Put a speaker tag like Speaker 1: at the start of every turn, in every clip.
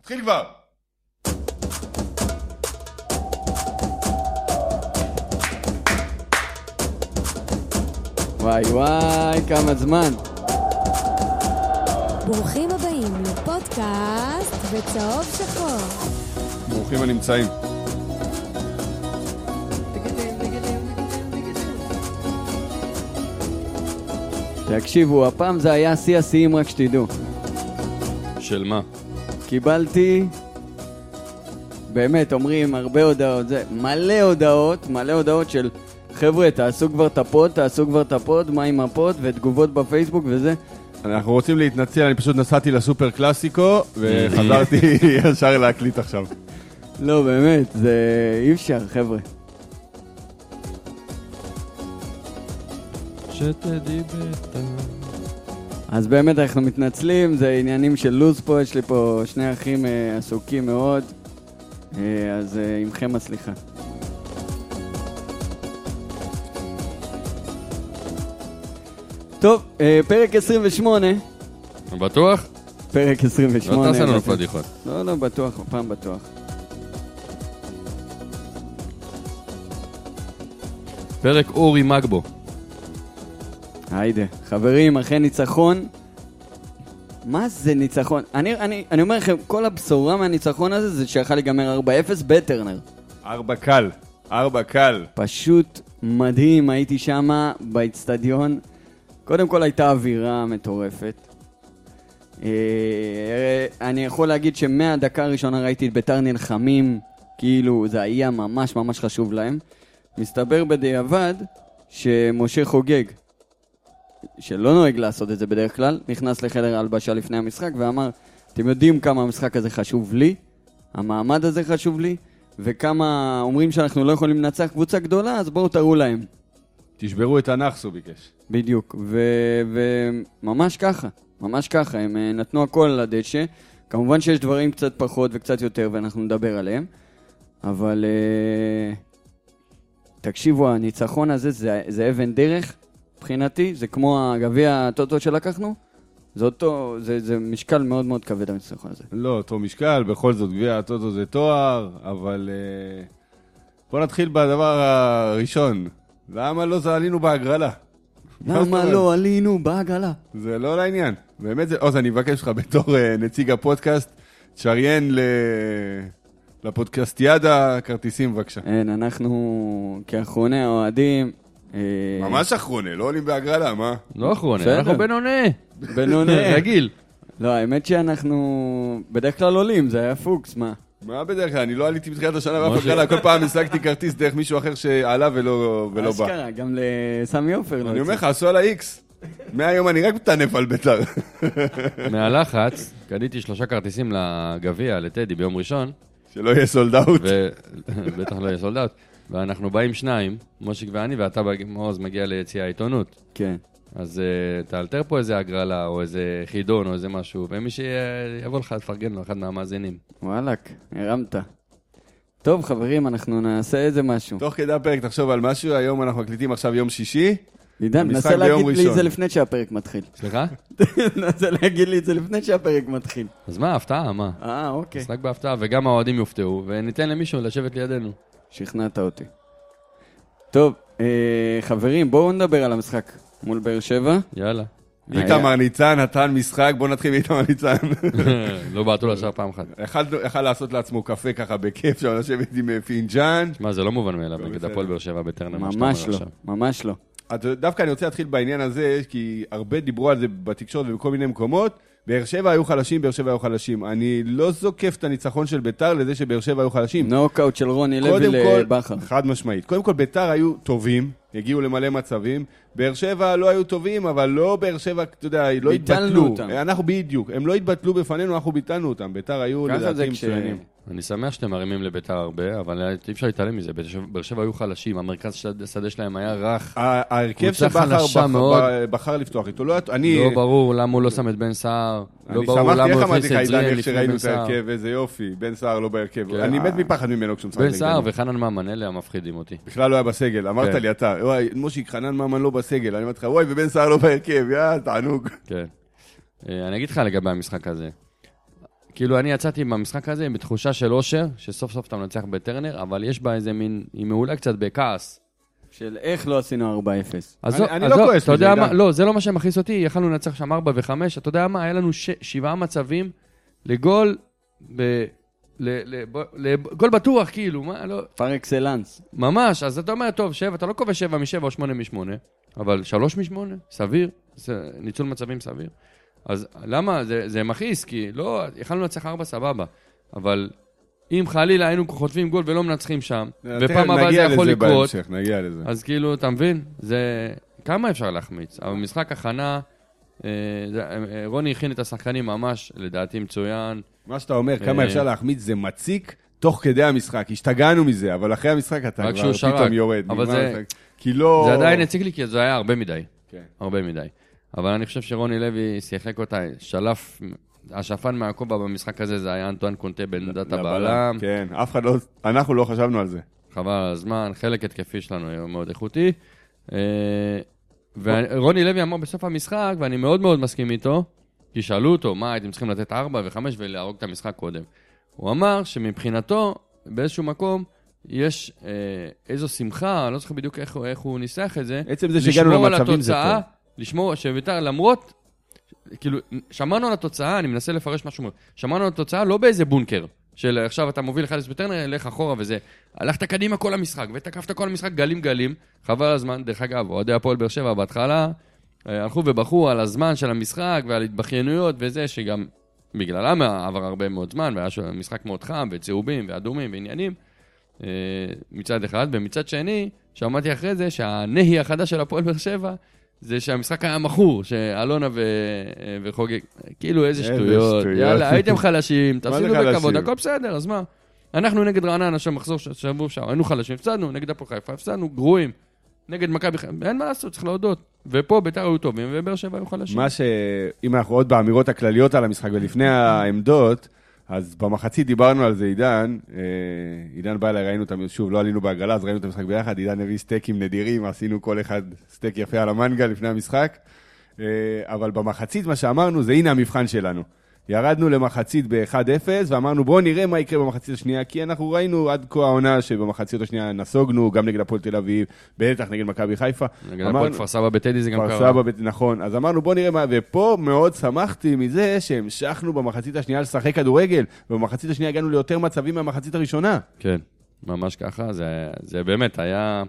Speaker 1: תתחיל כבר.
Speaker 2: וואי וואי, כמה זמן.
Speaker 3: ברוכים הבאים לפודקאסט בצהוב שחור.
Speaker 1: ברוכים הנמצאים.
Speaker 2: תקשיבו, הפעם זה היה שיא השיאים, רק שתדעו.
Speaker 1: של מה?
Speaker 2: קיבלתי, באמת, אומרים, הרבה הודעות, זה מלא הודעות, מלא הודעות של חבר'ה, תעשו כבר את הפוד, תעשו כבר את הפוד, מה עם הפוד, ותגובות בפייסבוק וזה.
Speaker 1: אנחנו רוצים להתנצל, אני פשוט נסעתי לסופר קלאסיקו, וחזרתי ישר להקליט עכשיו.
Speaker 2: לא, באמת, זה אי אפשר, חבר'ה.
Speaker 4: שתדעי בטעם.
Speaker 2: אז באמת אנחנו מתנצלים, זה עניינים של לו"ז פה, יש לי פה שני אחים אה, עסוקים מאוד, אה, אז אה, עמכם הסליחה. טוב, אה, פרק 28,
Speaker 5: בטוח?
Speaker 2: פרק 28.
Speaker 5: לא תעשה לנו
Speaker 2: לדעתי.
Speaker 5: פדיחות.
Speaker 2: לא, לא, בטוח, הפעם בטוח.
Speaker 5: פרק אורי מגבו.
Speaker 2: היידה. חברים, אחרי ניצחון, מה זה ניצחון? אני, אני, אני אומר לכם, כל הבשורה מהניצחון הזה זה שיכול להיגמר 4-0 בטרנר.
Speaker 1: ארבע קל, ארבע קל.
Speaker 2: פשוט מדהים, הייתי שם באיצטדיון. קודם כל הייתה אווירה מטורפת. אה, אני יכול להגיד שמהדקה הראשונה ראיתי את ביתר נלחמים, כאילו זה היה ממש ממש חשוב להם. מסתבר בדיעבד שמשה חוגג, שלא נוהג לעשות את זה בדרך כלל, נכנס לחדר ההלבשה לפני המשחק ואמר, אתם יודעים כמה המשחק הזה חשוב לי, המעמד הזה חשוב לי, וכמה אומרים שאנחנו לא יכולים לנצח קבוצה גדולה, אז בואו תראו להם.
Speaker 1: תשברו את הנאחס, הוא ביקש.
Speaker 2: בדיוק, ו- וממש ככה, ממש ככה, הם אה, נתנו הכל על הדשא. כמובן שיש דברים קצת פחות וקצת יותר, ואנחנו נדבר עליהם, אבל אה, תקשיבו, הניצחון הזה זה, זה אבן דרך, מבחינתי, זה כמו הגביע הטוטו שלקחנו, זה אותו, זה, זה משקל מאוד מאוד כבד הניצחון הזה.
Speaker 1: לא, אותו משקל, בכל זאת גביע הטוטו זה תואר, אבל... אה, בוא נתחיל בדבר הראשון. למה לא זה- עלינו בהגרלה? מה זאת
Speaker 2: למה
Speaker 1: אומרת?
Speaker 2: לא עלינו בעגלה?
Speaker 1: זה לא לעניין. באמת זה... עוז, אני מבקש ממך בתור אה, נציג הפודקאסט, תשריין ל... לפודקאסטיאדה כרטיסים בבקשה.
Speaker 2: אין, אנחנו כאחרוני האוהדים, אה,
Speaker 1: ממש אחרונה, לא עולים בהגרלה, מה?
Speaker 5: לא אחרון,
Speaker 2: בסדר.
Speaker 5: אנחנו בינוני.
Speaker 2: בינוני.
Speaker 5: רגיל.
Speaker 2: לא, האמת שאנחנו בדרך כלל עולים, זה היה פוקס, מה?
Speaker 1: מה בדרך כלל? אני לא עליתי בתחילת השנה
Speaker 5: משה.
Speaker 1: באף הגרלה, כל פעם השגתי כרטיס דרך מישהו אחר שעלה ולא ולא בא.
Speaker 2: אשכרה, גם לסמי עופר לא
Speaker 1: אני אומר
Speaker 2: יוצא.
Speaker 1: לך, עשו על ה-X. מהיום אני רק מטנף על בית"ר.
Speaker 5: מהלחץ, קניתי שלושה כרטיסים לגביע, לטדי, ביום ראשון,
Speaker 1: שלא יהיה סולד אאוט.
Speaker 5: ובטח לא יהיה סולד אאוט. ואנחנו באים שניים, מושיק ואני, ואתה, מעוז, מגיע ליציע העיתונות.
Speaker 2: כן.
Speaker 5: אז אה, תאלתר פה איזה הגרלה, או איזה חידון, או איזה משהו, ומי שיבוא לך, תפרגן לו, אחד מהמאזינים.
Speaker 2: וואלכ, הרמת. טוב, חברים, אנחנו נעשה איזה משהו.
Speaker 1: תוך כדי הפרק תחשוב על משהו, היום אנחנו מקליטים עכשיו יום שישי.
Speaker 2: עידן,
Speaker 1: המשחק
Speaker 2: נסה
Speaker 1: ביום
Speaker 2: להגיד לי את זה
Speaker 1: ראשון.
Speaker 2: לפני שהפרק מתחיל.
Speaker 5: סליחה?
Speaker 2: נסה להגיד לי את זה לפני שהפרק מתחיל.
Speaker 5: אז מה, הפתעה, מה?
Speaker 2: אה, אוקיי.
Speaker 5: משחק בהפתעה, וגם האוהדים יופתעו, וניתן למישהו לשבת לידינו.
Speaker 2: שכנעת אותי. טוב, אה, חברים, בואו נדבר על המשחק מול באר שבע.
Speaker 5: יאללה.
Speaker 2: היה.
Speaker 1: איתמר ניצן נתן משחק, בואו נתחיל מאיתמר ניצן.
Speaker 5: לא בעטו לשער פעם אחת.
Speaker 1: יכל- לא- יכל לעשות לעצמו קפה ככה בכיף, שם לשבת עם אה, פינג'אן.
Speaker 5: מה, זה לא מובן מאליו נגד
Speaker 1: בסדר.
Speaker 5: הפועל באר שבע בטרנר, מה שאתה אומר
Speaker 2: ממש לא,
Speaker 5: עכשיו.
Speaker 2: ממש לא.
Speaker 1: אז דווקא אני רוצה להתחיל בעניין הזה, כי הרבה דיברו על זה בתקשורת ובכל מיני מקומות. באר שבע היו חלשים, באר שבע היו חלשים. אני לא זוקף את הניצחון של ביתר לזה שבאר שבע היו חלשים.
Speaker 2: נוקאוט של רוני לוי
Speaker 1: קודם
Speaker 2: לבכר.
Speaker 1: כל, חד משמעית. קודם כל, ביתר היו טובים, הגיעו למלא מצבים. באר שבע לא היו טובים, אבל לא באר שבע, אתה יודע, לא
Speaker 2: ביטלנו
Speaker 1: התבטלו.
Speaker 2: אותם.
Speaker 1: אנחנו בדיוק. הם לא התבטלו בפנינו, אנחנו ביטלנו אותם. ביתר היו
Speaker 2: ככה זה
Speaker 1: לדעתי
Speaker 2: כש-
Speaker 1: מצוינים.
Speaker 5: אני שמח שאתם מרימים לביתר הרבה, אבל אי אפשר להתעלם מזה. באר שבע- באר שבע היו חלשים, המרכז של השדה שלהם היה רך.
Speaker 1: ה- ההרכב
Speaker 5: קבוצה
Speaker 1: שבכר
Speaker 5: חלשה
Speaker 1: בחר-
Speaker 5: מאוד.
Speaker 1: בחר לפתוח איתו, לא... אני...
Speaker 5: לא ברור למה הוא לא שם את בן סער, לא
Speaker 1: אני
Speaker 5: ברור
Speaker 1: שמחתי,
Speaker 5: למה
Speaker 1: איך
Speaker 5: הוא
Speaker 1: אמרתי
Speaker 5: הכניס
Speaker 1: לך,
Speaker 5: את
Speaker 1: עידן,
Speaker 5: זריאן
Speaker 1: איך
Speaker 5: לפני
Speaker 1: שראינו
Speaker 5: בן
Speaker 1: את
Speaker 5: סער.
Speaker 1: ההרכב, איזה יופי, בן סער לא בהרכב.
Speaker 5: כן,
Speaker 1: אני
Speaker 5: אה.
Speaker 1: מת מפחד ממנו כשהוא משחק
Speaker 5: בן סער
Speaker 1: נגדנו.
Speaker 5: וחנן ממן, אלה המפחידים אותי.
Speaker 1: בכלל לא היה בסגל, אמרת
Speaker 5: כן.
Speaker 1: לי אתה, וואי, מושיק, חנן ממן לא בסגל, אני אמרתי לך, וואי, ובן סער לא בהרכב, יא, תענוג.
Speaker 5: כן. אה, אני אגיד לך לגבי המשחק הזה. כאילו, אני יצאתי מהמשחק הזה בתחושה של אושר, שסוף סוף אתה מנצח בטרנר, אבל יש בה איזה מין, היא מעולה קצת בכעס.
Speaker 2: של איך לא עשינו 4-0.
Speaker 5: עזוב-
Speaker 1: אני לא
Speaker 5: עזוב,
Speaker 1: כועס
Speaker 5: אתה
Speaker 1: מזה,
Speaker 5: יודע
Speaker 1: עידן.
Speaker 5: מה, לא, זה לא מה שמכעיס אותי, יכלנו לנצח שם 4 ו-5, אתה יודע מה, היה לנו ש- שבעה מצבים לגול, ב... ל- ל- בוא- ל- גול בטוח, כאילו, מה, לא,
Speaker 2: פר אקסלנס.
Speaker 5: ממש, אז אתה אומר, טוב, שבע, אתה לא קובע שבע משבע או שמונה משמונה, אבל שלוש משמונה, סביר, זה ניצול מצבים סביר. אז למה? זה, זה מכעיס, כי לא, יכלנו לנצח ארבע, סבבה, אבל אם חלילה היינו חוטפים גול ולא מנצחים שם, ופעם הבאה זה
Speaker 1: אה, נגיע
Speaker 5: יכול
Speaker 1: לזה
Speaker 5: לקרות,
Speaker 1: בהמשך, נגיע לזה.
Speaker 5: אז כאילו, אתה מבין? זה... כמה אפשר להחמיץ? אבל משחק הכנה, אה, זה- אה, רוני הכין את השחקנים ממש, לדעתי מצוין.
Speaker 1: מה שאתה אומר, כמה
Speaker 5: אה.
Speaker 1: אפשר להחמיץ, זה מציק תוך כדי המשחק. השתגענו מזה, אבל אחרי המשחק אתה
Speaker 5: רק
Speaker 1: כבר
Speaker 5: שהוא שרק.
Speaker 1: פתאום יורד.
Speaker 5: אבל
Speaker 1: נגמר
Speaker 5: זה-
Speaker 1: המשחק. כי לא...
Speaker 5: זה עדיין הציג לי, כי זה היה הרבה מדי.
Speaker 1: כן.
Speaker 5: הרבה מדי. אבל אני חושב שרוני לוי שיחק אותה, שלף, השפן מהכובע במשחק הזה, זה היה אנטואן קונטה בעמדת הבעלם.
Speaker 1: כן, אף אחד לא... אנחנו לא חשבנו על זה.
Speaker 5: חבל על הזמן, חלק התקפי שלנו היה מאוד איכותי. אה, ורוני לוי אמר בסוף המשחק, ואני מאוד מאוד מסכים איתו, כי שאלו אותו, מה, הייתם צריכים לתת 4 ו-5 ולהרוג את המשחק קודם. הוא אמר שמבחינתו, באיזשהו מקום, יש אה, איזו שמחה, אני לא זוכר בדיוק איך, הוא- איך הוא ניסח את זה.
Speaker 1: עצם זה שהגענו
Speaker 5: לשמור על
Speaker 1: למצבים זה
Speaker 5: התוצאה,
Speaker 1: טוב.
Speaker 5: לשמור, שביתר, למרות, כאילו, שמענו על התוצאה, אני מנסה לפרש משהו, שמענו על התוצאה לא באיזה בונקר, של עכשיו אתה מוביל 1-0 בטרנר, לך אחורה וזה. הלכת קדימה כל המשחק, ותקפת כל המשחק גלים גלים, חבל על הזמן. דרך אגב, אוהדי הפועל באר שבע בהתחלה, אה, הלכו ובכו על הזמן של המשחק ועל התבכיינויות וזה, שגם בגללם עבר הרבה מאוד זמן, והיה שם משחק מאוד חם, וצהובים, ואדומים, ועניינים. אה, מצד אחד, ומצד שני, שמעתי אחרי זה שהנהי החדש של הפועל באר שבע, זה שהמשחק היה מכור, שאלונה ו... אה, וחוגג, כאילו איזה
Speaker 1: איזה
Speaker 5: שטויות,
Speaker 1: שטויות.
Speaker 5: יאללה, הייתם חלשים,
Speaker 1: מה זה
Speaker 5: תפסידו בכבוד,
Speaker 1: חלשים?
Speaker 5: הכל בסדר, אז מה? אנחנו נגד רעננה של מחזור של שבוע שעבר, היינו חלשים, הפסדנו, נגד הפועל חיפה, הפסדנו, גרועים, נגד מכבי חיפה, אין מה לעשות, צריך להודות. ופה ביתר היו טובים, ובאר שבע היו חלשים.
Speaker 1: מה ש... אם אנחנו עוד באמירות הכלליות על המשחק ולפני
Speaker 5: אה.
Speaker 1: העמדות, אז במחצית דיברנו על זה, עידן. אה, עידן בא אליי, ראינו את המשחק, שוב, לא עלינו בהגרלה, אז ראינו את המשחק ביחד. עידן הביא סטייקים נדירים, עשינו כל אחד סטייק יפה על המנגל לפני המשחק. אה, אבל במחצית, מה שאמרנו, זה הנה המבחן שלנו. ירדנו למחצית ב-1-0, ואמרנו, בואו נראה מה יקרה במחצית השנייה, כי אנחנו ראינו עד כה העונה שבמחצית השנייה נסוגנו, גם נגד הפועל תל אביב, בטח נגד מכבי חיפה.
Speaker 5: נגד
Speaker 1: אמרנו-
Speaker 5: הפועל כפר סבא בטדי זה גם
Speaker 1: כפר
Speaker 5: קרה.
Speaker 1: סבא, בית- נכון. אז אמרנו, בוא נראה מה... ופה מאוד שמחתי מזה שהמשכנו במחצית השנייה לשחק כדורגל, ובמחצית השנייה הגענו ליותר מצבים מהמחצית הראשונה.
Speaker 5: כן, ממש ככה, זה, זה באמת היה...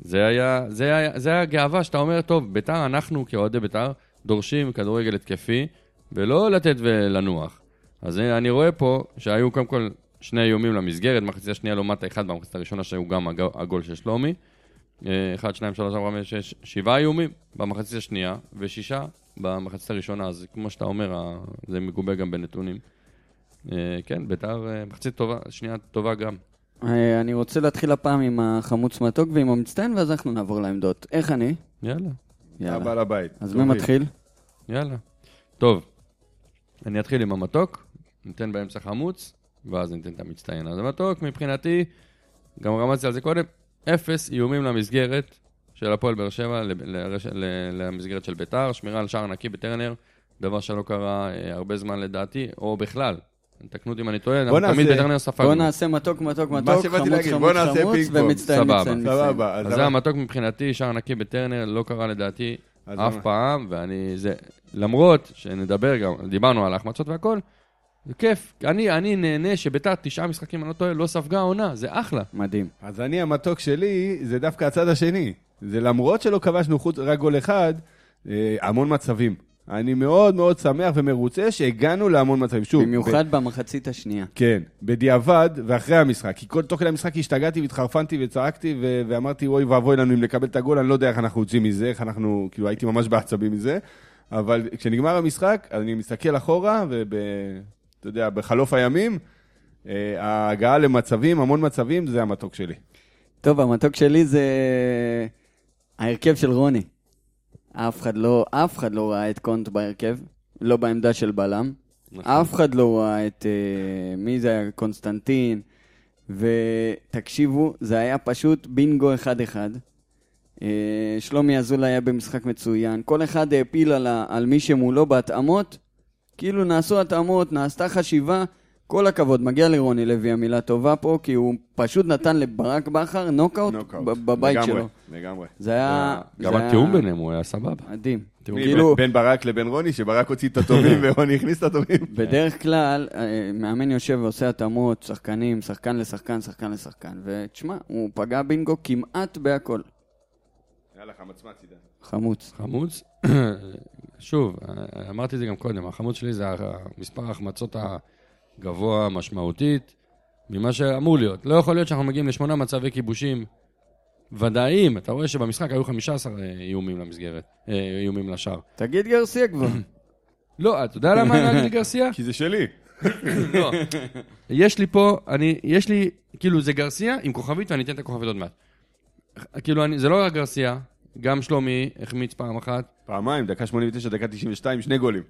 Speaker 5: זה היה, זה היה, זה היה גאווה שאתה אומר, טוב, ביתר, אנחנו כאוהדי ביתר דורשים כדורגל התקפי, ולא לתת ולנוח. אז הנה, אני רואה פה שהיו קודם כל שני איומים למסגרת, מחצית השנייה לעומת האחד במחצית הראשונה, שהיו גם הג- הגול של שלומי. אה, אחד, שניים, שלוש, ארבע, חמש, שש, שבעה איומים במחצית השנייה, ושישה במחצית הראשונה, אז כמו שאתה אומר, ה- זה מגובה גם בנתונים. אה, כן, ביתר, אה, מחצית טובה, שנייה טובה גם.
Speaker 2: אה, אני רוצה להתחיל הפעם עם החמוץ מתוק ועם המצטיין, ואז אנחנו נעבור לעמדות. איך אני?
Speaker 5: יאללה,
Speaker 1: אתה
Speaker 2: יאללה.
Speaker 1: בעל הבית. אוקיי.
Speaker 2: אז מי
Speaker 1: תוביל.
Speaker 2: מתחיל?
Speaker 5: יאללה. טוב, אני אתחיל עם המתוק, ניתן באמצע חמוץ, ואז ניתן את המצטיין. אז המתוק, מבחינתי, גם רמזתי על זה קודם, אפס איומים למסגרת של הפועל באר שבע, לב- לרש- ל- למסגרת של ביתר, שמירה על שער נקי בטרנר, דבר שלא קרה אה, הרבה זמן לדעתי, או בכלל. תקנו אותי אם אני טועה, אנחנו
Speaker 1: נעשה-
Speaker 5: תמיד בטרנר ספגנו.
Speaker 2: בוא נעשה מתוק, מתוק, מתוק,
Speaker 1: שבאתי
Speaker 2: חמוץ,
Speaker 1: להגיד, בוא
Speaker 2: חמוץ,
Speaker 1: נעשה
Speaker 2: חמוץ,
Speaker 1: פינג פונג.
Speaker 2: ומצטיין,
Speaker 5: סבבה.
Speaker 2: מצטיין, מצטיין.
Speaker 1: סבבה. אז
Speaker 5: אז זה
Speaker 1: אמר-
Speaker 5: המתוק מבחינתי, שער נקי בטרנר, לא קרה לדעתי
Speaker 1: אז
Speaker 5: אף
Speaker 1: אמר-
Speaker 5: פעם, ואני, זה, למרות שנדבר גם, דיברנו על ההחמצות והכל, זה כיף. אני, אני נהנה שביתר תשעה משחקים, אני לא טועה, לא ספגה עונה, זה אחלה.
Speaker 2: מדהים.
Speaker 1: אז אני, המתוק שלי, זה דווקא הצד השני. זה למרות שלא כבשנו חוץ רק גול אחד, אה, המון מצבים. אני מאוד מאוד שמח ומרוצה שהגענו להמון מצבים. שוב,
Speaker 2: במיוחד במחצית השנייה.
Speaker 1: כן, בדיעבד ואחרי המשחק. כי כל תוך כדי המשחק השתגעתי והתחרפנתי וצעקתי ו- ואמרתי, אוי ואבוי לנו אם לקבל את הגול, אני לא יודע איך אנחנו יוצאים מזה, איך אנחנו, כאילו הייתי ממש בעצבים מזה. אבל כשנגמר המשחק, אז אני מסתכל אחורה, וב... אתה יודע, בחלוף הימים, אה, ההגעה למצבים, המון מצבים, זה המתוק שלי.
Speaker 2: טוב, המתוק שלי זה ההרכב של רוני. אף אחד לא, אף אחד לא ראה את קונט בהרכב, לא בעמדה של בלם. אף אחד לא ראה את... אה, מי זה היה? קונסטנטין. ותקשיבו, זה היה פשוט בינגו אחד-אחד. אה, שלומי אזולאי היה במשחק מצוין. כל אחד העפיל על, ה- על מי שמולו בהתאמות, כאילו נעשו התאמות, נעשתה חשיבה. כל הכבוד, מגיע לרוני לוי המילה טובה פה, כי הוא פשוט נתן לברק בכר נוקאוט,
Speaker 1: נוקאוט.
Speaker 2: ב- בבית
Speaker 1: לגמרי,
Speaker 2: שלו.
Speaker 1: לגמרי.
Speaker 2: זה היה...
Speaker 5: גם
Speaker 2: זה היה
Speaker 5: התיאום ביניהם הוא היה סבבה.
Speaker 2: מדהים.
Speaker 5: תיאום.
Speaker 1: מי,
Speaker 2: כאילו,
Speaker 1: בין ברק לבין רוני, שברק הוציא את הטובים ורוני הכניס את הטובים.
Speaker 2: בדרך כלל, אה, מאמן יושב ועושה התאמות, שחקנים, שחקן לשחקן, שחקן לשחקן. ותשמע, הוא פגע בינגו כמעט בהכל.
Speaker 1: יאללה, חמצמץ, עידן.
Speaker 2: חמוץ.
Speaker 5: חמוץ, שוב, אמרתי את זה גם קודם, החמוץ שלי זה מספר ההחמצות הגבוה משמעותית ממה שאמור להיות. לא יכול להיות שאנחנו מגיעים לשמונה מצבי כיבושים ודאיים. אתה רואה שבמשחק היו 15 איומים למסגרת, אה, איומים לשער.
Speaker 2: תגיד גרסיה כבר.
Speaker 5: לא, אתה יודע למה נגד גרסיה?
Speaker 1: כי זה שלי.
Speaker 5: לא. יש לי פה, אני, יש לי, כאילו זה גרסיה עם כוכבית ואני אתן את הכוכבית עוד מעט. כאילו, אני, זה לא רק גרסיה, גם שלומי החמיץ פעם אחת.
Speaker 1: פעמיים, דקה 89, דקה 92, שני גולים.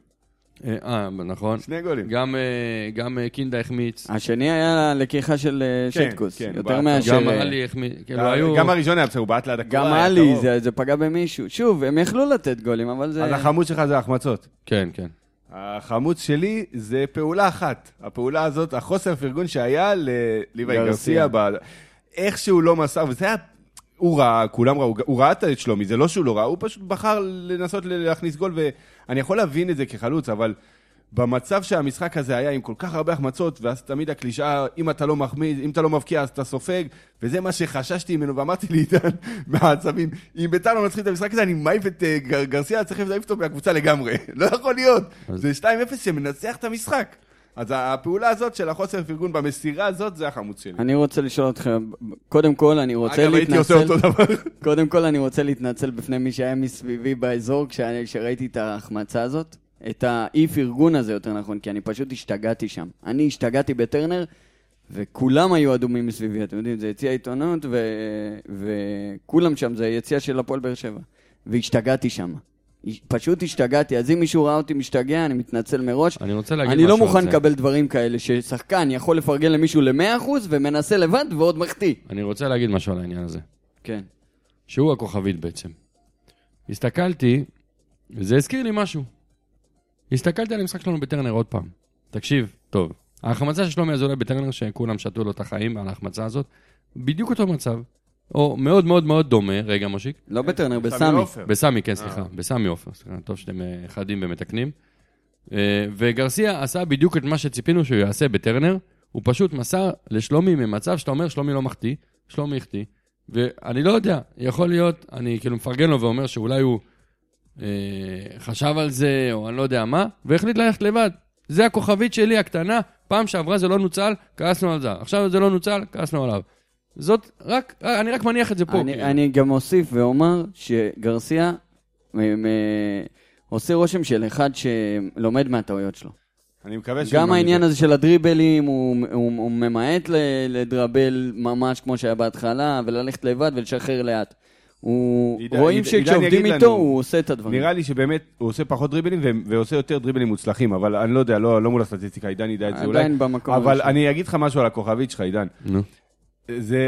Speaker 5: אה, אה, נכון.
Speaker 1: שני גולים.
Speaker 5: גם, אה, גם אה, קינדה החמיץ,
Speaker 2: השני היה לקיחה של אה,
Speaker 1: כן,
Speaker 2: שטקוס.
Speaker 1: כן,
Speaker 2: יותר
Speaker 1: בעט.
Speaker 2: מאשר...
Speaker 5: גם עלי החמיץ, כאילו היו...
Speaker 1: אה, גם הראשון היה בסדר, הוא בעט ליד הקורה.
Speaker 2: גם
Speaker 1: היה
Speaker 2: עלי,
Speaker 1: קרוב.
Speaker 2: זה- זה פגע במישהו. שוב, הם יכלו לתת גולים, אבל זה...
Speaker 1: אז החמוץ שלך זה החמצות.
Speaker 5: כן, כן.
Speaker 1: החמוץ שלי זה פעולה אחת. הפעולה הזאת, החוסר פרגון שהיה לליוואי
Speaker 2: גרסיה.
Speaker 1: גרסיה. ב... איך שהוא לא מסר, וזה היה... הוא ראה, כולם ראו, הוא ראה את שלומי, זה לא שהוא לא ראה, הוא פשוט בחר לנסות ל- להכניס גול, ואני יכול להבין את זה כחלוץ, אבל במצב שהמשחק הזה היה עם כל כך הרבה החמצות, ואז תמיד הקלישאה, אם אתה לא מחמיד, אם אתה לא מבקיע, אז אתה סופג, וזה מה שחששתי ממנו, ואמרתי לעידן מהעצבים, אם ביתר לא מנצחים את המשחק הזה, אני מעיף את אה, גר- גרסיה, צריך להעיף אותו מהקבוצה לגמרי. לא יכול להיות. זה 2-0 שמנצח את המשחק. אז הפעולה הזאת של החוסר פרגון במסירה הזאת, זה החמוץ שלי.
Speaker 2: אני רוצה לשאול אותך, קודם כל אני רוצה
Speaker 1: אגב, הייתי עושה
Speaker 2: להתנצל,
Speaker 1: אותו דבר.
Speaker 2: קודם כל אני רוצה להתנצל בפני מי שהיה מסביבי באזור כשה- כשראיתי את ההחמצה הזאת, את האי פרגון הזה יותר נכון, כי אני פשוט השתגעתי שם. אני השתגעתי בטרנר, וכולם היו אדומים מסביבי, אתם יודעים, זה יציע עיתונות, ו... וכולם שם, זה יציע של הפועל באר שבע. והשתגעתי שם. הש- פשוט השתגעתי, אז אם מישהו ראה אותי משתגע, אני מתנצל מראש.
Speaker 5: אני רוצה להגיד
Speaker 2: אני לא
Speaker 5: משהו על
Speaker 2: מוכן
Speaker 5: זה.
Speaker 2: לקבל דברים כאלה, ששחקן יכול לפרגן למישהו ל-100% ומנסה לבד ועוד מחטיא.
Speaker 5: אני רוצה להגיד משהו על העניין הזה,
Speaker 2: כן.
Speaker 5: שהוא הכוכבית בעצם. הסתכלתי, וזה הזכיר לי משהו. הסתכלתי על המשחק שלנו בטרנר עוד פעם. תקשיב, טוב. ההחמצה של שלומי אזולאי בטרנר, שכולם שתו לו את החיים על ההחמצה הזאת, בדיוק אותו מצב, או מאוד מאוד מאוד דומה, רגע מושיק,
Speaker 2: לא בטרנר, בסמי.
Speaker 5: בסמי, כן, סליחה, בסמי עופר, סליחה, טוב שאתם אה, חדים ומתקנים. אה, וגרסיה עשה בדיוק את מה שציפינו שהוא יעשה בטרנר, הוא פשוט מסר לשלומי ממצב שאתה אומר, שלומי לא מחטיא, שלומי החטיא, ואני לא יודע, יכול להיות, אני כאילו מפרגן לו ואומר שאולי הוא אה, חשב על זה, או אני לא יודע מה, והחליט ללכת לבד. זה הכוכבית שלי הקטנה, פעם שעברה זה לא נוצל, כעסנו על זה, עכשיו זה לא נוצל, כעסנו עליו. זאת, רק, אה, אני רק מניח את זה פה.
Speaker 2: אני,
Speaker 5: כאילו.
Speaker 2: אני גם אוסיף ואומר שגרסיה מ- מ- עושה רושם של אחד שלומד מהטעויות שלו.
Speaker 1: אני מקווה שהוא
Speaker 2: גם
Speaker 1: מאמין
Speaker 2: העניין
Speaker 1: בזה.
Speaker 2: הזה של הדריבלים, הוא, הוא, הוא ממעט ל- לדרבל ממש כמו שהיה בהתחלה, וללכת לבד ולשחרר לאט. הוא,
Speaker 1: עידן-
Speaker 2: רואים
Speaker 1: עידן- עידן
Speaker 2: שכשעובדים
Speaker 1: יגיד
Speaker 2: איתו,
Speaker 1: לנו.
Speaker 2: הוא עושה את הדברים.
Speaker 1: נראה לי שבאמת הוא עושה פחות דריבלים ו- ועושה יותר דריבלים מוצלחים, אבל אני לא יודע, לא, לא מול הסטטיסטיקה, עידן ידע את זה אולי.
Speaker 2: עדיין במקום
Speaker 1: אבל
Speaker 2: הראשון.
Speaker 1: אני אגיד לך משהו על הכוכבית שלך, עידן.
Speaker 5: נו.
Speaker 1: זה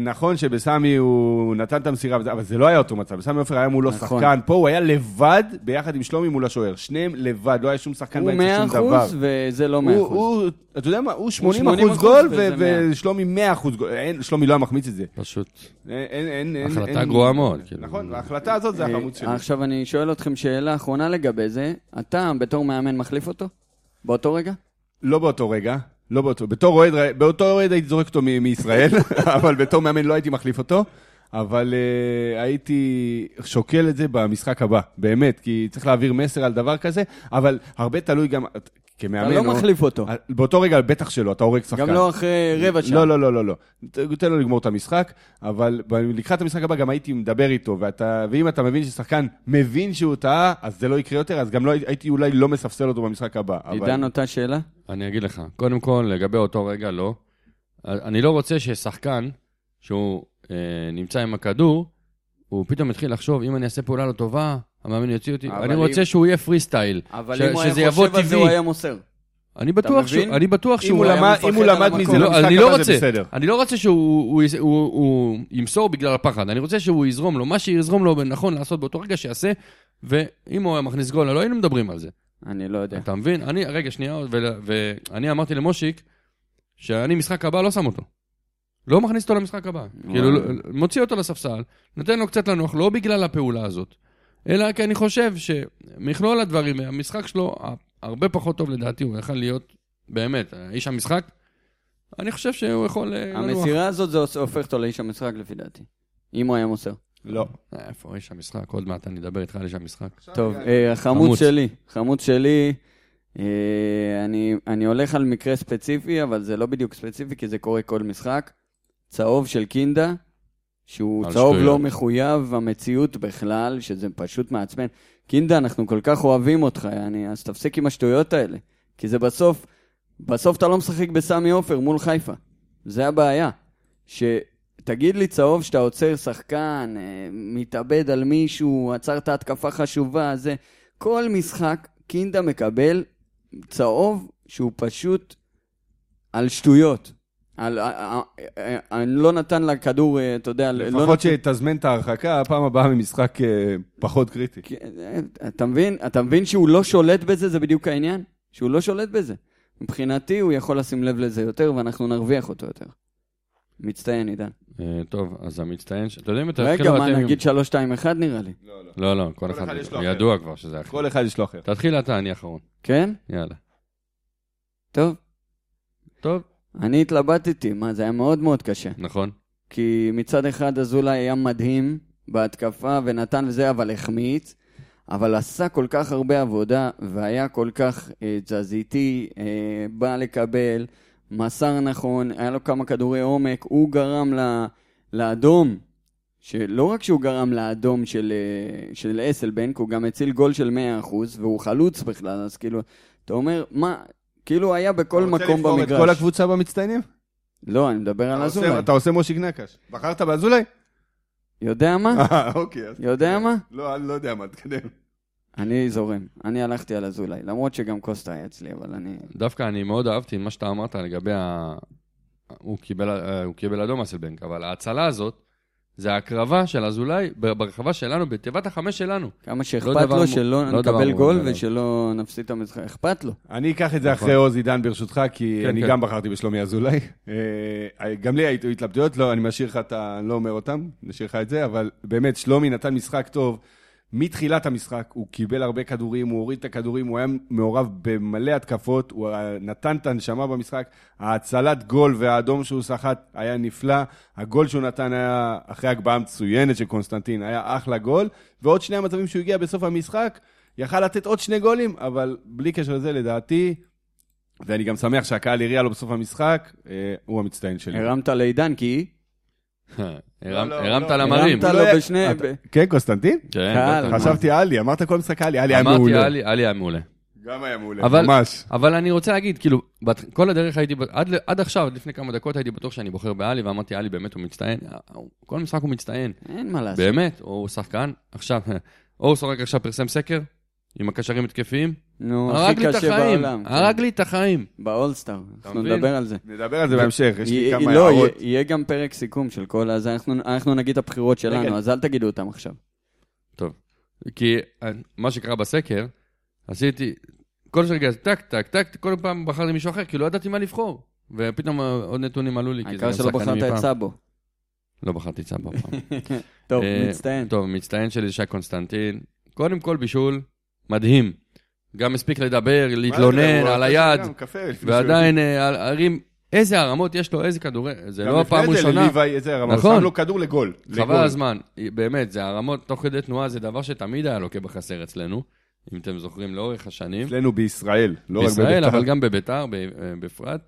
Speaker 1: נכון שבסמי הוא נתן את המסירה, וזה- אבל זה לא היה אותו מצב. בסמי עופר היה מולו
Speaker 2: נכון.
Speaker 1: שחקן, פה הוא היה לבד ביחד עם שלומי מול השוער. שניהם לבד, לא היה שום שחקן
Speaker 2: הוא
Speaker 1: באמצע, שום דבר.
Speaker 2: 100% וזה לא 100%.
Speaker 1: הוא, הוא, אתה יודע מה, הוא 80
Speaker 2: 80%
Speaker 1: אחוז גול, ו-
Speaker 2: וזה מאה.
Speaker 1: ושלומי 100 אחוז גול. אין, שלומי לא היה מחמיץ את זה.
Speaker 5: פשוט.
Speaker 1: אין, אין, אין, אין,
Speaker 5: החלטה
Speaker 1: אין-
Speaker 5: גרועה מאוד, כאילו.
Speaker 1: נכון, ההחלטה הזאת זה
Speaker 2: אה,
Speaker 1: החמוץ שלי.
Speaker 2: עכשיו אני שואל אתכם שאלה אחרונה לגבי זה. אתה, בתור מאמן, מחליף אותו? באותו רגע?
Speaker 1: לא באותו רגע, לא באותו, בתור אוהד, ר- באותו אוהד הייתי זורק אותו מ- מישראל, אבל בתור מאמן לא הייתי מחליף אותו, אבל uh, הייתי שוקל את זה במשחק הבא, באמת, כי צריך להעביר מסר על דבר כזה, אבל הרבה תלוי גם, את- כמאמן...
Speaker 2: אתה לא
Speaker 1: או-
Speaker 2: מחליף אותו.
Speaker 1: אה, באותו רגע בטח שלא, אתה הורג שחקן.
Speaker 2: גם לא אחרי רבע שעה.
Speaker 1: לא, לא, לא, לא, לא. ת- תן לו לגמור את המשחק, אבל ב- לקראת המשחק הבא גם הייתי מדבר איתו, ואתה, ואם אתה מבין ששחקן מבין שהוא טעה, אז זה לא יקרה יותר, אז גם לא, הי- הייתי אולי לא מספסל אותו במשחק הבא. אבל-
Speaker 2: עידן אותה שאלה?
Speaker 5: אני אגיד לך. קודם כל, לגבי אותו רגע, לא. אני לא רוצה ששחקן, שהוא אה, נמצא עם הכדור, הוא פתאום יתחיל לחשוב, אם אני אעשה פעולה לא טובה, המאמן יוציא אותי.
Speaker 2: אבל
Speaker 5: אני
Speaker 2: אם-
Speaker 5: רוצה שהוא יהיה פרי סטייל.
Speaker 2: אבל
Speaker 5: ש-
Speaker 2: אם הוא
Speaker 5: שזה
Speaker 2: היה
Speaker 5: יבוא
Speaker 2: חושב על זה,
Speaker 5: טבעי.
Speaker 2: הוא היה מוסר.
Speaker 5: אני בטוח
Speaker 2: מבין?
Speaker 5: שהוא... אני בטוח
Speaker 1: אם
Speaker 5: שהוא...
Speaker 1: הוא
Speaker 5: היה-
Speaker 1: למד-
Speaker 2: מפחד
Speaker 1: אם הוא
Speaker 2: על
Speaker 1: למד
Speaker 2: המקום.
Speaker 1: מזה
Speaker 5: לא, אני
Speaker 1: למשחק
Speaker 5: לא
Speaker 1: הבא, זה
Speaker 5: רוצה,
Speaker 1: בסדר.
Speaker 5: אני לא רוצה שהוא הוא יס- הוא- הוא ימסור בגלל הפחד, אני רוצה שהוא יזרום לו, מה שיזרום לו נכון לעשות באותו רגע שיעשה, ואם הוא היה מכניס גול, לא היינו מדברים על זה.
Speaker 2: אני לא יודע.
Speaker 5: אתה מבין? אני, רגע, שנייה, ול- ואני אמרתי למושיק, שאני משחק הבא לא שם אותו. לא מכניס אותו למשחק הבא. כאילו, לא- מוציא אותו לספסל, נותן לו קצת לנוח, לא בגלל הפעולה הזאת, אלא כי אני חושב שמכלול הדברים, המשחק שלו ה- הרבה פחות טוב לדעתי, הוא יכל להיות, באמת, איש המשחק, אני חושב שהוא יכול אה, לנוח.
Speaker 2: המסירה הזאת זה עושה- הופך אותו לאיש המשחק לפי דעתי. אם הוא היה מוסר.
Speaker 1: לא.
Speaker 5: אה, איפה איש המשחק? עוד מעט אני אדבר איתך על איש המשחק.
Speaker 2: טוב, אה, חמוץ
Speaker 5: חמוץ.
Speaker 2: שלי, חמוץ שלי, אה, אני- אני הולך על מקרה ספציפי, אבל זה לא בדיוק ספציפי, כי זה קורה כל משחק. צהוב של קינדה, שהוא
Speaker 5: על
Speaker 2: צהוב לא
Speaker 5: שטויות.
Speaker 2: מחויב המציאות בכלל, שזה פשוט מעצבן. קינדה, אנחנו כל כך אוהבים אותך, יעני, אז תפסיק עם השטויות האלה. כי זה בסוף, בסוף אתה לא משחק בסמי עופר מול חיפה. זה הבעיה. שתגיד לי צהוב שאתה עוצר שחקן, אה, מתאבד על מישהו, עצרת התקפה חשובה, זה... כל משחק קינדה מקבל צהוב שהוא פשוט על שטויות. על... אה, אה, אה, אה, לא נתן לה כדור, אה, אתה יודע, לא
Speaker 1: לפחות שתזמן את ההרחקה, הפעם הבאה ממשחק אה, פחות קריטי.
Speaker 2: כן, אתה מבין? אתה מבין שהוא לא שולט בזה, זה בדיוק העניין? שהוא לא שולט בזה. מבחינתי, הוא יכול לשים לב לזה יותר, ואנחנו נרוויח אותו יותר. מצטיין, עידן.
Speaker 5: אה, טוב, אז המצטיין, ש- אתה יודע אם אתה...
Speaker 2: רגע,
Speaker 5: תתחיל
Speaker 2: מה,
Speaker 5: ואתם-
Speaker 2: נגיד 3-2-1 נראה לי.
Speaker 5: לא, לא, כל אחד,
Speaker 1: אחד יש לו אחר.
Speaker 5: ידוע כבר שזה אחר.
Speaker 1: כל אחד יש לו אחר.
Speaker 5: תתחיל אתה, אני אחרון.
Speaker 2: כן?
Speaker 5: יאללה.
Speaker 2: טוב.
Speaker 5: טוב.
Speaker 2: אני התלבטתי, מה, זה היה מאוד מאוד קשה.
Speaker 5: נכון.
Speaker 2: כי מצד אחד אזולאי היה מדהים בהתקפה ונתן וזה, אבל החמיץ. אבל עשה כל כך הרבה עבודה, והיה כל כך אה, תזזיתי, אה, בא לקבל, מסר נכון, היה לו כמה כדורי עומק, הוא גרם ל, לאדום, שלא רק שהוא גרם לאדום של, אה, של אסלבנק, הוא גם הציל גול של 100%, והוא חלוץ בכלל, אז כאילו, אתה אומר, מה, כאילו הוא היה בכל
Speaker 1: אתה
Speaker 2: מקום
Speaker 1: רוצה
Speaker 2: במגרש.
Speaker 1: לבחור את כל הקבוצה במצטיינים?
Speaker 2: לא, אני מדבר על
Speaker 1: אתה עושה-
Speaker 2: אזולאי.
Speaker 1: אתה עושה מושיק נקש. בחרת באזולאי?
Speaker 2: יודע מה?
Speaker 1: אה, אוקיי. אז-
Speaker 2: יודע מה?
Speaker 1: לא, אני לא יודע מה, תקדם.
Speaker 2: אני זורם. אני הלכתי על אזולאי, למרות שגם קוסטה היה אצלי, אבל אני...
Speaker 5: דווקא אני מאוד אהבתי מה שאתה אמרת לגבי ה... הוא קיבל, אה, הוא קיבל אדום אסלבנק, אבל ההצלה הזאת, זה ההקרבה של אזולאי ב- ברחבה שלנו, בתיבת החמש שלנו.
Speaker 2: כמה
Speaker 5: לא
Speaker 2: שאכפת
Speaker 5: דבר
Speaker 2: לו
Speaker 5: מ-
Speaker 2: שלא
Speaker 5: לא דבר
Speaker 2: נקבל
Speaker 5: מובן
Speaker 2: גול
Speaker 5: מאליו.
Speaker 2: ושלא נפסיד את המשחק, אכפת לו.
Speaker 1: אני אקח את זה
Speaker 5: נכון.
Speaker 1: אחרי עוז עידן ברשותך, כי
Speaker 5: כן,
Speaker 1: אני
Speaker 5: כן.
Speaker 1: גם בחרתי בשלומי אזולאי. אה, גם לי היו התלבטויות, לא, אני משאיר לך את ה... אני לא אומר אותם, נשאיר לך את זה, אבל באמת, שלומי נתן משחק טוב. מתחילת המשחק, הוא קיבל הרבה כדורים, הוא הוריד את הכדורים, הוא היה מעורב במלא התקפות, הוא אה, נתן את הנשמה במשחק. ההצלת גול והאדום שהוא סחט היה נפלא. הגול שהוא נתן היה, אחרי הגבהה מצוינת של קונסטנטין, היה אחלה גול. ועוד שני המצבים שהוא הגיע בסוף המשחק, יכל לתת עוד שני גולים, אבל בלי קשר לזה, לדעתי, ואני גם שמח שהקהל הריע לו בסוף המשחק, אה, הוא המצטיין
Speaker 5: כן.
Speaker 1: שלי.
Speaker 2: הרמת לעידן כי...
Speaker 5: הרמת-
Speaker 1: לא,
Speaker 5: הרמת
Speaker 1: לא.
Speaker 5: למרים.
Speaker 2: הרמת לו
Speaker 1: לא היה-
Speaker 2: בשני...
Speaker 1: אתה-
Speaker 2: ב-
Speaker 1: כן, קוסטנטין?
Speaker 5: כן,
Speaker 2: קהל.
Speaker 5: בטח.
Speaker 1: חשבתי עלי, אמרת כל משחק עלי, עלי היה
Speaker 5: אמרתי,
Speaker 1: מעולה.
Speaker 5: עלי עלי היה מעולה.
Speaker 1: גם היה מעולה,
Speaker 5: אבל-
Speaker 1: ממש.
Speaker 5: אבל אני רוצה להגיד, כאילו, בת- כל הדרך הייתי, בט- עד ל- עד עכשיו, עד לפני כמה דקות, הייתי בטוח שאני בוחר בעלי, ואמרתי, עלי באמת הוא מצטיין. אה, הוא- כל משחק הוא מצטיין.
Speaker 2: אין מה לעשות.
Speaker 5: באמת, הוא שחקן. עכשיו, אור סורק עכשיו פרסם סקר, עם הקשרים התקפיים.
Speaker 2: נו,
Speaker 5: הרג
Speaker 2: הכי
Speaker 5: לי את
Speaker 2: קשה
Speaker 5: החיים,
Speaker 2: בעולם. כן.
Speaker 5: הרג לי את החיים.
Speaker 2: באולסטאר, אנחנו
Speaker 5: מבין?
Speaker 2: נדבר על זה.
Speaker 1: נדבר על זה בהמשך, יש לי
Speaker 2: יהיה-
Speaker 1: כמה
Speaker 2: לא,
Speaker 1: הערות.
Speaker 2: יהיה- יהיה גם פרק סיכום של כל... אז אנחנו- אנחנו נגיד את הבחירות שלנו,
Speaker 1: רגע.
Speaker 2: אז אל תגידו אותם עכשיו.
Speaker 5: כי אה, מה שקרה בסקר, עשיתי, כל שרגע, טק, טק, טק, כל פעם בחרתי מישהו אחר, כי לא ידעתי מה לבחור. ופתאום אה, עוד נתונים עלו לי, כי זה
Speaker 2: העיקר
Speaker 5: גם
Speaker 2: שלא
Speaker 5: שחקנים מפעם.
Speaker 2: בחרת את סאבו.
Speaker 5: לא בחרתי צבא פעם.
Speaker 2: טוב,
Speaker 5: אה,
Speaker 2: מצטיין.
Speaker 5: טוב, מצטיין שלי זה שי קונסטנטין. קודם כל בישול, מדהים. גם הספיק לדבר, להתלונן על היד, ועדיין אה, על- הרים, איזה הרמות יש לו, איזה כדורי, זה לא הפעם הראשונה.
Speaker 1: נכון.
Speaker 5: נכון.
Speaker 1: שם לו כדור לגול.
Speaker 5: חבל
Speaker 1: לגול.
Speaker 5: הזמן, באמת, זה הרמות תוך כדי תנועה, זה דבר שתמיד היה לוקה בחסר אצלנו, אם אתם זוכרים, לאורך השנים.
Speaker 1: אצלנו בישראל, לא רק בביתר.
Speaker 5: בישראל, אבל גם בביתר ב- אה, בפרט.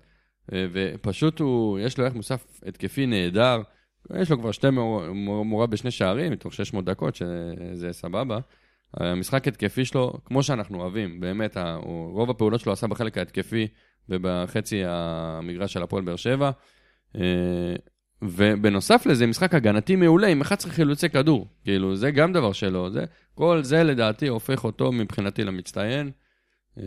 Speaker 5: אה, ופשוט הוא, יש לו ערך מוסף התקפי נהדר. יש לו כבר שתי מור- מור- מורה בשני שערים, מתוך 600 דקות, שזה סבבה. המשחק התקפי שלו, כמו שאנחנו אוהבים, באמת, ה- הוא- רוב הפעולות שלו עשה בחלק ההתקפי ובחצי המגרש של הפועל באר שבע. אה, ובנוסף לזה, משחק הגנתי מעולה עם 11 חילוצי כדור. כאילו, זה גם דבר שלו. זה, כל זה לדעתי הופך אותו מבחינתי למצטיין. אה,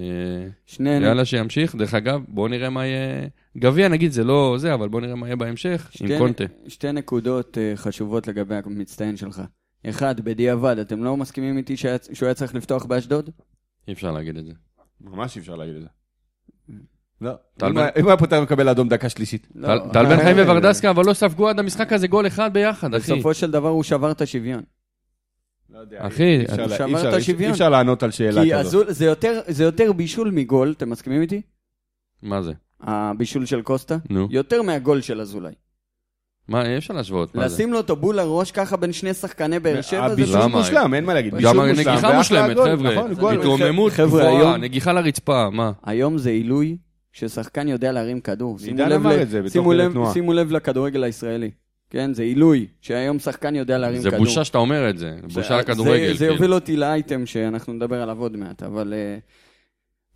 Speaker 2: שנינו
Speaker 5: יאללה, שימשיך. דרך אגב, בואו נראה מה יהיה... גביע, נגיד, זה לא זה, אבל בואו נראה מה יהיה בהמשך עם קונטה.
Speaker 2: שתי נקודות אה, חשובות לגבי המצטיין שלך. אחד, בדיעבד, אתם לא מסכימים איתי שהיה- שהוא היה צריך לפתוח באשדוד?
Speaker 5: אי אפשר להגיד את זה.
Speaker 1: ממש אי אפשר להגיד את זה. לא.
Speaker 5: טל
Speaker 1: אם
Speaker 5: בן-
Speaker 1: היה- אם היה פותר מקבל אדום דקה שלישית.
Speaker 2: לא, אה,
Speaker 5: טל- טל בן חיים וברדסקה, אבל לא ספגו עד המשחק הזה גול אחד ביחד, אחי.
Speaker 2: בסופו של דבר הוא שבר את השוויון.
Speaker 1: לא יודע,
Speaker 5: אחי,
Speaker 1: אי אפשר
Speaker 5: אתה
Speaker 1: לה- אי
Speaker 2: שבר
Speaker 1: אפשר-
Speaker 2: את
Speaker 1: אי אפשר-
Speaker 2: השוויון.
Speaker 1: אי אפשר לענות על שאלה
Speaker 2: כי
Speaker 1: כזאת.
Speaker 2: אזול, זה, יותר, זה יותר בישול מגול, אתם מסכימים איתי?
Speaker 5: מה זה?
Speaker 2: הבישול של קוסטה?
Speaker 5: נו.
Speaker 2: יותר מהגול של אזולאי.
Speaker 5: מה, אי אפשר להשוות. מה זה?
Speaker 2: לשים לו את הבול לראש ככה בין שני שחקני באר שבע זה...
Speaker 1: הבישול
Speaker 5: אה, למה?
Speaker 1: מושלם, אין מה להגיד.
Speaker 5: גם
Speaker 1: בישול מושלם,
Speaker 5: הנגיחה
Speaker 1: ואחלה
Speaker 5: מושלמת,
Speaker 1: גול,
Speaker 5: חבר'ה.
Speaker 1: נכון, גול.
Speaker 2: ביטוח.
Speaker 5: התרוממות
Speaker 2: חבר'ה,
Speaker 5: גבוהה,
Speaker 2: היום-
Speaker 5: נגיחה לרצפה, מה?
Speaker 2: היום זה עילוי ששחקן יודע להרים כדור. שימו
Speaker 1: עידן
Speaker 2: לב
Speaker 1: אמר
Speaker 2: ל-
Speaker 1: את זה בתוך
Speaker 2: שימו
Speaker 1: כדי
Speaker 2: לב-
Speaker 1: תנועה.
Speaker 2: שימו לב לכדורגל הישראלי. כן, זה עילוי שהיום שחקן יודע להרים
Speaker 5: זה
Speaker 2: כדור.
Speaker 5: בושה שאתה אומר את זה.
Speaker 2: זה-
Speaker 5: בושה לכדורגל.
Speaker 2: זה
Speaker 5: כאילו.
Speaker 2: יוביל אותי לאייטם שאנחנו נדבר עליו עוד מעט, אבל... אה,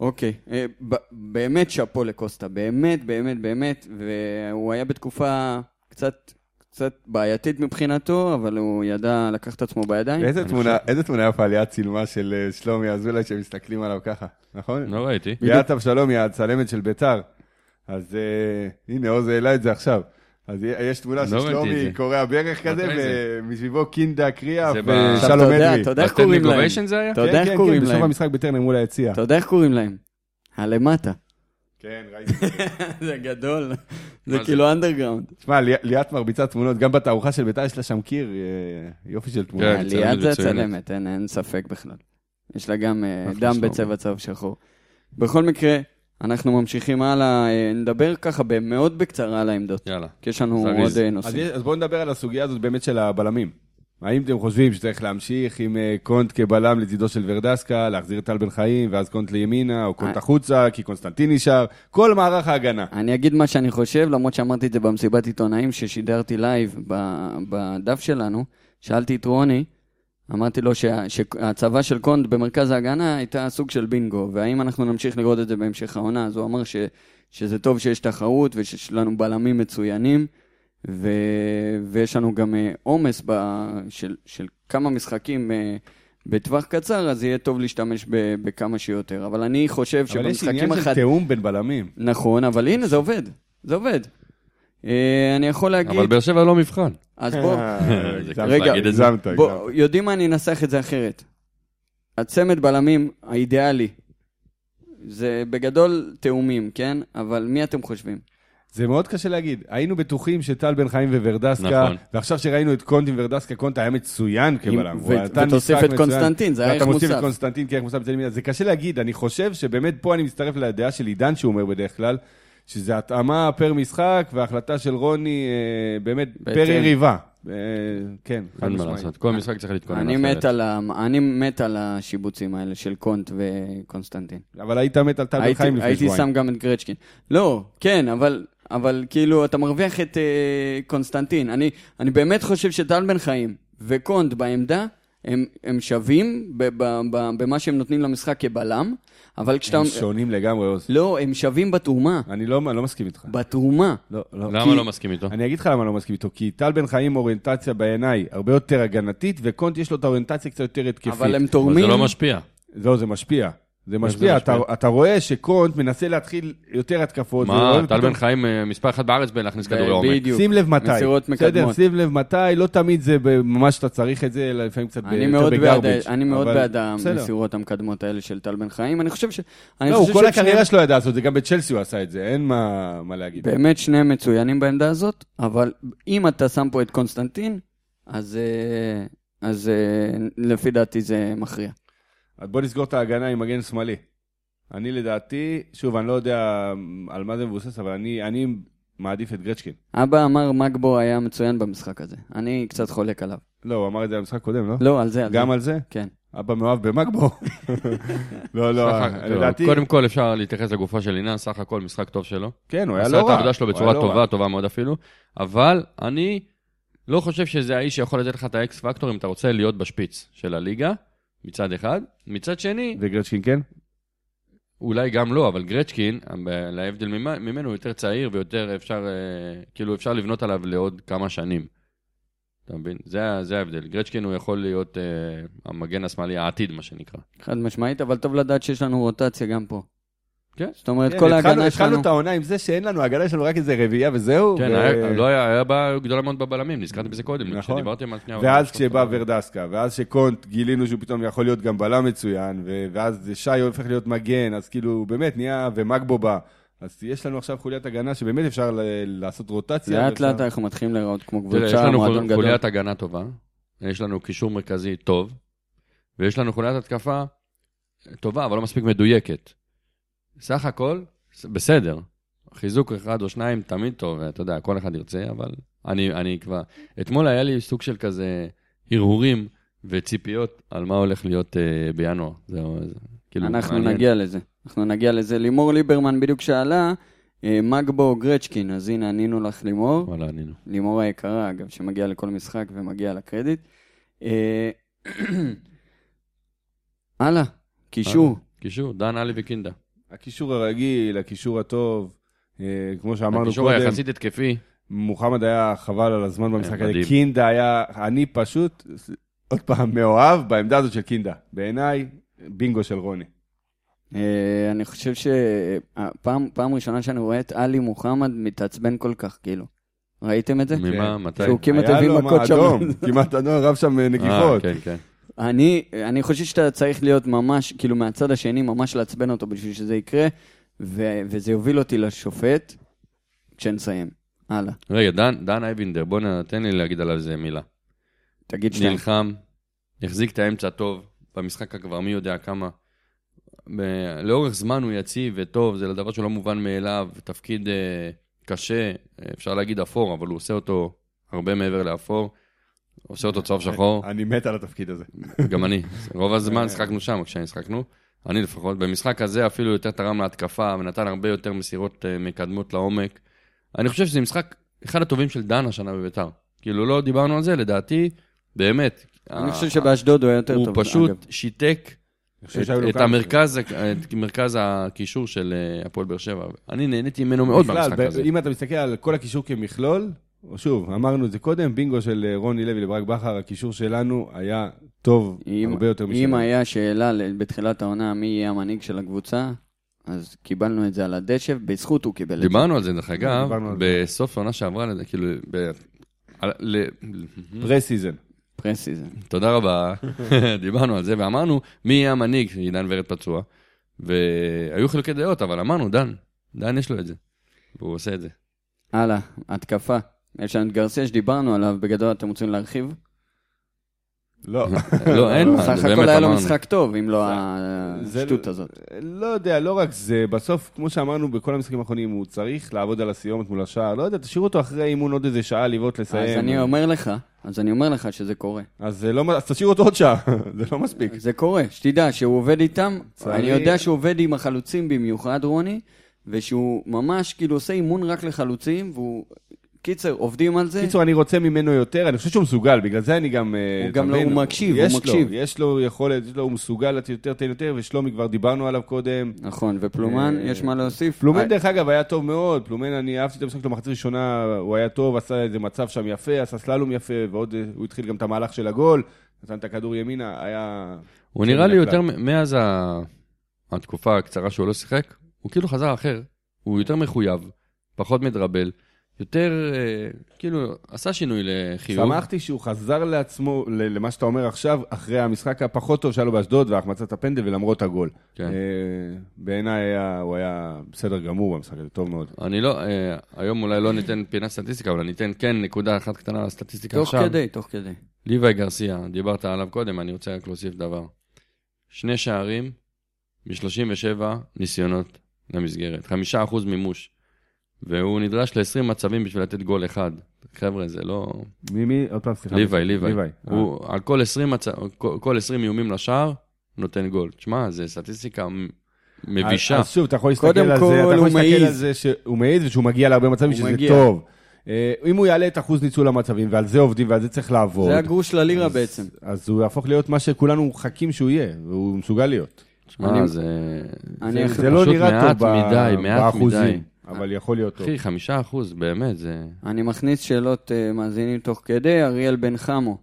Speaker 2: אוקיי, אה, ב- באמת שאפו לקוסטה, באמת, באמת, באמת, והוא היה בתקופה קצת... קצת בעייתית מבחינתו, אבל הוא ידע לקח את עצמו בידיים.
Speaker 1: איזה תמונה- איזה תמונה יפה ליד צילמה של אה, שלומי אזולאי שמסתכלים עליו ככה, נכון?
Speaker 5: לא ראיתי.
Speaker 1: ליאת אבשלום היא הצלמת של ביתר. אז אה, הנה, עוז העלה את זה עכשיו. אז יש תמונה של
Speaker 5: לא ראיתי את
Speaker 1: שלומי
Speaker 5: זה.
Speaker 1: קורע ברך כזה,
Speaker 5: מתי זה?
Speaker 1: ומסביבו קינדה קריאה
Speaker 5: זה ב-
Speaker 2: עכשיו,
Speaker 1: ושלום
Speaker 2: אתה יודע-
Speaker 1: אדרי.
Speaker 2: אתה יודע איך קוראים להם.
Speaker 5: Technical Ovation זה היה?
Speaker 2: אתה יודע איך קוראים
Speaker 1: לא כן, כן,
Speaker 2: להם.
Speaker 1: בסוף המשחק בטרנר מול היציע.
Speaker 2: אתה יודע איך קוראים להם? הלמטה.
Speaker 1: כן, ראיתי.
Speaker 2: זה גדול. זה
Speaker 5: מה זה?
Speaker 2: כאילו אנדרגראונד.
Speaker 1: תשמע, לי- ליאת מרביצה תמונות, גם בתערוכה של ביתר יש לה שם קיר, אה, יופי של תמונה.
Speaker 5: כן.
Speaker 2: ליאת זה
Speaker 5: מצוינת.
Speaker 2: הצלמת, אין אין ספק בכלל. יש לה גם אה,
Speaker 5: אחלה
Speaker 2: דם
Speaker 5: שלום.
Speaker 2: בצבע צהוב שחור. בכל מקרה, אנחנו ממשיכים הלאה, אה, נדבר ככה ב- מאוד בקצרה על העמדות,
Speaker 5: יאללה.
Speaker 2: כי יש לנו
Speaker 5: זריז.
Speaker 2: עוד אה,
Speaker 1: אז,
Speaker 2: נושאים.
Speaker 1: יש- אז בואו נדבר על הסוגיה הזאת באמת של הבלמים. האם אתם חושבים שצריך להמשיך עם אה, קונט כבלם לצידו של ורדסקה, להחזיר את טל בן חיים, ואז קונט לימינה, או קונט
Speaker 2: אה.
Speaker 1: החוצה, כי קונסטנטין נשאר, כל מערך ההגנה.
Speaker 2: אני אגיד מה שאני חושב, למרות שאמרתי את זה במסיבת עיתונאים ששידרתי לייב ב- בדף שלנו, שאלתי את רוני, אמרתי לו שה- שההצבה של קונד במרכז ההגנה הייתה סוג של בינגו, והאם אנחנו נמשיך לראות את זה בהמשך העונה, אז הוא אמר ש, שזה טוב שיש תחרות ושיש לנו בלמים מצוינים, ו, ויש לנו גם אה, עומס ב, של, של כמה משחקים אה, בטווח קצר, אז יהיה טוב להשתמש ב, בכמה שיותר. אבל אני חושב
Speaker 1: אבל יש
Speaker 2: שבמשחקים
Speaker 1: עניין של
Speaker 2: החד...
Speaker 1: תיאום בין בלמים.
Speaker 2: נכון, אבל הנה, זה עובד. זה עובד. אה, אני יכול להגיד...
Speaker 5: אבל באר שבע לא מבחן.
Speaker 2: אז בוא,
Speaker 1: אה,
Speaker 5: זה
Speaker 1: הגזמת,
Speaker 2: רגע,
Speaker 1: הגזמת, הגזמת.
Speaker 2: בוא, יודעים מה, אני אנסח את זה אחרת. הצמד בלמים האידיאלי, זה בגדול תאומים, כן? אבל מי אתם חושבים?
Speaker 1: זה מאוד קשה להגיד. היינו בטוחים שטל בן חיים וורדסקה,
Speaker 5: נכון.
Speaker 1: ועכשיו שראינו את קונט עם ורדסקה, קונט היה מצוין כבלם.
Speaker 2: עם-
Speaker 1: הוא
Speaker 2: ו-
Speaker 1: נתן
Speaker 2: ותוסיף
Speaker 1: משחק
Speaker 2: את
Speaker 1: מצוין.
Speaker 2: קונסטנטין, זה היה
Speaker 1: ואתה
Speaker 2: ערך
Speaker 1: מוסיף את
Speaker 2: מוסף.
Speaker 1: קונסטנטין כערך מוסף אצל ימינה. זה קשה להגיד, אני חושב שבאמת פה אני מצטרף לדעה של עידן, שהוא אומר בדרך כלל, שזה התאמה פר משחק, וההחלטה של רוני אה, באמת פר
Speaker 2: בהתאם.
Speaker 1: יריבה. אה, כן, חד
Speaker 5: אין מה
Speaker 1: משמעית.
Speaker 5: לעשות. כל משחק צריך להתכונן.
Speaker 2: אני
Speaker 5: אחרת.
Speaker 2: מת על ה- אני מת על השיבוצים האלה של קונט וקונסטנטין.
Speaker 1: אבל היית מת על טל בן
Speaker 2: הייתי,
Speaker 1: חיים לפני
Speaker 2: הייתי
Speaker 1: שבועיים.
Speaker 2: שם גם את גרצ'קין. לא, כן, אבל, אבל כאילו, אתה מרוויח את אה, קונסטנטין. אני, אני באמת חושב שטל בן חיים וקונד בעמדה, הם, הם שווים ב- ב- ב- במה שהם נותנים למשחק כבלם, אבל כשאתה...
Speaker 1: הם שונים לגמרי, עוז.
Speaker 2: לא, הם שווים בתרומה.
Speaker 1: אני לא אני לא מסכים איתך.
Speaker 2: בתרומה.
Speaker 1: לא, לא.
Speaker 5: למה לא מסכים איתו?
Speaker 1: אני אגיד לך למה אני לא מסכים איתו, כי טל בן חיים אוריינטציה בעיניי הרבה יותר הגנתית, וקונט יש לו את האוריינטציה קצת יותר התקפית.
Speaker 2: אבל הם
Speaker 5: אבל זה
Speaker 2: תורמים...
Speaker 5: לא משפיע.
Speaker 1: לא, זה משפיע. זה
Speaker 5: זה
Speaker 1: משפיע, אתה,
Speaker 5: משפיע?
Speaker 1: אתה רואה שקונט מנסה להתחיל יותר התקפות.
Speaker 5: מה,
Speaker 1: ואוהב
Speaker 5: טל בן
Speaker 1: פתאום-
Speaker 5: חיים אה, מספר אחת בארץ בלהכניס כדורי עומק.
Speaker 2: בדיוק.
Speaker 1: שים לב מתי.
Speaker 2: מסירות
Speaker 1: בסדר,
Speaker 2: מקדמות.
Speaker 1: שים לב מתי, לא תמיד זה ממש שאתה צריך את זה, אלא לפעמים קצת
Speaker 2: אני
Speaker 1: יותר
Speaker 2: מאוד בעד,
Speaker 1: בגרבג'.
Speaker 2: אני מאוד
Speaker 1: אבל-
Speaker 2: בעד
Speaker 1: בסדר.
Speaker 2: המסירות המקדמות האלה של טל בן חיים. אני חושב ש... אני
Speaker 1: לא,
Speaker 2: חושב
Speaker 1: הוא כל
Speaker 2: שהם שניהם-
Speaker 1: הקריירה שלו ידע לעשות, זה גם בצ'לסי הוא עשה את זה, אין מה מה להגיד.
Speaker 2: באמת שניהם מצוינים בעמדה הזאת, אבל אם אתה שם פה את קונסטנטין, אז, אה, אז אה, לפי דעתי זה מכריע.
Speaker 1: אז בוא נסגור את ההגנה עם מגן שמאלי. אני לדעתי, שוב, אני לא יודע על מה זה מבוסס, אבל אני- אני מעדיף את גרצ'קין.
Speaker 2: אבא אמר מגבו היה מצוין במשחק הזה. אני קצת חולק עליו.
Speaker 1: לא, הוא אמר את זה במשחק הקודם, לא?
Speaker 2: לא, על זה, על
Speaker 1: גם
Speaker 2: זה.
Speaker 1: על זה?
Speaker 2: כן.
Speaker 1: אבא מאוהב במאגבו. לא, לא,
Speaker 5: סך- לא,
Speaker 1: לדעתי...
Speaker 5: קודם כל אפשר להתייחס לגופו של עינן, סך הכל משחק טוב שלו.
Speaker 1: כן, הוא היה
Speaker 5: עשה
Speaker 1: לא רע.
Speaker 5: את העבודה שלו
Speaker 1: הוא היה
Speaker 5: בצורה
Speaker 1: לא
Speaker 5: טובה,
Speaker 1: רע.
Speaker 5: טובה מאוד אפילו, אבל אני לא חושב שזה האיש שיכול לתת לך את האקס פקטור אם אתה רוצה להיות בשפיץ של הליגה, מצד אחד. מצד שני,
Speaker 1: וגרצ'קין כן?
Speaker 5: אולי גם לא, אבל גרצ'קין, ב- להבדל ממ- ממנו, הוא יותר צעיר ויותר אפשר, אה, כאילו אפשר לבנות עליו לעוד כמה שנים. אתה מבין? זה, ה- זה ההבדל. גרצ'קין הוא יכול להיות אה, המגן השמאלי העתיד, מה שנקרא.
Speaker 2: חד משמעית, אבל טוב לדעת שיש לנו רוטציה גם פה.
Speaker 5: כן.
Speaker 2: זאת אומרת,
Speaker 1: כן,
Speaker 2: כל
Speaker 1: התחלנו-
Speaker 2: ההגנה
Speaker 1: התחלנו
Speaker 2: שלנו...
Speaker 1: את העונה עם זה שאין לנו, ההגנה יש לנו רק איזה רביעייה וזהו.
Speaker 5: כן,
Speaker 1: ו-
Speaker 5: היה- לא היה, היה בעיה גדולה מאוד בבלמים, נזכרתי בזה קודם,
Speaker 1: אה, נכון.
Speaker 5: כשדיברתם על שני...
Speaker 1: ואז כשבא ורדסקה, ואז שקונט גילינו שהוא פתאום יכול להיות גם בלם מצוין, ו- ואז שי הופך להיות מגן, אז כאילו באמת נהיה, ומגבו בא. אז יש לנו עכשיו חוליית הגנה שבאמת אפשר ל- לעשות רוטציה.
Speaker 2: לאט
Speaker 1: ואפשר-
Speaker 2: לאט אנחנו מתחילים להיראות כמו
Speaker 5: תראה, יש
Speaker 2: קבוצה,
Speaker 5: לנו
Speaker 2: מועדון
Speaker 5: חול-
Speaker 2: גדול.
Speaker 5: חוליית הגנה טובה, יש לנו קישור מרכזי טוב, ויש לנו חוליית התקפה טובה, אבל לא מספיק מדויקת. סך הכל, ס- בסדר. חיזוק אחד או שניים תמיד טוב, אתה יודע, כל אחד ירצה, אבל אני, אני כבר... אתמול היה לי סוג של כזה הרהורים וציפיות על מה הולך להיות אה, בינואר. זה, זה כאילו
Speaker 2: אנחנו
Speaker 5: מעניין.
Speaker 2: נגיע לזה. אנחנו נגיע לזה. לימור ליברמן בדיוק שאלה, אה, מגבו גרצ'קין, אז הנה ענינו לך לימור.
Speaker 5: וואלה, ענינו.
Speaker 2: לימור היקרה, אגב, שמגיעה לכל משחק ומגיעה לקרדיט. אה, הלאה, קישור.
Speaker 5: קישור, דן, עלי וקינדה.
Speaker 1: הקישור הרגיל, הקישור הטוב, אה, כמו שאמרנו
Speaker 5: הקישור
Speaker 1: קודם,
Speaker 5: היחסית התקפי.
Speaker 1: מוחמד היה חבל על הזמן במשחק הזה,
Speaker 5: מדהים.
Speaker 1: קינדה היה, אני פשוט, עוד פעם, מאוהב בעמדה הזאת של קינדה. בעיניי, בינגו של רוני.
Speaker 2: אה, אני חושב שפעם פעם ראשונה שאני רואה את עלי מוחמד מתעצבן כל כך, כאילו. ראיתם את זה?
Speaker 5: ממה? מתי?
Speaker 2: שהוא כמעט
Speaker 1: היה
Speaker 2: הביא
Speaker 1: לו, מה,
Speaker 2: מכות שם.
Speaker 1: אדום, כמעט אדום, רב שם אה,
Speaker 5: אה,
Speaker 1: נגיחות.
Speaker 5: כן, כן.
Speaker 2: אני, אני חושב שאתה צריך להיות ממש, כאילו מהצד השני, ממש לעצבן אותו בשביל שזה יקרה, ו- וזה יוביל אותי לשופט כשנסיים. הלאה,
Speaker 5: רגע, דן, דן אייבינדר, בוא נ- תן לי להגיד עליו איזה מילה.
Speaker 2: תגיד שתיים.
Speaker 5: נלחם, החזיק את האמצע טוב, במשחק כבר מי יודע כמה. ב- לאורך זמן הוא יציב וטוב, זה דבר שלא מובן מאליו, תפקיד אה, קשה, אה, אפשר להגיד אפור, אבל הוא עושה אותו הרבה מעבר לאפור. עושה אותו צהוב שחור,
Speaker 1: אני מת על התפקיד הזה.
Speaker 5: גם אני. רוב הזמן שחקנו שם, כששחקנו, אני לפחות. במשחק הזה אפילו יותר תרם להתקפה, ונתן הרבה יותר מסירות אה, מקדמות לעומק. אני חושב שזה משחק, אחד הטובים של דן השנה בביתר. כאילו, לא דיברנו על זה, לדעתי, באמת.
Speaker 2: אני חושב
Speaker 5: ה-
Speaker 2: שבאשדוד הוא היה יותר
Speaker 5: אה, הוא
Speaker 2: טוב.
Speaker 5: פשוט
Speaker 2: אגב.
Speaker 5: שיתק
Speaker 1: אני חושב
Speaker 5: את,
Speaker 1: שהיו לו
Speaker 5: את,
Speaker 1: כמה-
Speaker 5: המרכז, את מרכז הקישור של אה, הפועל באר שבע. אני נהניתי ממנו מאוד
Speaker 1: בכלל,
Speaker 5: במשחק
Speaker 1: ב-
Speaker 5: הזה.
Speaker 1: אם אתה מסתכל על כל הקישור כמכלול, שוב, אמרנו את זה קודם, בינגו של אה, רוני לוי לברק בכר, הקישור שלנו היה טוב
Speaker 2: אם,
Speaker 1: הרבה יותר משלנו.
Speaker 2: אם היה שאלה ל- בתחילת העונה מי יהיה המנהיג של הקבוצה, אז קיבלנו את זה על הדשא, בזכות הוא קיבל את זה.
Speaker 5: דיברנו על זה, דרך אגב,
Speaker 1: דיברנו על זה.
Speaker 5: בסוף העונה שעברה, כאילו, ב... על- ל...
Speaker 1: פרה-סיזן.
Speaker 2: פרסיזם.
Speaker 5: תודה רבה, דיברנו על זה ואמרנו, מי יהיה המנהיג, עידן ורד פצוע. והיו חילוקי דעות, אבל אמרנו, דן, דן יש לו את זה. והוא עושה את זה.
Speaker 2: הלאה, התקפה. יש לנו את גרסיה שדיברנו עליו, בגדול אתם רוצים להרחיב?
Speaker 1: לא.
Speaker 5: לא, אין מה,
Speaker 2: סך
Speaker 5: זה
Speaker 2: הכל
Speaker 5: באמת
Speaker 2: היה לו
Speaker 5: אמרנו.
Speaker 2: משחק טוב, אם לא
Speaker 1: זה-
Speaker 2: השטות הזאת.
Speaker 1: לא יודע, לא רק זה, בסוף, כמו שאמרנו בכל המשחקים האחרונים, הוא צריך לעבוד על הסיומת מול השער, לא יודע, תשאיר אותו אחרי אימון עוד איזה שעה לבעוט לסיים.
Speaker 2: אז אני אומר לך, אז אני אומר לך שזה קורה.
Speaker 1: אז זה לא מ- אז תשאיר אותו עוד שעה, זה לא מספיק.
Speaker 2: זה קורה, שתדע שהוא עובד איתם,
Speaker 1: צערי-
Speaker 2: אני יודע שהוא עובד עם החלוצים במיוחד, רוני, ושהוא ממש כאילו עושה אימון רק לחלוצים, והוא... קיצר, עובדים על זה.
Speaker 1: בקיצור, אני רוצה ממנו יותר, אני חושב שהוא מסוגל, בגלל זה אני גם... אה,
Speaker 2: הוא
Speaker 1: אתה
Speaker 2: גם לא-
Speaker 1: מבין?
Speaker 2: הוא מקשיב, הוא
Speaker 1: יש לו,
Speaker 2: מקשיב.
Speaker 1: יש לו יכולת, יש לו- הוא מסוגל לתת יותר, תן יותר, ושלומי כבר דיברנו עליו קודם.
Speaker 2: נכון, ופלומן,
Speaker 1: אה,
Speaker 2: יש מה להוסיף?
Speaker 1: פלומן, דרך אגב, היה טוב מאוד, פלומן, אני אהבתי את המשחק שלו במחצית הראשונה, הוא היה טוב, עשה איזה מצב שם יפה, עשה סללום יפה, ועוד אה, הוא התחיל גם את המהלך של הגול, נתן את הכדור ימינה, היה...
Speaker 5: הוא נראה לי יותר, מ- מאז ה- התקופה הקצרה שהוא לא שיחק, הוא כאילו חזר אחר. הוא יותר מחויב, פחות מדרבל, יותר, אה, כאילו, עשה שינוי לחיוב.
Speaker 1: שמחתי שהוא חזר לעצמו, ל- למה שאתה אומר עכשיו, אחרי המשחק הפחות טוב שהיה לו באשדוד, והחמצת הפנדל, ולמרות הגול.
Speaker 5: כן.
Speaker 1: אה, בעיניי היה- הוא היה בסדר גמור במשחק הזה, טוב מאוד.
Speaker 5: אני לא, אה, היום אולי לא ניתן פינת סטטיסטיקה, אבל אני אתן כן נקודה אחת קטנה על הסטטיסטיקה
Speaker 2: תוך
Speaker 5: עכשיו.
Speaker 2: כדי, תוך כדי.
Speaker 5: ליוואי גרסיה, דיברת עליו קודם, אני רוצה רק להוסיף דבר. שני שערים מ-37 ניסיונות למסגרת, 5% מימוש. והוא נדרש ל-20 מצבים בשביל לתת גול אחד. חבר'ה, זה לא...
Speaker 1: מי, מי? עוד פעם, סליחה.
Speaker 5: ליוואי, ליוואי.
Speaker 1: ליוואי, אה.
Speaker 5: הוא על כל 20, מצ... כל- כל 20 איומים לשער, נותן גול. תשמע, זו סטטיסטיקה מ- מבישה.
Speaker 1: אה, אז שוב, אתה יכול להסתכל
Speaker 2: קודם
Speaker 1: על
Speaker 2: כל,
Speaker 1: זה, אתה
Speaker 2: הוא
Speaker 1: יכול להסתכל
Speaker 2: מעיז.
Speaker 1: על זה שהוא מעיז ושהוא מגיע להרבה מצבים
Speaker 2: הוא
Speaker 1: שזה
Speaker 2: מגיע.
Speaker 1: טוב. אה, אם הוא יעלה את אחוז ניצול המצבים, ועל זה עובדים ועל זה צריך לעבוד,
Speaker 2: זה הגרוש ללירה בעצם.
Speaker 1: אז הוא יהפוך להיות מה שכולנו מחכים שהוא יהיה, והוא מסוגל להיות.
Speaker 5: תשמע,
Speaker 2: אני-
Speaker 5: זה...
Speaker 2: אני
Speaker 1: זה לא
Speaker 5: פשוט
Speaker 1: נראה
Speaker 5: מעט
Speaker 1: טוב ב-
Speaker 5: מדי, מעט מדי.
Speaker 1: באחוזים, אבל יכול להיות טוב.
Speaker 5: אחי, חמישה אחוז, באמת, זה...
Speaker 2: אני מכניס שאלות אה, מאזינים תוך כדי, אריאל בן חמו.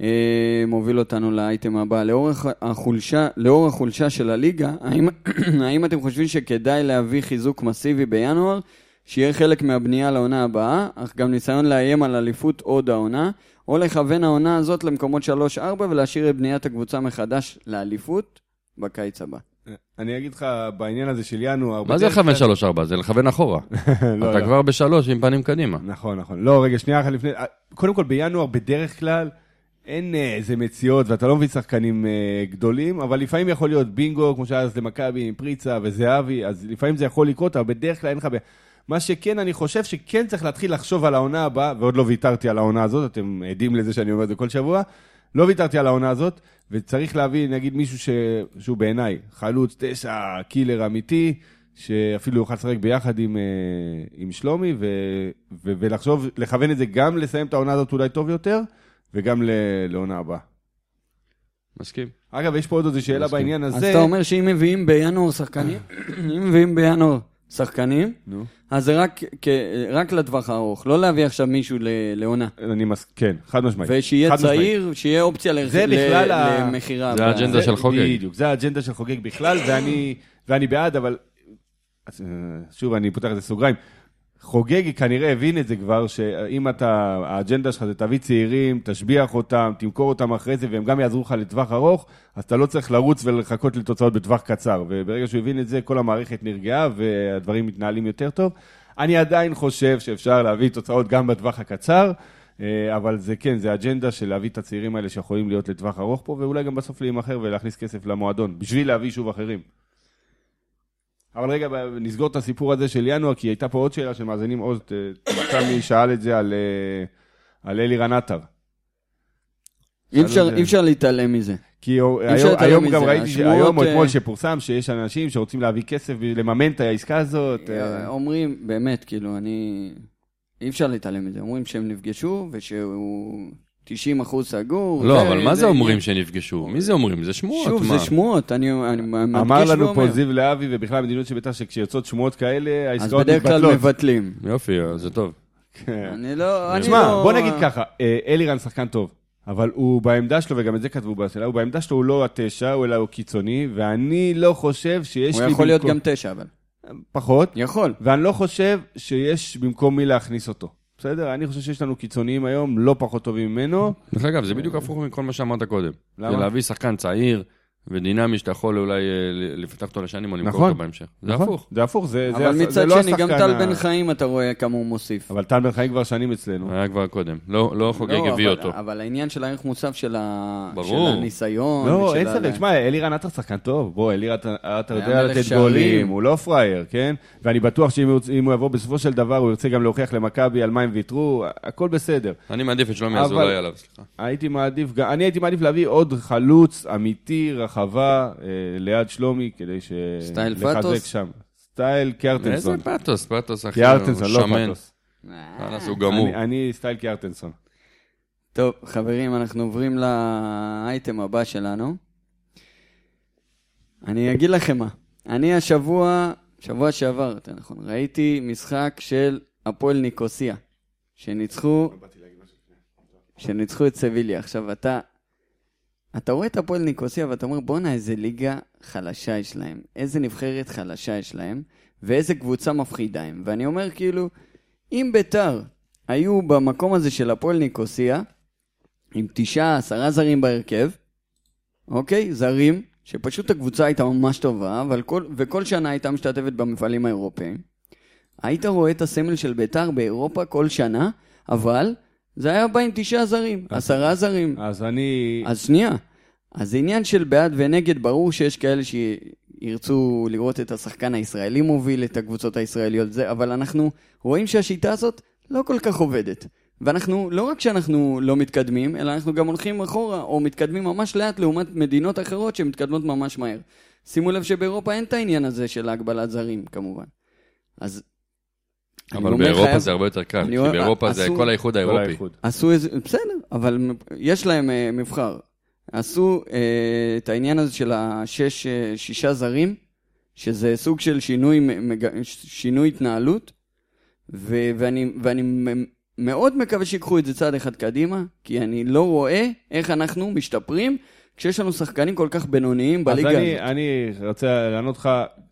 Speaker 2: אה, מוביל אותנו לאייטם הבא. לאור הח- החולשה, לאור החולשה של הליגה, האם, האם אתם חושבים שכדאי להביא חיזוק מסיבי בינואר, שיהיה חלק מהבנייה לעונה הבאה, אך גם ניסיון לאיים על אליפות עוד העונה, או לכוון העונה הזאת למקומות 3-4 ולהשאיר את בניית הקבוצה מחדש לאליפות בקיץ הבא?
Speaker 1: אני אגיד לך, בעניין הזה של ינואר...
Speaker 5: מה זה
Speaker 1: בדרך
Speaker 5: לכוון
Speaker 1: כלל-
Speaker 5: 3-4? זה לכוון אחורה.
Speaker 1: לא,
Speaker 5: אתה
Speaker 1: לא.
Speaker 5: כבר בשלוש עם פנים קדימה.
Speaker 1: נכון, נכון. לא, רגע, שנייה אחת לפני. קודם כל, בינואר בדרך כלל אין אה, איזה מציאות, ואתה לא מביא שחקנים אה, גדולים, אבל לפעמים יכול להיות בינגו, כמו שהיה אז למכבי עם פריצה וזהבי, אז לפעמים זה יכול לקרות, אבל בדרך כלל אין לך... ב... מה שכן, אני חושב שכן צריך להתחיל לחשוב על העונה הבאה, ועוד לא ויתרתי על העונה הזאת, אתם עדים לזה שאני אומר את זה כל שבוע, לא ויתרתי על העונה הזאת, וצריך להביא, נגיד, מישהו ש... שהוא בעיניי חלוץ, תשע, קילר אמיתי, שאפילו יוכל לשחק ביחד עם, אה, עם שלומי, ו... ו... ולחשוב, לכוון את זה גם לסיים את העונה הזאת אולי טוב יותר, וגם ל... לעונה הבאה.
Speaker 5: מסכים.
Speaker 1: אגב, יש פה עוד איזו שאלה
Speaker 5: מסכים.
Speaker 1: בעניין הזה.
Speaker 2: אז אתה אומר שאם מביאים בינואר שחקנים, אם מביאים בינואר שחקנים,
Speaker 1: נו.
Speaker 2: אז זה רק, כ- רק לטווח הארוך, לא להביא עכשיו מישהו ל- לעונה.
Speaker 1: אני מס... כן, חד משמעית.
Speaker 2: ושיהיה
Speaker 1: חד משמעית.
Speaker 2: צעיר, שיהיה אופציה לרכ-
Speaker 1: זה
Speaker 2: ל-
Speaker 1: בכלל ה-
Speaker 2: למכירה.
Speaker 5: זה
Speaker 2: ב-
Speaker 5: האג'נדה
Speaker 1: זה-
Speaker 5: של חוגג.
Speaker 1: בדיוק, זה האג'נדה של חוגג בכלל, ואני, ואני בעד, אבל... אז, אה, שוב, אני פותח את זה סוגריים. חוגג כנראה הבין את זה כבר, שאם אתה, האג'נדה שלך זה תביא צעירים, תשביח אותם, תמכור אותם אחרי זה, והם גם יעזרו לך לטווח ארוך, אז אתה לא צריך לרוץ ולחכות לתוצאות בטווח קצר. וברגע שהוא הבין את זה, כל המערכת נרגעה והדברים מתנהלים יותר טוב. אני עדיין חושב שאפשר להביא תוצאות גם בטווח הקצר, אה, אבל זה כן, זה אג'נדה של להביא את הצעירים האלה שיכולים להיות לטווח ארוך פה, ואולי גם בסוף להימכר ולהכניס כסף למועדון, בשביל להביא שוב אחרים. אבל רגע, ב- נסגור את הסיפור הזה של ינואר, כי הייתה פה עוד שאלה של מאזינים, עוז, ת- מכבי שאל את זה על, אה, על אלירן עטר.
Speaker 2: אי אפשר-
Speaker 1: זה.
Speaker 2: אי אפשר להתעלם מזה.
Speaker 1: כי היום,
Speaker 2: אפשר להתעלם
Speaker 1: היום גם
Speaker 2: מזה,
Speaker 1: ראיתי, ש-
Speaker 2: השמועות,
Speaker 1: היום או
Speaker 2: אה,
Speaker 1: אתמול שפורסם שיש אנשים שרוצים להביא כסף בשביל לממן את העסקה הזאת. אה,
Speaker 2: אומרים, באמת, כאילו, אני... אי אפשר להתעלם מזה. אומרים שהם נפגשו, ושהוא 90 אחוז סגור.
Speaker 5: לא,
Speaker 2: זה-
Speaker 5: אבל מה זה אומרים שנפגשו? מי זה אומרים? זה שמועות,
Speaker 2: שוב,
Speaker 5: מה?
Speaker 2: זה שמועות, אני אני מדגיש
Speaker 1: אמר לנו
Speaker 2: ואומר.
Speaker 1: פה זיו להבי, ובכלל המדיניות של בית"ר, שכשיוצאות שמועות כאלה,
Speaker 2: אז
Speaker 1: העסקאות
Speaker 2: בדרך
Speaker 1: מתבטלות.
Speaker 2: כלל מבטלים.
Speaker 5: יופי, אה, זה טוב.
Speaker 1: כן.
Speaker 2: אני לא... אני
Speaker 1: תשמע,
Speaker 2: לא-
Speaker 1: בוא נגיד ככה, אה, אלירן שחקן טוב, אבל הוא בעמדה שלו, וגם את זה כתבו בשאלה, הוא בעמדה שלו הוא לא התשע, הוא אלא הוא קיצוני, ואני לא חושב שיש
Speaker 2: הוא
Speaker 1: לי...
Speaker 2: יכול להיות
Speaker 1: במקום-
Speaker 2: גם תשע, אבל.
Speaker 1: פחות,
Speaker 2: יכול.
Speaker 1: ואני לא חושב שיש במקום מי להכניס אותו. בסדר? אני חושב שיש לנו קיצוניים היום, לא פחות טובים ממנו.
Speaker 5: דרך אגב, זה בדיוק הפוך מכל מה שאמרת קודם.
Speaker 1: למה?
Speaker 5: זה להביא שחקן צעיר ודינמי שאתה יכול אולי אה, ל- לפתח אותו לשנים או למכור
Speaker 1: נכון.
Speaker 5: אותו בהמשך. זה
Speaker 1: נכון?
Speaker 5: הפוך.
Speaker 1: זה הפוך, זה, זה,
Speaker 2: אבל
Speaker 1: הש- זה
Speaker 2: מצד
Speaker 1: לא
Speaker 2: שני,
Speaker 1: השחקן
Speaker 2: גם טל
Speaker 1: ה-
Speaker 2: בן חיים, אתה רואה כמה הוא מוסיף.
Speaker 1: אבל טל בן חיים כבר שנים אצלנו.
Speaker 5: היה כבר קודם. לא לא חוגג
Speaker 2: לא,
Speaker 5: הביא
Speaker 2: אבל-
Speaker 5: אותו.
Speaker 2: אבל העניין של הערך מוסף של ה-
Speaker 5: ברור.
Speaker 2: של הניסיון.
Speaker 1: לא,
Speaker 2: ושל
Speaker 1: אין
Speaker 2: ה-
Speaker 1: ספק. שמע, אלירן עטר שחקן טוב. בוא, אלירן עטר
Speaker 2: היה
Speaker 1: יודע
Speaker 2: מלך
Speaker 1: לתת
Speaker 2: שערים.
Speaker 1: גולים, הוא לא פראייר, כן? ואני בטוח שאם הוא- אם הוא יבוא בסופו של דבר, הוא ירצה גם להוכיח למכבי על מה הם ויתרו, הכל בסדר.
Speaker 5: אני מעדיף את שלומי
Speaker 1: אבל-
Speaker 5: אזולאי עליו, סליחה.
Speaker 1: הייתי מעדיף, גם- אני הייתי מעדיף להביא עוד חלוץ אמיתי, רחבה, אה, ליד שלומי, כדי ש...
Speaker 2: סטייל
Speaker 1: לחזק
Speaker 2: פטוס?
Speaker 1: שם. סטייל
Speaker 5: איזה
Speaker 1: קיארטנסון.
Speaker 5: פאתוס, פאתוס אחי.
Speaker 1: קיארטנסון,
Speaker 5: הוא
Speaker 1: לא
Speaker 5: שמן.
Speaker 1: פטוס.
Speaker 5: חלאס, הוא גמור.
Speaker 1: אני- אני סטייל קיארטנסון.
Speaker 2: טוב, חברים, אנחנו עוברים לאייטם הבא שלנו. אני אגיד לכם מה. אני השבוע, שבוע שעבר, יותר נכון, ראיתי משחק של הפועל ניקוסיה,
Speaker 5: לא
Speaker 2: שניצחו, שניצחו את סביליה. עכשיו, אתה, אתה רואה את הפועל ניקוסיה ואתה אומר, בואנה, איזה ליגה חלשה יש להם, איזה נבחרת חלשה יש להם, ואיזה קבוצה מפחידה הם. ואני אומר, כאילו, אם ביתר היו במקום הזה של הפועל ניקוסיה, עם תשעה, עשרה זרים בהרכב, אוקיי? זרים, שפשוט הקבוצה הייתה ממש טובה, אבל כל, וכל שנה הייתה משתתפת במפעלים האירופאים. היית רואה את הסמל של ביתר באירופה כל שנה, אבל זה היה בא עם תשעה זרים, עשרה זרים.
Speaker 1: אז אני...
Speaker 2: אז שנייה. אז זה עניין של בעד ונגד, ברור שיש כאלה שירצו לראות את השחקן הישראלי מוביל את הקבוצות הישראליות, זה, אבל אנחנו רואים שהשיטה הזאת לא כל כך עובדת. ואנחנו, לא רק שאנחנו לא מתקדמים, אלא אנחנו גם הולכים אחורה, או מתקדמים ממש לאט לעומת מדינות אחרות שמתקדמות ממש מהר. שימו לב שבאירופה אין את העניין הזה של הגבלת זרים, כמובן. אז... אני
Speaker 5: אבל
Speaker 2: אומר,
Speaker 5: באירופה
Speaker 2: חייב-
Speaker 5: זה הרבה יותר קל,
Speaker 2: אני
Speaker 5: כי
Speaker 2: אומר,
Speaker 5: באירופה זה
Speaker 2: עשו-
Speaker 5: כל האיחוד
Speaker 1: כל
Speaker 5: האירופי.
Speaker 1: האיחוד.
Speaker 2: עשו איזה, בסדר, אבל מ- יש להם אה, מבחר. עשו אה, את העניין הזה של השש, אה, שישה זרים, שזה סוג של שינוי, מ- מג- ש- שינוי התנהלות, ו, ואני, ואני מ- מאוד מקווה שיקחו את זה צעד אחד קדימה, כי אני לא רואה איך אנחנו משתפרים כשיש לנו שחקנים כל כך בינוניים בליגה
Speaker 1: אז
Speaker 2: הזאת.
Speaker 1: אני, אני רוצה לענות לך,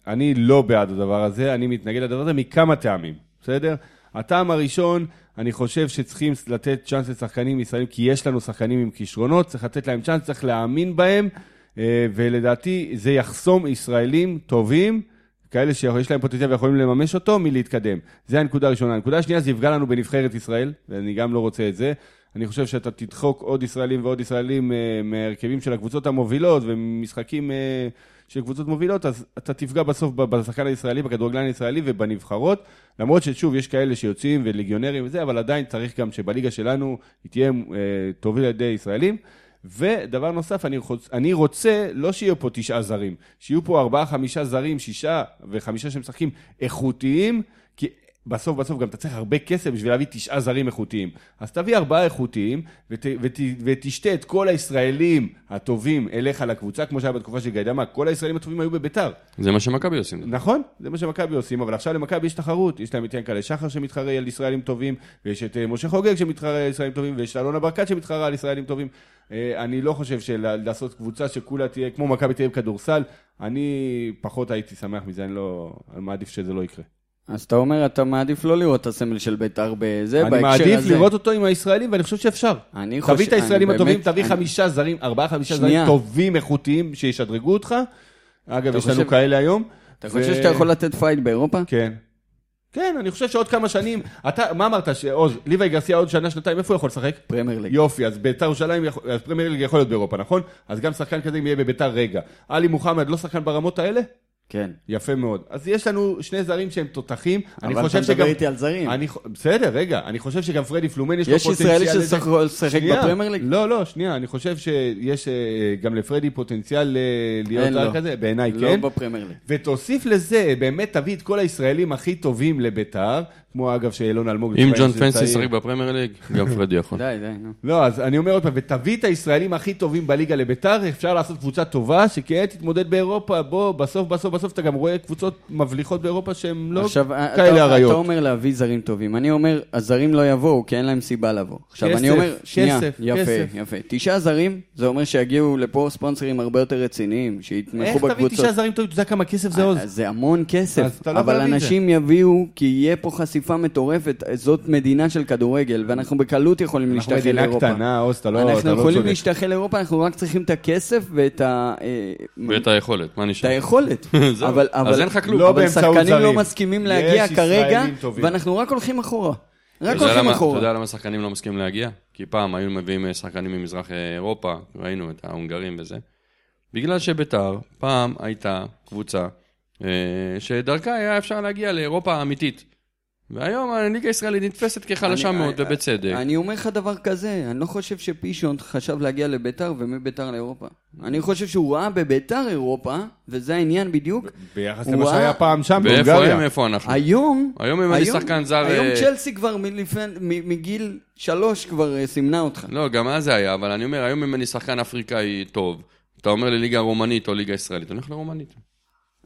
Speaker 1: אני לא בעד הדבר הזה, אני מתנגד לדבר הזה מכמה טעמים, בסדר? הטעם הראשון, אני חושב שצריכים לתת צ'אנס לשחקנים ישראלים, כי יש לנו שחקנים עם כישרונות, צריך לתת להם צ'אנס, צריך להאמין בהם, אה, ולדעתי זה יחסום ישראלים טובים. כאלה שיש להם פוטנציאל ויכולים לממש אותו, מלהתקדם. זה הנקודה הראשונה. הנקודה השנייה, זה יפגע לנו בנבחרת ישראל, ואני גם לא רוצה את זה. אני חושב שאתה תדחוק עוד ישראלים ועוד ישראלים אה, מהרכבים של הקבוצות המובילות ומשחקים אה, של קבוצות מובילות, אז אתה תפגע בסוף ב- בשחקן הישראלי, בכדורגלן הישראלי ובנבחרות. למרות ששוב, יש כאלה שיוצאים וליגיונרים וזה, אבל עדיין צריך גם שבליגה שלנו היא תהיה אה, תוביל על ידי ישראלים. ודבר נוסף, אני רוצה, אני רוצה לא שיהיו פה תשעה זרים, שיהיו פה ארבעה, חמישה זרים, שישה וחמישה שמשחקים איכותיים, כי בסוף בסוף גם אתה צריך הרבה כסף בשביל להביא תשעה זרים איכותיים. אז תביא ארבעה איכותיים ות, ות, ותשתה את כל הישראלים הטובים אליך לקבוצה, כמו שהיה בתקופה של גיידמק, כל הישראלים הטובים היו בביתר.
Speaker 5: זה מה שמכבי עושים.
Speaker 1: נכון, זה מה שמכבי עושים, אבל עכשיו למכבי יש תחרות. יש להם את ינקלה שחר שמתחרה על ישראלים טובים, ויש את אה, משה חוגג שמתחרה על ישראלים טובים, ויש את אלונה ברקת שמתחרה על ישראלים טובים. אה, אני לא חושב שלעשות קבוצה שכולה תהיה, כמו מכבי תהיה בכדורסל, אני פחות הייתי שמח מזה, אני לא... אני מעדיף שזה לא יקרה.
Speaker 2: אז אתה אומר, אתה מעדיף לא לראות את הסמל של בית"ר בזה,
Speaker 1: אני
Speaker 2: בהקשר הזה.
Speaker 1: מעדיף לראות אותו עם הישראלים, ואני חושב שאפשר.
Speaker 2: אני
Speaker 1: תביא את
Speaker 2: חושב-
Speaker 1: הישראלים
Speaker 2: אני
Speaker 1: הטובים,
Speaker 2: באמת-
Speaker 1: תביא
Speaker 2: אני-
Speaker 1: חמישה זרים, ארבעה, חמישה
Speaker 2: שנייה.
Speaker 1: זרים טובים, איכותיים, שישדרגו אותך. אגב,
Speaker 2: אתה
Speaker 1: יש לנו
Speaker 2: חושב-
Speaker 1: כאלה היום.
Speaker 2: אתה חושב שאתה יכול לתת פייט באירופה?
Speaker 1: כן. כן, אני חושב שעוד כמה שנים, אתה, מה אמרת, שעוז, ליוואי גרסיה עוד שנה, שנתיים, איפה הוא יכול לשחק?
Speaker 2: פרמייר ליג.
Speaker 1: יופי, אז ביתר ירושלים, יכול- אז פרמייר ליג יכול להיות באירופה, נכון? אז גם שחקן כזה יהיה בביתר רגע. עלי מוחמד לא שחקן ברמות האלה?
Speaker 2: כן.
Speaker 1: יפה מאוד. אז יש לנו שני זרים שהם תותחים. אני
Speaker 2: אבל אתה
Speaker 1: חושב שגם...
Speaker 2: מדבר איתי על זרים.
Speaker 1: אני, ח- בסדר, רגע. אני חושב שגם פרדי פלומן יש לו
Speaker 2: יש
Speaker 1: פוטנציאל...
Speaker 2: ישראלי
Speaker 1: לזה.
Speaker 2: שיכול לשחק
Speaker 1: שנייה.
Speaker 2: בפרמייר ליג?
Speaker 1: לא, לא, שנייה. אני חושב שיש אה, גם לפרדי פוטנציאל אה, להיות
Speaker 2: אין לו.
Speaker 1: זר כזה. בעיניי כן.
Speaker 2: לא בפרמייר ליג.
Speaker 1: ותוסיף לזה, באמת תביא את כל הישראלים הכי טובים לביתר, כמו אגב שאלון אלמוג...
Speaker 5: אם
Speaker 1: לפני
Speaker 5: ג'ון
Speaker 1: שזה
Speaker 5: פנסי
Speaker 1: צעיר.
Speaker 5: ישחק בפרמייר ליג, גם פרדי יכול.
Speaker 2: די, די, נו.
Speaker 1: לא, אז אני אומר עוד פעם, ותביא את הישראלים הכי טובים בליגה לביתר, אפשר לעשות קבוצה טובה, שכן תתמודד באירופה, בוא, בסוף, בסוף, בסוף אתה גם רואה קבוצות מבליחות באירופה שהן לא
Speaker 2: עכשיו, אה,
Speaker 1: כאלה
Speaker 2: אתה, אתה
Speaker 1: אריות.
Speaker 2: אומר להביא זרים טובים. אני אומר, הזרים לא יבואו, כי אין להם סיבה לבוא. עכשיו,
Speaker 1: כסף,
Speaker 2: אני אומר...
Speaker 1: כסף,
Speaker 2: יפה,
Speaker 1: כסף.
Speaker 2: יפה. תשעה זרים, זה אומר שיגיעו לפה ספונסרים הרבה יותר רציניים, שיתמכו
Speaker 1: איך
Speaker 2: בקבוצות. אה,
Speaker 1: תביא תשעה זרים טובים? אתה יודע כמה כסף זה עוז?
Speaker 2: אז זה המון
Speaker 1: אז
Speaker 2: כסף,
Speaker 1: אתה לא יכול
Speaker 2: אבל
Speaker 1: להביא את זה.
Speaker 2: אנשים יביאו, כי יהיה פה חשיפה מטורפת. זאת מדינה של כדורגל, ואנחנו בקלות יכולים
Speaker 1: אנחנו
Speaker 2: להשתחל
Speaker 1: מדינה
Speaker 2: לאירופה.
Speaker 1: קטנה, עוז, אתה לא אתה לא
Speaker 2: אנחנו
Speaker 1: צודק.
Speaker 2: יכולים להשתחל לאירופה, אנחנו רק צריכים את הכסף ואת ה... אה,
Speaker 5: ואת היכולת, מה
Speaker 2: את
Speaker 5: נשאר?
Speaker 2: היכולת.
Speaker 5: זהו,
Speaker 2: אבל-
Speaker 5: אז
Speaker 2: אבל-
Speaker 5: אין לך כלום.
Speaker 1: לא
Speaker 2: אבל
Speaker 1: באמצעות
Speaker 2: שחקנים לא
Speaker 1: זרים.
Speaker 2: מסכימים
Speaker 1: יש
Speaker 2: להגיע כרגע,
Speaker 1: ישראלים טובים.
Speaker 2: ואנחנו רק הולכים אחורה. רק
Speaker 5: אתה יודע
Speaker 2: הולכים
Speaker 5: למה- אתה
Speaker 2: אחורה.
Speaker 5: יודע למה שחקנים לא מסכימים להגיע? כי פעם היו מביאים אה, שחקנים ממזרח אה, אירופה, ראינו את ההונגרים וזה. בגלל שביתר פעם הייתה קבוצה אה, שדרכה היה אפשר להגיע לאירופה האמיתית. והיום הליגה הישראלית נתפסת כחלשה
Speaker 2: אני-
Speaker 5: מאוד,
Speaker 2: אני-
Speaker 5: ובצדק.
Speaker 2: אני אומר לך דבר כזה, אני לא חושב שפישון חשב להגיע לביתר ומביתר לאירופה. אני חושב שהוא ראה בביתר אירופה, וזה העניין בדיוק.
Speaker 1: ביחס למה
Speaker 2: וואו.
Speaker 1: שהיה פעם שם,
Speaker 5: ואיפה
Speaker 1: בהונגריה.
Speaker 5: הם, איפה אנחנו?
Speaker 2: היום...
Speaker 5: היום אם אני שחקן זר,
Speaker 2: היום
Speaker 5: אה,
Speaker 2: צ'לסי כבר מלפני- מ- מגיל שלוש כבר אה, סימנה אותך.
Speaker 5: לא, גם אז זה היה, אבל אני אומר, היום אם אני שחקן אפריקאי טוב, אתה אומר לי ליגה רומנית או ליגה ישראלית, אני הולך לרומנית.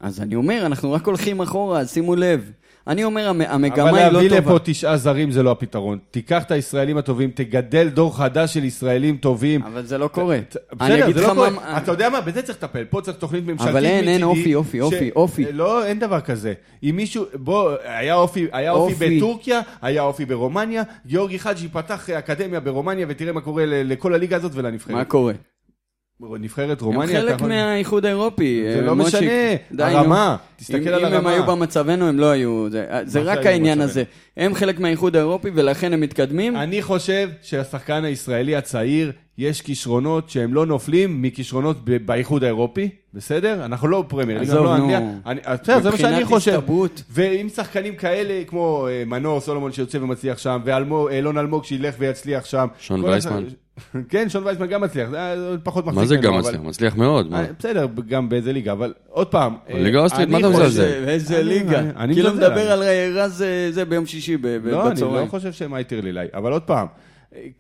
Speaker 2: אז אני אומר, אנחנו רק הולכים אחורה, אז שימו לב. אני אומר, המ- המגמה
Speaker 1: אבל
Speaker 2: היא לא טובה.
Speaker 1: להביא לפה תשעה זרים זה לא הפתרון. תיקח את הישראלים הטובים, תגדל דור חדש של ישראלים טובים.
Speaker 2: אבל זה לא קורה. אני
Speaker 1: בסדר,
Speaker 2: אגיד
Speaker 1: זה
Speaker 2: לך
Speaker 1: לא
Speaker 2: מה...
Speaker 1: קורה. אתה יודע מה, בזה צריך לטפל. פה צריך תוכנית ממשלתית
Speaker 2: אבל אין, אין,
Speaker 1: מצידי,
Speaker 2: אופי, אופי,
Speaker 1: ש-
Speaker 2: אופי, אופי.
Speaker 1: לא, אין דבר כזה. אם מישהו, בוא, היה אופי, היה אופי
Speaker 2: אופי.
Speaker 1: בטורקיה, היה אופי ברומניה, גיאורגי חאג'י פתח אקדמיה ברומניה, ותראה מה קורה ל- לכל הליגה הזאת
Speaker 2: מה
Speaker 1: ולנבחרת.
Speaker 2: קורה?
Speaker 1: נבחרת
Speaker 2: הם
Speaker 1: רומניה, אתה
Speaker 2: חלק
Speaker 1: יכול-
Speaker 2: מהאיחוד האירופי.
Speaker 1: נכון. זה
Speaker 2: אה,
Speaker 1: לא
Speaker 2: מושיק.
Speaker 1: משנה,
Speaker 2: די, נו.
Speaker 1: הרמה, תסתכל
Speaker 2: אם-
Speaker 1: על
Speaker 2: אם הם היו
Speaker 1: הרמה.
Speaker 2: במצבנו, הם לא היו... זה- זה
Speaker 1: מה זה
Speaker 2: רק
Speaker 1: היו
Speaker 2: העניין
Speaker 1: במצבנו?
Speaker 2: הזה. הם חלק מהאיחוד האירופי, ולכן הם מתקדמים.
Speaker 1: אני חושב שהשחקן הישראלי הצעיר, יש כישרונות שהם לא נופלים מכישרונות ב- באיחוד האירופי, בסדר? אנחנו לא פרמייר, ליג, אנחנו
Speaker 2: עזוב,
Speaker 1: לא
Speaker 2: נו.
Speaker 1: אנגליה. אני- אז בסדר, זה מה שאני חושב.
Speaker 2: מבחינת הסתברות.
Speaker 1: ועם שחקנים כאלה, כמו אה, מנור סולומון שיוצא ומצליח שם, ואלון אלמוג שילך ויצליח שם.
Speaker 5: שון
Speaker 1: כל הש-
Speaker 5: וייסמן.
Speaker 1: כן, שון וייסמן גם מצליח, אה, זה היה עוד פחות מחזיק
Speaker 5: מה זה
Speaker 1: ממנו,
Speaker 5: גם
Speaker 1: כן, לא, אבל-
Speaker 5: מצליח? מצליח מאוד. מה?
Speaker 1: אה, בסדר, גם באיזה ליגה, אבל עוד פעם. אה,
Speaker 5: ליגה האוסטרית, מה
Speaker 1: אני
Speaker 5: אתה
Speaker 1: חושב-
Speaker 5: מזלזל?
Speaker 2: איזה- לא איזה
Speaker 1: אני-
Speaker 2: ליגה.
Speaker 1: אני- אני
Speaker 2: כאילו
Speaker 1: מזלזל,
Speaker 2: מדבר
Speaker 1: אני-
Speaker 2: על רז אה, זה ביום שישי ב- ב-
Speaker 1: לא, אני לא
Speaker 2: בצהריים.
Speaker 1: חושב שהם הייטר לילי, אבל עוד פעם,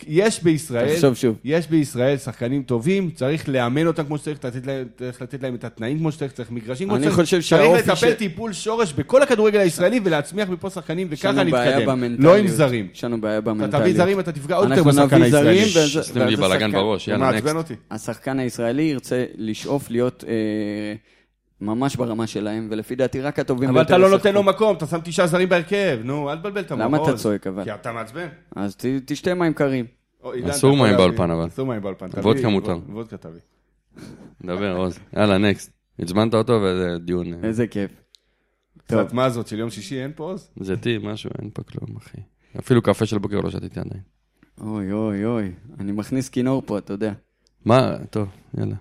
Speaker 1: יש בישראל,
Speaker 2: תחשוב שוב.
Speaker 1: יש בישראל שחקנים טובים, צריך לאמן אותם כמו שצריך, לתת להם, צריך לתת להם את התנאים כמו שצריך, צריך מגרשים כמו
Speaker 2: אני
Speaker 1: שצריך.
Speaker 2: חושב
Speaker 1: צריך
Speaker 2: שהאופי
Speaker 1: לטפל
Speaker 2: ש-
Speaker 1: טיפול שורש בכל הכדורגל הישראלי ולהצמיח מפה שחקנים,
Speaker 2: יש לנו
Speaker 1: וככה
Speaker 2: בעיה
Speaker 1: נתקדם.
Speaker 2: במנטליות.
Speaker 1: לא עם זרים.
Speaker 2: יש לנו בעיה
Speaker 1: אתה
Speaker 2: במנטליות.
Speaker 1: תביא זרים, אתה תפגע עוד יותר
Speaker 2: אנחנו
Speaker 1: בשחקן
Speaker 2: נביא זרים,
Speaker 1: הישראלי.
Speaker 2: ואז-
Speaker 5: עשיתם
Speaker 2: ואז
Speaker 5: לי בלאגן
Speaker 2: השחקן-
Speaker 5: בראש,
Speaker 1: הוא
Speaker 5: יאללה,
Speaker 1: מעצבן
Speaker 5: נקסט.
Speaker 1: אותי.
Speaker 2: השחקן הישראלי ירצה לשאוף להיות אה, ממש ברמה שלהם, ולפי דעתי רק הטובים
Speaker 1: אבל אתה
Speaker 2: ביותר
Speaker 1: לא נותן
Speaker 2: ישחקו.
Speaker 1: לו מקום, אתה שם תשעה זרים בהרכב, נו, אל תבלבל את המוח.
Speaker 2: למה אתה צועק, אבל?
Speaker 1: כי אתה מעצבן.
Speaker 2: אז ת- תשתה מים קרים.
Speaker 1: או, עידן,
Speaker 5: אסור
Speaker 1: אתה יכול
Speaker 5: מים
Speaker 1: להביא.
Speaker 5: באולפן, אבל.
Speaker 1: אסור מים באולפן. תביא,
Speaker 5: וודקה מותר.
Speaker 1: ווד- וודקה תביא.
Speaker 5: דבר, עוז. יאללה, נקסט. עצבנת אותו וזה דיון. אה,
Speaker 2: איזה כיף. טוב.
Speaker 1: קצת מה זאת של יום שישי, אין פה עוז?
Speaker 5: זה טיב, משהו, אין פה כלום, אחי. אפילו קפה של בוקר לא שתיתי עדיין.
Speaker 2: אוי אוי אוי, אני מכניס כינור פה, אתה יודע.
Speaker 5: מה, טוב, יאללה.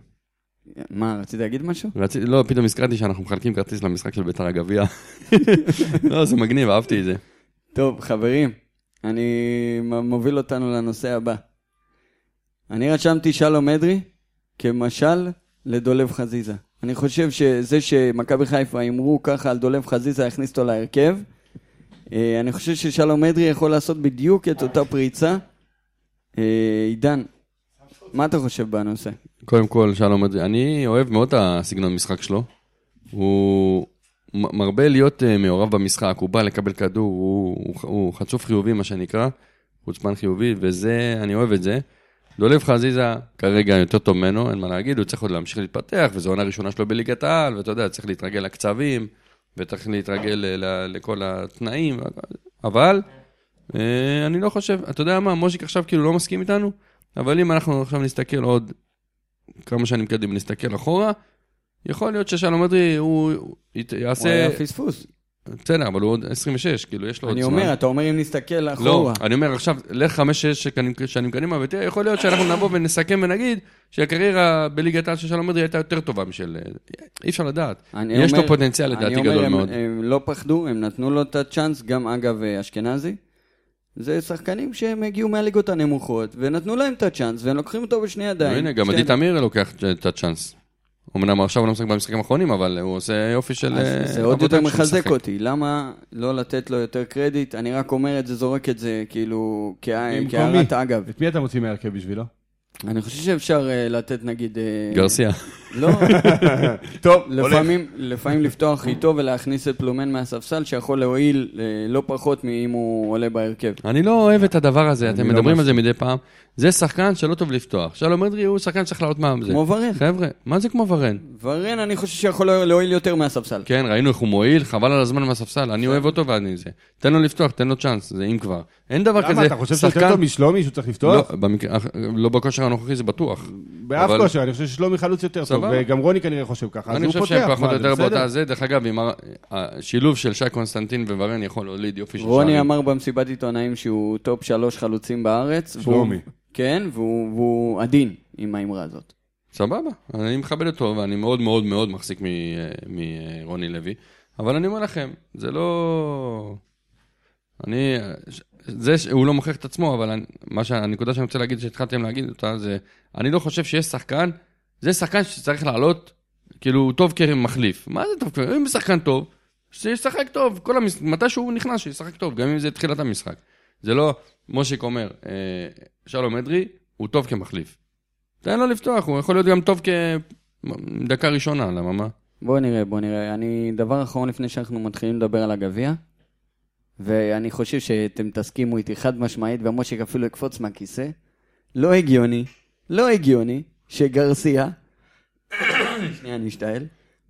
Speaker 2: מה, רצית להגיד משהו?
Speaker 5: רציתי, לא, פתאום הזכרתי שאנחנו מחלקים כרטיס למשחק של ביתר הגביע. לא, זה מגניב, אהבתי את זה.
Speaker 2: טוב, חברים, אני מ- מוביל אותנו לנושא הבא. אני רשמתי שלום אדרי כמשל לדולב חזיזה. אני חושב שזה שמכבי חיפה הימרו ככה על דולב חזיזה, יכניס אותו להרכב. אה, אני חושב ששלום אדרי יכול לעשות בדיוק את אותה פריצה. אה, עידן, מה אתה חושב בנושא?
Speaker 5: קודם כל, שלום, אדרי. אני אוהב מאוד את הסגנון משחק שלו. הוא מ- מרבה להיות אה, מעורב במשחק, הוא בא לקבל כדור, הוא, הוא, הוא חצוף חיובי, מה שנקרא, חוצפן חיובי, וזה, אני אוהב את זה. דולב חזיזה כרגע יותר טוב ממנו, אין מה להגיד, הוא צריך עוד להמשיך להתפתח, וזו עונה ראשונה שלו בליגת העל, ואתה יודע, צריך להתרגל לקצבים, וצריך להתרגל אה, ל- לכל התנאים, אבל אה, אני לא חושב, אתה יודע מה, מושיק עכשיו כאילו לא מסכים איתנו, אבל אם אנחנו עכשיו נסתכל עוד כמה שנים קדימה, נסתכל אחורה, יכול להיות ששלום אדרי, הוא הוא ית-
Speaker 2: הוא היה
Speaker 5: יעשה...
Speaker 2: פספוס.
Speaker 5: בסדר, אבל הוא עוד 26, כאילו, יש לו עוד
Speaker 2: אני
Speaker 5: זמן.
Speaker 2: אומר, אתה אומר אם נסתכל
Speaker 5: לא,
Speaker 2: אחורה.
Speaker 5: אני אומר עכשיו, לך חמש-שש שנים קדימה, ותראה, יכול להיות שאנחנו נבוא ונסכם ונגיד שהקריירה בליגת העל של שלום אדרי הייתה יותר טובה משל... אי אפשר לדעת.
Speaker 2: אני
Speaker 5: יש
Speaker 2: אומר-
Speaker 5: לו פוטנציאל לדעתי
Speaker 2: אני אומר,
Speaker 5: גדול
Speaker 2: הם,
Speaker 5: מאוד.
Speaker 2: הם לא פחדו, הם נתנו לו את הצ'אנס, גם אגב אה, אשכנזי. זה שחקנים שהם הגיעו מהליגות הנמוכות, ונתנו להם את הצ'אנס, והם לוקחים אותו בשני ידיים.
Speaker 5: הנה, גם
Speaker 2: שתי
Speaker 5: עדי
Speaker 2: ידיים.
Speaker 5: תמיר לוקח את הצ'אנס. אמנם עכשיו הוא לא משחק במשחקים האחרונים, אבל הוא עושה יופי של...
Speaker 2: אז
Speaker 5: אה,
Speaker 2: זה עוד
Speaker 5: עבודה
Speaker 2: יותר
Speaker 5: כשהוא
Speaker 2: מחזק
Speaker 5: משחק.
Speaker 2: אותי, למה לא לתת לו יותר קרדיט? אני רק אומר את זה, זורק את זה, כאילו, כהע-
Speaker 1: במקומי.
Speaker 2: כהערת אגב.
Speaker 1: את מי אתה מוציא מהרכב בשבילו?
Speaker 2: אני חושב שאפשר אה, לתת, נגיד... אה,
Speaker 5: גרסיה.
Speaker 2: לא,
Speaker 1: טוב, הולך.
Speaker 2: לפעמים, לפעמים לפתוח איתו ולהכניס את פלומן מהספסל, שיכול להועיל אה, לא פחות מאם הוא עולה בהרכב.
Speaker 5: אני לא אוהב את הדבר הזה, אתם
Speaker 1: לא
Speaker 5: מדברים
Speaker 1: מסכים.
Speaker 5: על זה מדי פעם. זה שחקן שלא טוב לפתוח. שלום אדרי הוא שחקן שצריך לעלות מה... זה.
Speaker 2: כמו ורן.
Speaker 5: חבר'ה, מה זה כמו ורן?
Speaker 2: ורן, אני חושב שיכול להועיל יותר מהספסל.
Speaker 5: כן, ראינו איך הוא מועיל, חבל על הזמן מהספסל, אני אוהב אותו ואני זה. תן לו לפתוח, תן לו צ'אנס, זה אם כבר. אין דבר כזה,
Speaker 1: למה, אתה חושב שיותר טוב משלומי שהוא צריך
Speaker 5: לא,
Speaker 1: לפתוח?
Speaker 5: במקרה- אח- לא בכושר הנוכחי זה בטוח.
Speaker 1: באף
Speaker 5: אבל-
Speaker 1: כושר, אני חושב ששלומי חלוץ יותר טוב,
Speaker 5: סבבה.
Speaker 1: וגם רוני כנראה חושב ככה, אז
Speaker 5: אני
Speaker 1: הוא
Speaker 5: חושב
Speaker 1: פותח.
Speaker 5: שהם פחות
Speaker 1: מה,
Speaker 5: או
Speaker 1: זה
Speaker 5: יותר
Speaker 1: בסדר?
Speaker 5: באותה זה, דרך אגב, עם הר- השילוב של שי קונסטנטין וורן יכול להוליד יופי של
Speaker 2: רוני
Speaker 5: שערים.
Speaker 2: אמר במסיבת עיתונאים שהוא טופ שלוש חלוצים בארץ. והוא-
Speaker 1: שלומי.
Speaker 2: כן, והוא והוא עדין עם האמרה הזאת.
Speaker 5: סבבה, אני מכבד אותו ואני מאוד מאוד מאוד מחזיק מ- מרוני לוי, אבל אני אומר לכם, זה לא... אני... זה שהוא לא מוכיח את עצמו, אבל אני, מה שה- הנקודה שאני רוצה להגיד, שהתחלתם להגיד אותה, זה... אני לא חושב שיש שחקן, זה שחקן שצריך לעלות, כאילו, הוא טוב כמחליף. מה זה טוב כמחליף? אם הוא שחקן טוב, שישחק טוב, כל המש... מתי שהוא נכנס, שישחק טוב, גם אם זה תחילת המשחק. זה לא, מושיק אומר, אה, שלום אדרי, הוא טוב כמחליף. תן לו לפתוח, הוא יכול להיות גם טוב כדקה ראשונה, למה מה?
Speaker 2: בוא נראה, בוא נראה. אני, דבר אחרון לפני שאנחנו מתחילים לדבר על הגביע, ואני חושב שאתם תסכימו איתי חד משמעית, ומושיק אפילו יקפוץ מהכיסא, לא הגיוני, לא הגיוני, שגרסיה, שנייה, אני אשתעל,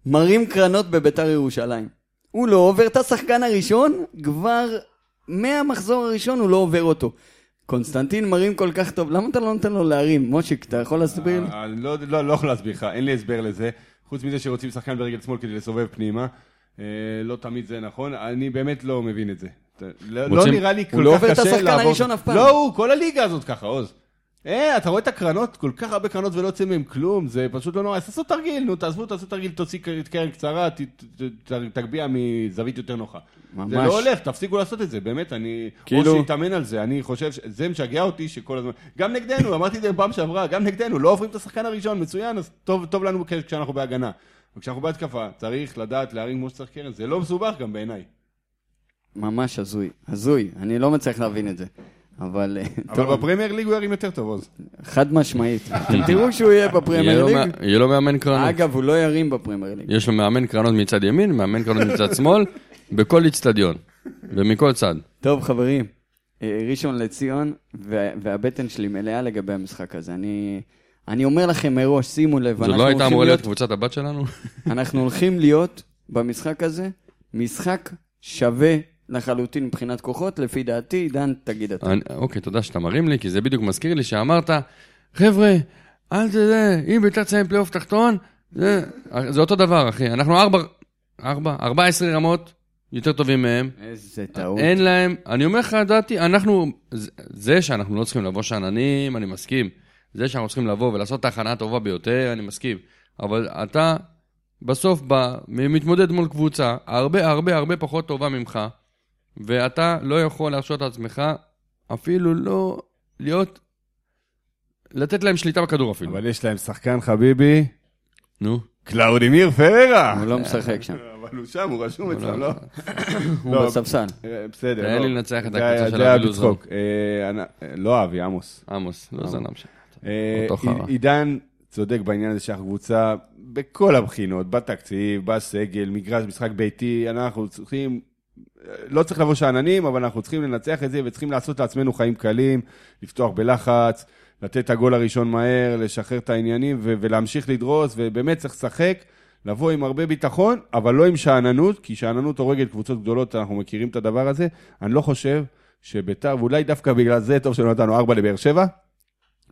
Speaker 2: מרים קרנות בביתר ירושלים. הוא לא עובר את השחקן הראשון, כבר מהמחזור הראשון הוא לא עובר אותו. קונסטנטין מרים כל כך טוב, למה אתה לא נותן לו להרים? מושיק, אתה יכול להסביר לי?
Speaker 1: אה, לא, לא, לא יכול להסביר לך, אין לי הסבר לזה. חוץ מזה שרוצים שחקן ברגל שמאל כדי לסובב פנימה. אה, לא תמיד זה נכון, אני באמת לא מבין את זה. אתה- לא לא
Speaker 5: רוצים-
Speaker 1: נראה לי כל כך קשה
Speaker 2: הוא
Speaker 1: לעבור...
Speaker 2: לא עובר את השחקן הראשון אף פעם.
Speaker 1: לא, הוא, כל הליגה הזאת ככה, עוז. אה, אתה רואה את הקרנות? כל כך הרבה קרנות ולא יוצא מהן כלום, זה פשוט לא נורא. אז תעשו תרגיל, נו, תעזבו, תעשו תרגיל, תוציא ק- קרן קצרה, ת- ת- ת- תגביה מזווית יותר נוחה.
Speaker 2: ממש.
Speaker 1: זה לא הולך, תפסיקו לעשות את זה, באמת, אני...
Speaker 2: כאילו-
Speaker 1: או שיתאמן על זה, אני חושב, ש- זה משגע אותי שכל הזמן... גם נגדנו, אמרתי את זה פעם שעברה, גם נגדנו, לא עוברים את השחקן הראשון, מצוין, אז טוב, טוב לנו כש- כשאנחנו בהגנה. וכשאנחנו בהתקפה, צריך לדעת להרים כמו שצריך קרן, זה לא מסובך גם בעיניי.
Speaker 2: ממש הזוי, הזוי, אני לא מצליח להבין את זה. אבל אה,
Speaker 1: אבל
Speaker 2: טוב,
Speaker 1: בפרמייר ליג הוא ירים יותר טוב, עוז.
Speaker 2: חד משמעית. אתם תראו שהוא יהיה
Speaker 5: יהיה
Speaker 2: בפרמייר
Speaker 5: לו
Speaker 2: ליג.
Speaker 5: מא- יהיה לו מאמן קרנות.
Speaker 2: אגב, הוא לא ירים בפרמייר ליג.
Speaker 5: יש לו מאמן קרנות מצד ימין, מאמן קרנות מצד שמאל, בכל איצטדיון, ומכל צד.
Speaker 2: טוב, חברים, אה, ראשון לציון, וה- והבטן שלי מלאה לגבי המשחק הזה. אני... אני אומר לכם מראש, שימו לב,
Speaker 5: זו
Speaker 2: אנחנו
Speaker 5: לא הייתה
Speaker 2: הולכים
Speaker 5: אמורה להיות
Speaker 2: להיות-
Speaker 5: קבוצת הבת שלנו?
Speaker 2: אנחנו הולכים להיות במשחק הזה משחק שווה לחלוטין מבחינת כוחות, לפי דעתי, עידן, תגיד אתה.
Speaker 5: אני- אוקיי, תודה שאתה מרים לי, כי זה בדיוק מזכיר לי שאמרת, חבר'ה, אל תדע, אם ביתר תסיים פלייאוף תחתון, זה זה אותו דבר, אחי. אנחנו ארבע, ארבע, ארבע עשרה רמות יותר טובים מהם.
Speaker 2: איזה טעות.
Speaker 5: אה, אין להם, אני אומר לך, דעתי, אנחנו, זה- זה שאנחנו לא צריכים לבוא שאננים, אני מסכים. זה שאנחנו צריכים לבוא ולעשות את ההכנה הטובה ביותר, אני מסכים. אבל אתה בסוף בא, מ- מתמודד מול קבוצה הרבה הרבה הרבה פחות טובה ממך, ואתה לא יכול להרשות לעצמך אפילו לא להיות, לתת להם שליטה בכדור אפילו.
Speaker 1: אבל יש להם שחקן חביבי,
Speaker 5: נו.
Speaker 1: קלאודימיר פררה.
Speaker 2: הוא לא משחק שם,
Speaker 1: אבל הוא שם, הוא רשום אצלם, לא?
Speaker 2: הוא
Speaker 1: לא,
Speaker 2: בספסל.
Speaker 1: אה, בסדר.
Speaker 5: היה
Speaker 1: לא.
Speaker 5: לי לנצח את
Speaker 1: זה
Speaker 5: הקבוצה
Speaker 1: היה-
Speaker 5: של
Speaker 1: זה היה
Speaker 5: אבי לוזון.
Speaker 1: בצחוק. אה, אנ- אה, לא אבי, עמוס.
Speaker 5: עמוס, לא זנם שם.
Speaker 1: אה,
Speaker 5: אותו חרא.
Speaker 1: עידן צודק בעניין הזה שאנחנו קבוצה בכל הבחינות, בתקציב, בסגל, מגרש, משחק ביתי, אנחנו צריכים... לא צריך לבוא שאננים, אבל אנחנו צריכים לנצח את זה וצריכים לעשות לעצמנו חיים קלים, לפתוח בלחץ, לתת את הגול הראשון מהר, לשחרר את העניינים ו- ולהמשיך לדרוס, ובאמת צריך לשחק, לבוא עם הרבה ביטחון, אבל לא עם שאננות, כי שאננות הורגת קבוצות גדולות, אנחנו מכירים את הדבר הזה. אני לא חושב שביתר, ואולי דווקא בגלל זה טוב שלא נתנו ארבע לבאר שבע,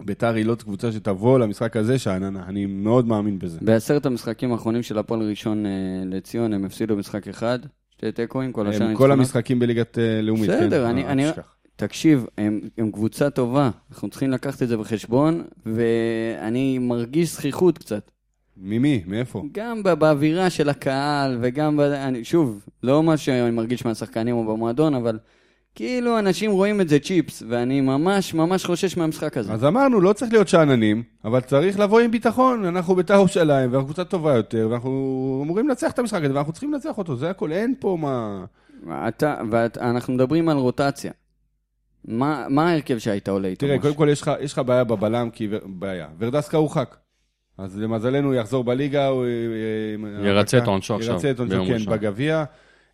Speaker 1: ביתר היא לא קבוצה שתבוא למשחק הזה שאננה, אני מאוד מאמין בזה.
Speaker 2: בעשרת המשחקים האחרונים של הפועל ראשון אה, לציון, הם הפסידו משחק אחד, שתי תיקואים, כל השאר
Speaker 1: הם כל
Speaker 2: ניצחונות.
Speaker 1: המשחקים בליגת אה, לאומית, כן?
Speaker 2: בסדר, אני-
Speaker 1: אה, אל
Speaker 2: אני-
Speaker 1: תשכח.
Speaker 2: תקשיב, הם, הם קבוצה טובה, אנחנו צריכים לקחת את זה בחשבון, ואני מרגיש זכיחות קצת.
Speaker 1: ממי? מאיפה?
Speaker 2: גם ב- באווירה של הקהל, וגם, ב... אני, שוב, לא מה שאני מרגיש מהשחקנים או במועדון, אבל כאילו אנשים רואים את זה צ'יפס, ואני ממש ממש חושש מהמשחק הזה.
Speaker 1: אז אמרנו, לא צריך להיות שאננים, אבל צריך לבוא עם ביטחון. אנחנו ביתר ירושלים, ואנחנו קבוצה טובה יותר, ואנחנו אמורים לנצח את המשחק הזה, ואנחנו צריכים לנצח אותו, זה הכל, אין פה מה...
Speaker 2: אתה, ואנחנו מדברים על רוטציה. מה, מה ההרכב שהיית עולה איתו?
Speaker 1: תראה,
Speaker 2: משה?
Speaker 1: קודם כל יש לך- יש לך בעיה בבלם, כי... ו- בעיה. ורדסקה הורחק. אז למזלנו הוא יחזור בליגה, הוא... אה, אה,
Speaker 5: ירצה את
Speaker 1: הרחקה.
Speaker 5: עונשו עכשיו,
Speaker 1: ירצה את עונשו,
Speaker 5: ביום
Speaker 1: כן,
Speaker 5: ראשון.
Speaker 1: בגביע.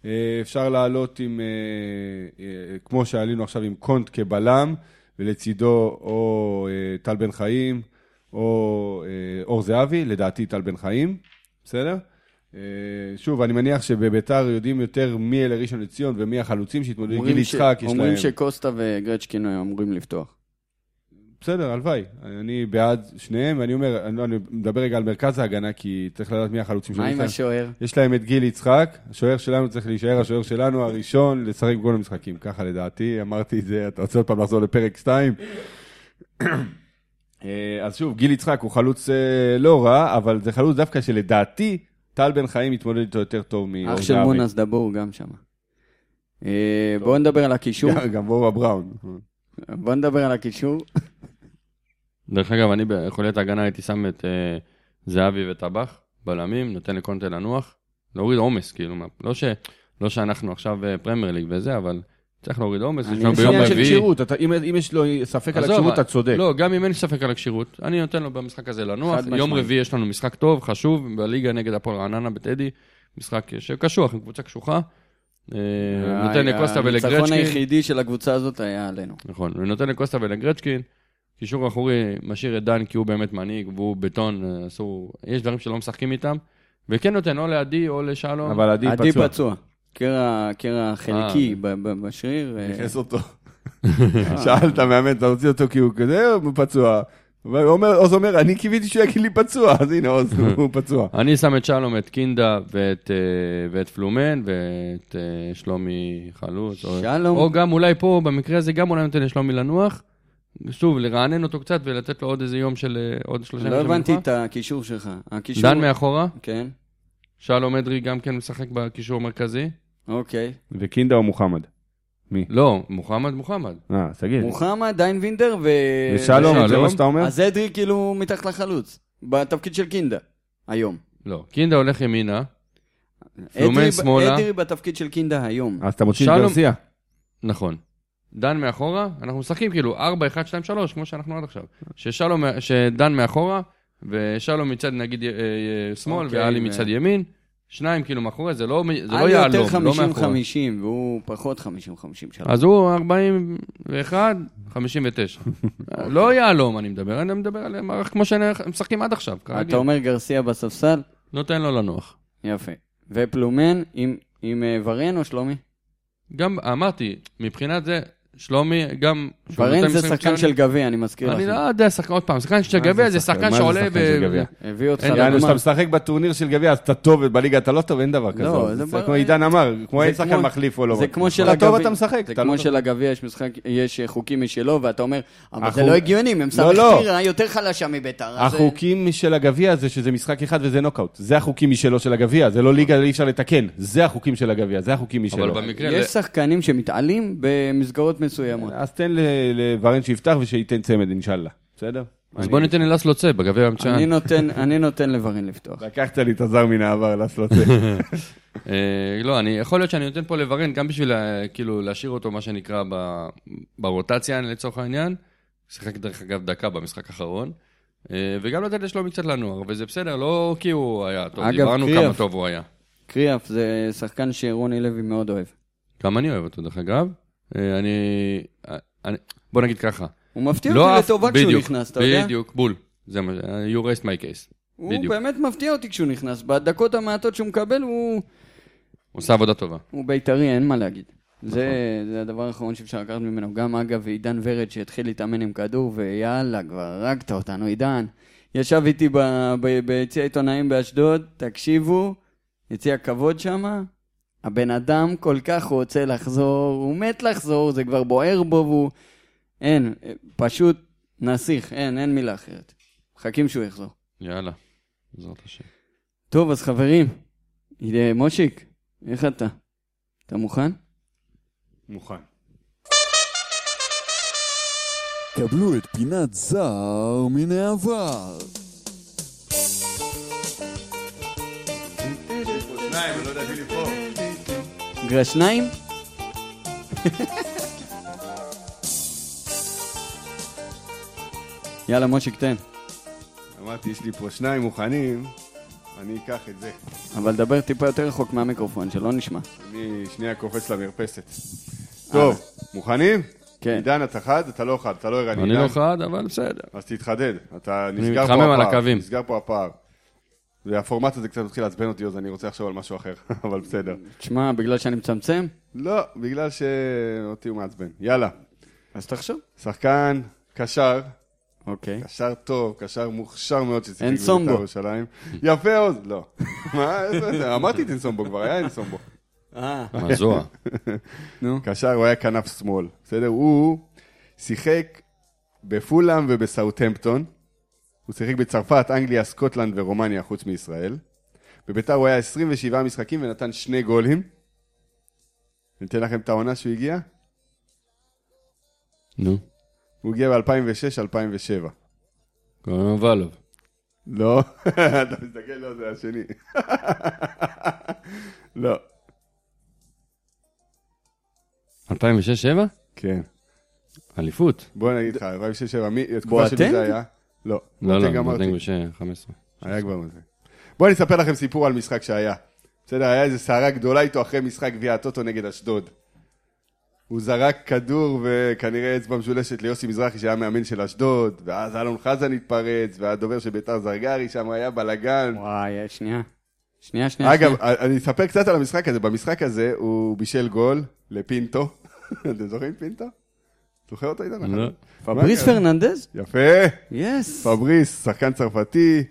Speaker 1: אה, אפשר לעלות עם, אה, אה, כמו שעלינו עכשיו, עם קונט כבלם, ולצידו או אה, טל בן חיים, או אה, אור זהבי, לדעתי טל בן חיים, בסדר? אה, שוב, אני מניח שבביתר יודעים יותר מי אלה ראשון לציון ומי החלוצים שהתמודדו, גיל
Speaker 2: ש-
Speaker 1: יצחק, יש
Speaker 2: אומרים
Speaker 1: להם.
Speaker 2: שקוסטה וגרצ'קין היו אמורים לפתוח.
Speaker 1: בסדר, הלוואי. אני בעד שניהם, ואני אומר, אני, אני מדבר רגע על מרכז ההגנה, כי צריך לדעת מי החלוצים
Speaker 2: מה עם
Speaker 1: שלהם.
Speaker 2: השוער?
Speaker 1: יש להם את גיל יצחק, השוער שלנו צריך להישאר השוער שלנו הראשון לשחק בכל המשחקים. ככה לדעתי, אמרתי את זה, אתה רוצה עוד פעם לחזור לפרק 2? אז שוב, גיל יצחק הוא חלוץ אה, לא רע, אבל זה חלוץ דווקא שלדעתי, טל בן חיים מתמודד איתו יותר טוב מאור
Speaker 2: אח של מונס דבור גם שם. אה, בואו נדבר על הקישור.
Speaker 1: גם- גם בובה בראון.
Speaker 2: בואו נדבר על הקישור.
Speaker 5: דרך אגב, אני ביכולת ההגנה הייתי שם את אה, זהבי וטבח, בלמים, נותן לקונטה לנוח, להוריד עומס, כאילו, מה- לא, ש, לא שאנחנו עכשיו אה, פרמייר ליג וזה, אבל צריך להוריד עומס,
Speaker 2: אני-
Speaker 5: יש לנו
Speaker 2: יש
Speaker 5: ביום
Speaker 2: עניין
Speaker 1: של
Speaker 5: רביעי.
Speaker 1: כשירות, אתה- אם אם יש לו ספק על
Speaker 5: עזוב,
Speaker 1: הכשירות, אתה צודק.
Speaker 5: לא, גם אם אין לי ספק על הכשירות, אני נותן לו במשחק הזה לנוח.
Speaker 2: חד
Speaker 5: יום
Speaker 2: משמעית.
Speaker 5: רביעי יש לנו משחק טוב, חשוב, בליגה נגד הפועל רעננה בטדי, משחק אה, שקשוח, עם קבוצה קשוחה. אה, נותן לקוסטה
Speaker 2: הניצחון
Speaker 5: ולגרצ'קין.
Speaker 2: היחידי של הקבוצה הזאת היה עלינו.
Speaker 5: נכון, ונותן לקוסטה ולגרצ'קין. קישור אחורי משאיר את דן כי הוא באמת מנהיג והוא בטון, אה, אסור, יש דברים שלא משחקים איתם. וכן נותן או לעדי או לשלום.
Speaker 1: אבל עדי
Speaker 2: עדי
Speaker 1: פצוע. אה,
Speaker 2: פצוע. קרע קרע חלקי ב- ב- בשריר. אה,
Speaker 1: נכנס אותו. שאלת מאמן, אתה רוצה אותו כי הוא כזה הוא פצוע. אבל הוא אומר- עוז אומר, אני קיוויתי שהוא יגיד לי פצוע, אז הנה עוז, הוא פצוע.
Speaker 5: אני שם את שלום, את קינדה ואת, אה, ואת פלומן ואת אה, שלומי חלוץ. או-
Speaker 2: שלום.
Speaker 1: אוקיי,
Speaker 5: או גם אולי פה, במקרה הזה, גם אולי נותן לשלומי לנוח. שוב, לרענן אותו קצת ולתת לו עוד איזה יום של אה, עוד שלושה
Speaker 2: לא
Speaker 5: ימים של
Speaker 2: הבנתי
Speaker 5: מנוחה.
Speaker 2: את הקישור שלך. הקישור...
Speaker 5: דן מאחורה,
Speaker 2: כן,
Speaker 5: שלום אדרי גם כן משחק בקישור המרכזי.
Speaker 2: אוקיי.
Speaker 1: וקינדה או מוחמד?
Speaker 5: לא, מוחמד מוחמד.
Speaker 1: אה, תגיד.
Speaker 2: מוחמד, דיין וינדר ו...
Speaker 1: ושלום, זה
Speaker 5: שלום.
Speaker 1: מה שאתה אומר?
Speaker 2: אז אדרי כאילו מתחת לחלוץ, בתפקיד של קינדה, היום.
Speaker 5: לא, קינדה הולך ימינה. פלומן
Speaker 2: אדרי ב-
Speaker 5: שמאלה.
Speaker 2: אדרי בתפקיד של קינדה היום.
Speaker 1: אז אתה מוציא את
Speaker 5: שלום-
Speaker 1: גרסיה.
Speaker 5: נכון. דן מאחורה, אנחנו משחקים כאילו 4, 1, 2, 3, כמו שאנחנו עד עכשיו. ששלום, שדן מאחורה, ושלום מצד נגיד אה, אה, שמאל,
Speaker 2: אוקיי,
Speaker 5: ואלי
Speaker 2: ו-
Speaker 5: מצד ימין, שניים כאילו מאחורי, זה לא מ- זה לא
Speaker 2: עלי
Speaker 5: יהלום, לא
Speaker 2: יותר 50-50,
Speaker 5: מאחורה.
Speaker 2: והוא פחות 50-50 שלו.
Speaker 5: אז הוא 41, 59. לא יהלום אני מדבר, אני מדבר על מערך כמו שמשחקים עד עכשיו,
Speaker 2: אתה
Speaker 5: כרגיל.
Speaker 2: אומר גרסיה בספסל?
Speaker 5: נותן לו לנוח.
Speaker 2: יפה. ופלומן עם- עם אה, ורן או שלומי?
Speaker 5: גם אמרתי, מבחינת זה, שלומי גם... שהוא
Speaker 2: ורן
Speaker 5: נותן
Speaker 2: זה
Speaker 5: משחקים
Speaker 2: שחקן
Speaker 5: מצוינים,
Speaker 2: של גביע, אני מזכיר
Speaker 5: אני
Speaker 2: לכם.
Speaker 5: לא יודע, שחקן, עוד פעם, שחקן של
Speaker 1: מה זה
Speaker 5: גביע זה
Speaker 1: מה
Speaker 5: שחקן
Speaker 1: זה
Speaker 5: שעולה
Speaker 1: שחקן של גביע?
Speaker 5: ו...
Speaker 2: הביא אותך
Speaker 5: לא- אין
Speaker 1: יענו, כשאתה
Speaker 2: לגמר.
Speaker 1: משחק בטורניר של גביע, אז אתה טוב, ובליגה אתה לא טוב, אין דבר כזה.
Speaker 2: לא, זה
Speaker 1: זה
Speaker 2: בר-
Speaker 1: כמו עידן אמר, כמו
Speaker 2: זה
Speaker 1: אין שחקן
Speaker 2: כמו-
Speaker 1: מחליף או לא.
Speaker 2: זה כמו של
Speaker 1: אתה טוב,
Speaker 2: הגביע.
Speaker 1: אתה משחק.
Speaker 2: זה
Speaker 1: אתה לא
Speaker 2: כמו
Speaker 1: טוב.
Speaker 2: שלגביע יש משחק, יש אה, חוקים משלו, ואתה אומר, אבל זה
Speaker 1: החוק-
Speaker 2: לא הגיוני, מ"ס
Speaker 1: לא, לא.
Speaker 2: טירה יותר חלשה מביתר. אז זה-
Speaker 1: החוקים של הגביע זה שזה משחק אחד וזה נוקאוט. זה החוקים משלו של הגביע, זה לא ליגה, אי אפשר לתקן. זה החוקים של הגביע, זה החוקים משלו.
Speaker 5: אבל במקרה...
Speaker 2: יש שחקנים שמתעלים במסגרות מסוימות.
Speaker 1: אז תן ל- לוורן שיפתח ושייתן צמד, אינשאללה. בסדר?
Speaker 5: אז
Speaker 1: אני-
Speaker 5: בוא ניתן ללס לוצא בגביע המצוין.
Speaker 2: אני לא- נותן- אני נותן לברן לפתוח.
Speaker 1: לקחת לי את הזר מן העבר, לסלוצה.
Speaker 5: אה, לא, אני, יכול להיות שאני נותן פה לוורן, גם בשביל אה, כאילו להשאיר אותו, מה שנקרא, ב, ברוטציה לצורך העניין. שיחק דרך אגב דקה במשחק האחרון. אה, וגם לתת לשלומי קצת לנוער, וזה בסדר, לא כי הוא היה טוב,
Speaker 2: אגב,
Speaker 5: דיברנו
Speaker 2: קריאף.
Speaker 5: כמה טוב הוא היה.
Speaker 2: קריאף זה שחקן שרוני לוי מאוד אוהב.
Speaker 5: גם אני אוהב אותו, דרך אגב. אה, אני... אה, אני בוא נגיד ככה.
Speaker 2: הוא מפתיע
Speaker 5: לא
Speaker 2: אותי
Speaker 5: אף-
Speaker 2: לטובה כשהוא
Speaker 5: בדיוק,
Speaker 2: נכנס, אתה יודע?
Speaker 5: בדיוק, בול. זה מה ש... You raised my case.
Speaker 2: הוא
Speaker 5: בדיוק.
Speaker 2: באמת מפתיע אותי כשהוא נכנס. בדקות המעטות שהוא מקבל, הוא
Speaker 5: עושה עבודה טובה.
Speaker 2: הוא בית"רי, אין מה להגיד. זה, זה הדבר האחרון שאפשר לקחת ממנו. גם אגב עידן ורד שהתחיל להתאמן עם כדור, ויאללה, כבר הרגת אותנו, עידן. ישב איתי ב- ב- ביציע העיתונאים באשדוד, תקשיבו, יציע כבוד שמה. הבן אדם כל כך רוצה לחזור, הוא מת לחזור, זה כבר בוער בו, והוא... אין, פשוט נסיך, אין, אין מילה אחרת. מחכים שהוא יחזור.
Speaker 5: יאללה. בעזרת השם.
Speaker 2: טוב, אז חברים, אה, מושיק, איך אתה? אתה מוכן?
Speaker 1: מוכן.
Speaker 6: קבלו את פינת זר מן העבר.
Speaker 1: לא
Speaker 2: גרשניים? יאללה, מושיק, תן.
Speaker 1: אמרתי, יש לי פה שניים מוכנים, אני אקח את זה.
Speaker 2: אבל דבר טיפה יותר רחוק מהמיקרופון, שלא נשמע.
Speaker 1: אני שנייה קופץ למרפסת. טוב, מוכנים?
Speaker 2: כן.
Speaker 1: עידן, אתה חד? אתה לא חד, אתה לא ערני.
Speaker 5: אני
Speaker 1: עידן.
Speaker 5: לא חד, אבל בסדר.
Speaker 1: אז תתחדד, אתה נסגר פה
Speaker 5: מתחמם על
Speaker 1: הפער.
Speaker 5: הקווים.
Speaker 1: נסגר פה הפער. והפורמט הזה קצת מתחיל לעצבן אותי, אז אני רוצה לחשוב על משהו אחר, אבל בסדר.
Speaker 2: תשמע, בגלל שאני מצמצם?
Speaker 1: לא, בגלל שאותי הוא מעצבן. יאללה,
Speaker 2: אז תחשוב.
Speaker 1: שחקן, קשר,
Speaker 2: אוקיי.
Speaker 1: קשר טוב, קשר מוכשר מאוד ששיחק
Speaker 2: אנסומבו.
Speaker 1: ירושלים. יפה עוז, לא. מה, איזה- זה? אמרתי את אינסומבו כבר, היה אינסומבו.
Speaker 2: אה,
Speaker 5: מזוע.
Speaker 2: נו.
Speaker 1: קשר, הוא היה כנף שמאל, בסדר? הוא שיחק בפולאם ובסאוטהמפטון. הוא שיחק בצרפת, אנגליה, סקוטלנד ורומניה, חוץ מישראל. בביתר הוא היה 27 משחקים ונתן שני גולים. אני אתן לכם את העונה שהוא הגיע.
Speaker 5: נו.
Speaker 1: הוא הגיע ב-2006-2007.
Speaker 5: קוראים לו ולוב.
Speaker 1: לא, אתה מסתכל, לא, זה השני. לא,
Speaker 5: 2006-2007?
Speaker 1: כן.
Speaker 5: אליפות.
Speaker 1: בוא נגיד לך, 2006-2007, מי, התקופה
Speaker 2: בואטנג?
Speaker 1: שלי זה היה... לא,
Speaker 5: לא,
Speaker 1: בואטנג
Speaker 5: לא,
Speaker 1: אמרתי.
Speaker 5: מוטנג ב-15.
Speaker 1: היה כבר מזה. בואו אני אספר לכם סיפור על משחק שהיה. בסדר, היה איזו סערה גדולה איתו אחרי משחק גביע הטוטו נגד אשדוד. הוא זרק כדור וכנראה אצבע משולשת ליוסי מזרחי שהיה מאמן של אשדוד, ואז אלון חזן התפרץ, והדובר של ביתר זרגרי שם היה בלאגן.
Speaker 2: וואי, אה, שנייה. שנייה, שנייה.
Speaker 1: אגב, אה,
Speaker 2: שנייה.
Speaker 1: אני אספר קצת על המשחק הזה. במשחק הזה הוא בישל גול לפינטו. אתם זוכרים פינטו? זוכר אותו איתנו?
Speaker 5: לא.
Speaker 2: פריס פרננדז?
Speaker 1: יפה.
Speaker 2: יס.
Speaker 1: פבריס, שחקן צרפתי.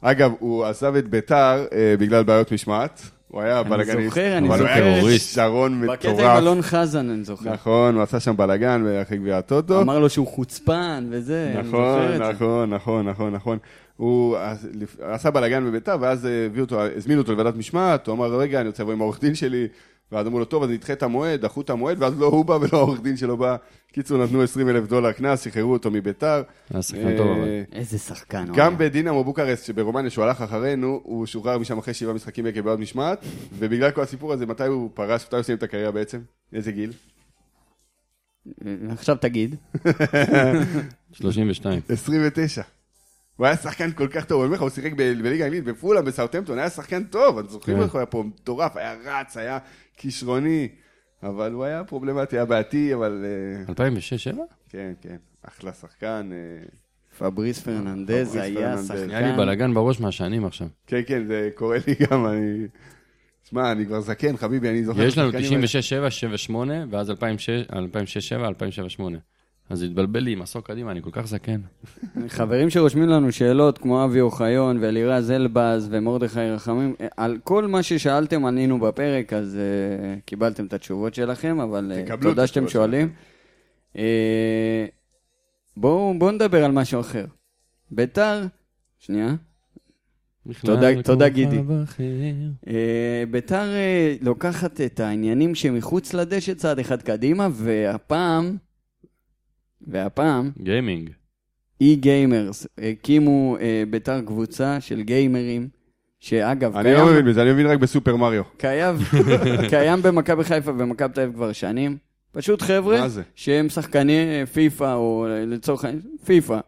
Speaker 1: אגב, הוא עזב את ביתר אה, בגלל בעיות משמעת. הוא היה בלאגניסט.
Speaker 2: זוכר, אני
Speaker 1: אבל הוא
Speaker 2: זוכר.
Speaker 1: היה
Speaker 5: טרוריסט.
Speaker 1: כישרון
Speaker 2: בקטע עם
Speaker 1: מטורף.
Speaker 2: אלון חזן, אני זוכר.
Speaker 1: נכון, הוא עשה שם בלאגן אחרי גביע הטוטו.
Speaker 2: אמר לו שהוא חוצפן וזה, אני זוכר
Speaker 1: נכון,
Speaker 2: את זה.
Speaker 1: נכון, נכון, נכון, נכון. הוא עש- לפ- עשה בלאגן בביתר, ואז אה, הביאו אותו, הזמינו אותו לוועדת משמעת, הוא אמר, רגע, אני רוצה לבוא עם העורך דין שלי. ואז אמרו לו, טוב, אז נדחה את המועד, דחו את המועד, ואז לא הוא בא ולא העורך דין שלו בא. קיצור, נתנו 20 אלף דולר קנס, שחררו אותו מביתר.
Speaker 5: היה שחקן טוב, אבל.
Speaker 1: אה,
Speaker 2: איזה שחקן.
Speaker 5: אוקיי.
Speaker 2: אוקיי. הוא
Speaker 1: גם
Speaker 2: היה.
Speaker 1: בדינמו בוקרסט שברומניה, שהוא הלך אחרינו, הוא שוחרר משם אחרי שבעה משחקים עקב בעיות משמעת, ובגלל כל הסיפור הזה, מתי הוא פרש, מתי הוא סיים את הקריירה בעצם? איזה גיל?
Speaker 2: עכשיו תגיד.
Speaker 5: 32.
Speaker 1: 29. הוא היה שחקן כל כך טוב, אני אומר לך, הוא שיחק ב- בליגה האנגלית, בפולה, בסאוטמפטון, היה שחקן טוב, אני זוכר
Speaker 5: כן.
Speaker 1: איך הוא היה פה מטורף, היה רץ, היה כישרוני, אבל הוא היה פרובלמטי, היה בעייתי, אבל... אה,
Speaker 5: 2006, 7?
Speaker 1: כן, כן, אחלה שחקן. אה,
Speaker 2: פבריס פרננדז
Speaker 1: פבריס
Speaker 2: היה
Speaker 1: פרננדז.
Speaker 2: שחקן.
Speaker 5: היה לי בלאגן בראש מהשנים עכשיו.
Speaker 1: כן, כן, זה קורה לי גם, אני... שמע, אני כבר זקן, חביבי, אני זוכר...
Speaker 5: יש לנו
Speaker 1: שחקנים-
Speaker 5: 96, 7, 7, 8, ואז 2006, 2006, 7, 2007, 8. אז התבלבל לי עם עשור קדימה, אני כל כך זקן.
Speaker 2: חברים שרושמים לנו שאלות כמו אבי אוחיון ואלירז אלבז ומרדכי רחמים, אה, על כל מה ששאלתם ענינו בפרק, אז uh, קיבלתם את התשובות שלכם, אבל uh,
Speaker 1: תקבלו את
Speaker 2: תודה שאתם
Speaker 1: התשובות
Speaker 2: שואלים. Uh, בואו בואו נדבר על משהו אחר. ביתר, שנייה,
Speaker 5: בכלל,
Speaker 2: תודה- תודה,
Speaker 5: כוכב
Speaker 2: גידי.
Speaker 5: אחר.
Speaker 2: uh, ביתר uh, לוקחת את העניינים שמחוץ לדשא צעד אחד קדימה, והפעם, והפעם,
Speaker 5: גיימינג.
Speaker 2: e-gamers הקימו אה, ביתר קבוצה של גיימרים, שאגב,
Speaker 1: אני לא מבין בזה, אני מבין רק בסופר מריו.
Speaker 2: קיים, קיים במכבי חיפה ומכבי תל אביב כבר שנים. פשוט חבר'ה
Speaker 1: מה זה?
Speaker 2: שהם שחקני אה, פיפא, או אה, לצורך העניין, פיפא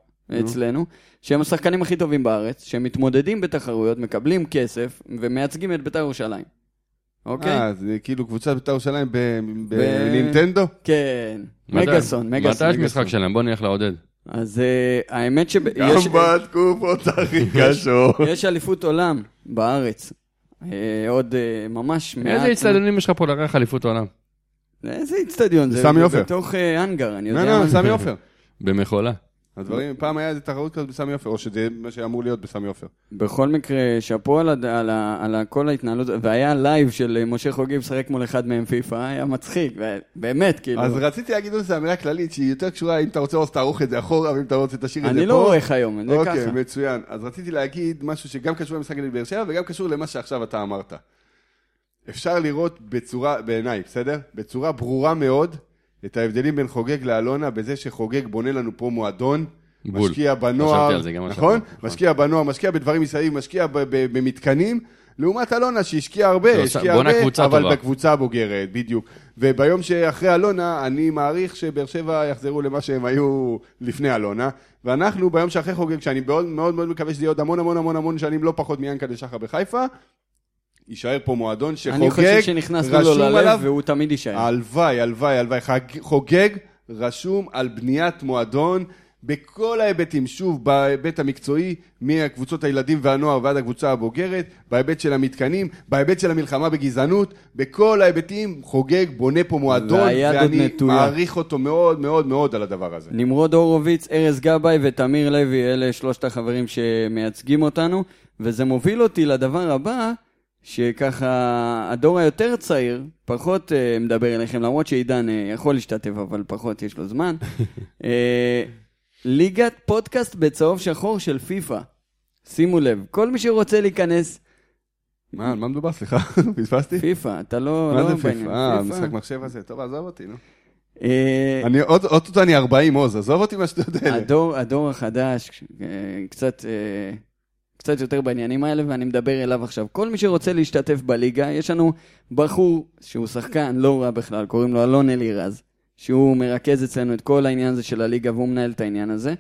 Speaker 2: אצלנו, שהם השחקנים הכי טובים בארץ, שמתמודדים בתחרויות, מקבלים כסף ומייצגים את ביתר ירושלים. אוקיי?
Speaker 1: אה, זה כאילו קבוצת בית"ר ירושלים ב-
Speaker 2: ב-
Speaker 1: בנינטנדו?
Speaker 2: כן,
Speaker 5: מתי-
Speaker 2: מגאסון, מגאסון.
Speaker 5: מתי יש
Speaker 2: מגאסון.
Speaker 5: משחק שלהם? בוא נלך לעודד.
Speaker 2: אז אה, האמת ש...
Speaker 1: גם בתקופות הכי קשות.
Speaker 2: יש אליפות עולם בארץ. אה, עוד אה, ממש מעט.
Speaker 5: איזה הצטדיונים יש לך פה לארח אליפות העולם?
Speaker 2: איזה אצטדיון? זה
Speaker 1: בסמי
Speaker 2: זה
Speaker 1: עופר.
Speaker 2: בתוך אה, האנגר, אני
Speaker 1: לא,
Speaker 2: יודע. מה
Speaker 1: לא,
Speaker 2: זה.
Speaker 1: סמי עופר.
Speaker 5: במחולה.
Speaker 1: הדברים, פעם היה איזה תחרות כזאת בסמי עופר, או שזה מה שאמור להיות בסמי עופר.
Speaker 2: בכל מקרה, שאפו על הד- על ה- על ה- כל ההתנהלות, והיה לייב של אה, משה חוגג משחק מול אחד מהם פיפא, היה מצחיק, ו- באמת, כאילו.
Speaker 1: אז רציתי להגיד עוד איזו אמירה כללית שהיא יותר קשורה, אם אתה רוצה אז תערוך את זה אחורה, ואם אתה רוצה תשאיר את זה פה.
Speaker 2: אני לא עורך היום, זה
Speaker 1: אוקיי,
Speaker 2: ככה.
Speaker 1: מצוין. אז רציתי להגיד משהו שגם קשור למשחק נגד באר שבע וגם קשור למה שעכשיו אתה אמרת. אפשר לראות בצורה, בעיניי, בסדר? בצורה ברורה מאוד את ההבדלים בין חוגג לאלונה בזה שחוגג בונה לנו פה מועדון.
Speaker 5: בול.
Speaker 1: משקיע
Speaker 5: חשבתי
Speaker 1: בנוער,
Speaker 5: על זה, גם
Speaker 1: נכון?
Speaker 5: חשבתי, נכון.
Speaker 1: משקיע בנוער, משקיע בדברים מסביב, משקיע ב- ב- במתקנים, לעומת אלונה שהשקיעה הרבה,
Speaker 5: שעושה-
Speaker 1: השקיעה
Speaker 5: בונה קבוצה
Speaker 1: הרבה, אבל
Speaker 5: טובה.
Speaker 1: בקבוצה הבוגרת, בדיוק. וביום שאחרי אלונה, אני מעריך שבאר שבע יחזרו למה שהם היו לפני אלונה, ואנחנו ביום שאחרי חוגג, שאני מאוד מאוד מאוד מקווה שזה יהיה עוד המון המון המון המון שנים, לא פחות מיאנקל'ה שחר בחיפה, יישאר פה מועדון
Speaker 2: אני חושב
Speaker 1: שחוגג,
Speaker 2: שנכנסנו לו
Speaker 1: רשום
Speaker 2: ללב
Speaker 1: עליו
Speaker 2: והוא תמיד
Speaker 1: כן.
Speaker 2: יישאר.
Speaker 1: הלוואי, הלוואי, הלוואי. חג- חוגג רשום על בניית מועדון בכל ההיבטים, שוב, בהיבט המקצועי, מהקבוצות הילדים והנוער ועד הקבוצה הבוגרת, בהיבט של המתקנים, בהיבט של המלחמה בגזענות, בכל ההיבטים חוגג, בונה פה מועדון,
Speaker 2: והיד עוד
Speaker 1: ואני
Speaker 2: נטויה.
Speaker 1: מעריך אותו מאוד מאוד מאוד על הדבר הזה.
Speaker 2: נמרוד הורוביץ, ארז גבאי ותמיר לוי, אלה שלושת החברים שמייצגים אותנו, וזה מוביל אותי לדבר הבא, שככה הדור היותר צעיר, פחות אה, מדבר אליכם, למרות שעידן אה, יכול להשתתף, אבל פחות יש לו זמן. אה, ליגת פודקאסט בצהוב שחור של פיפא. שימו לב, כל מי שרוצה להיכנס,
Speaker 1: מה, על מה מדובר? סליחה, פספסתי?
Speaker 2: פיפא, אתה לא...
Speaker 1: מה
Speaker 2: לא
Speaker 1: זה
Speaker 2: בעניין.
Speaker 1: פיפ"א? אה,
Speaker 2: פיפא.
Speaker 1: משחק מחשב הזה. טוב, עזוב אותי, נו.
Speaker 2: אה,
Speaker 1: אני עוד- אוטוטו אני 40, עוז, עזוב אותי מהשטויות האלה.
Speaker 2: הדור, הדור החדש, אה, קצת, אה, קצת יותר בעניינים האלה, ואני מדבר אליו עכשיו. כל מי שרוצה להשתתף בליגה, יש לנו בחור שהוא שחקן לא רע בכלל, קוראים לו אלון אלירז, שהוא מרכז אצלנו את כל העניין הזה של הליגה והוא מנהל את העניין הזה.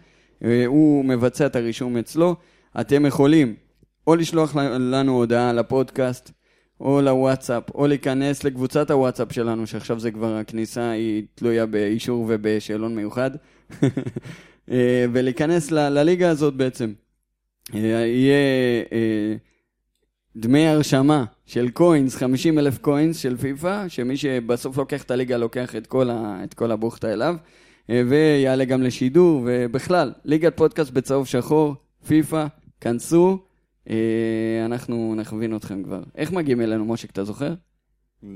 Speaker 2: אה, הוא מבצע את הרישום אצלו. אתם יכולים או לשלוח לנו הודעה לפודקאסט, או לוואטסאפ, או להיכנס לקבוצת הוואטסאפ שלנו, שעכשיו זה כבר הכניסה, היא תלויה באישור ובשאלון מיוחד, אה, ולהיכנס ל- לליגה הזאת בעצם. אה, יהיה אה, דמי הרשמה של קוינס, 50 אלף קוינס של פיפא, שמי שבסוף לוקח את הליגה לוקח את כל, ה- את כל הבוכתה אליו, אה, ויעלה גם לשידור, ובכלל, ליגת פודקאסט בצהוב שחור, פיפא, כנסו. אה, אנחנו נכווין אתכם כבר. איך מגיעים אלינו, מושיק, אתה
Speaker 1: לא
Speaker 2: זוכר?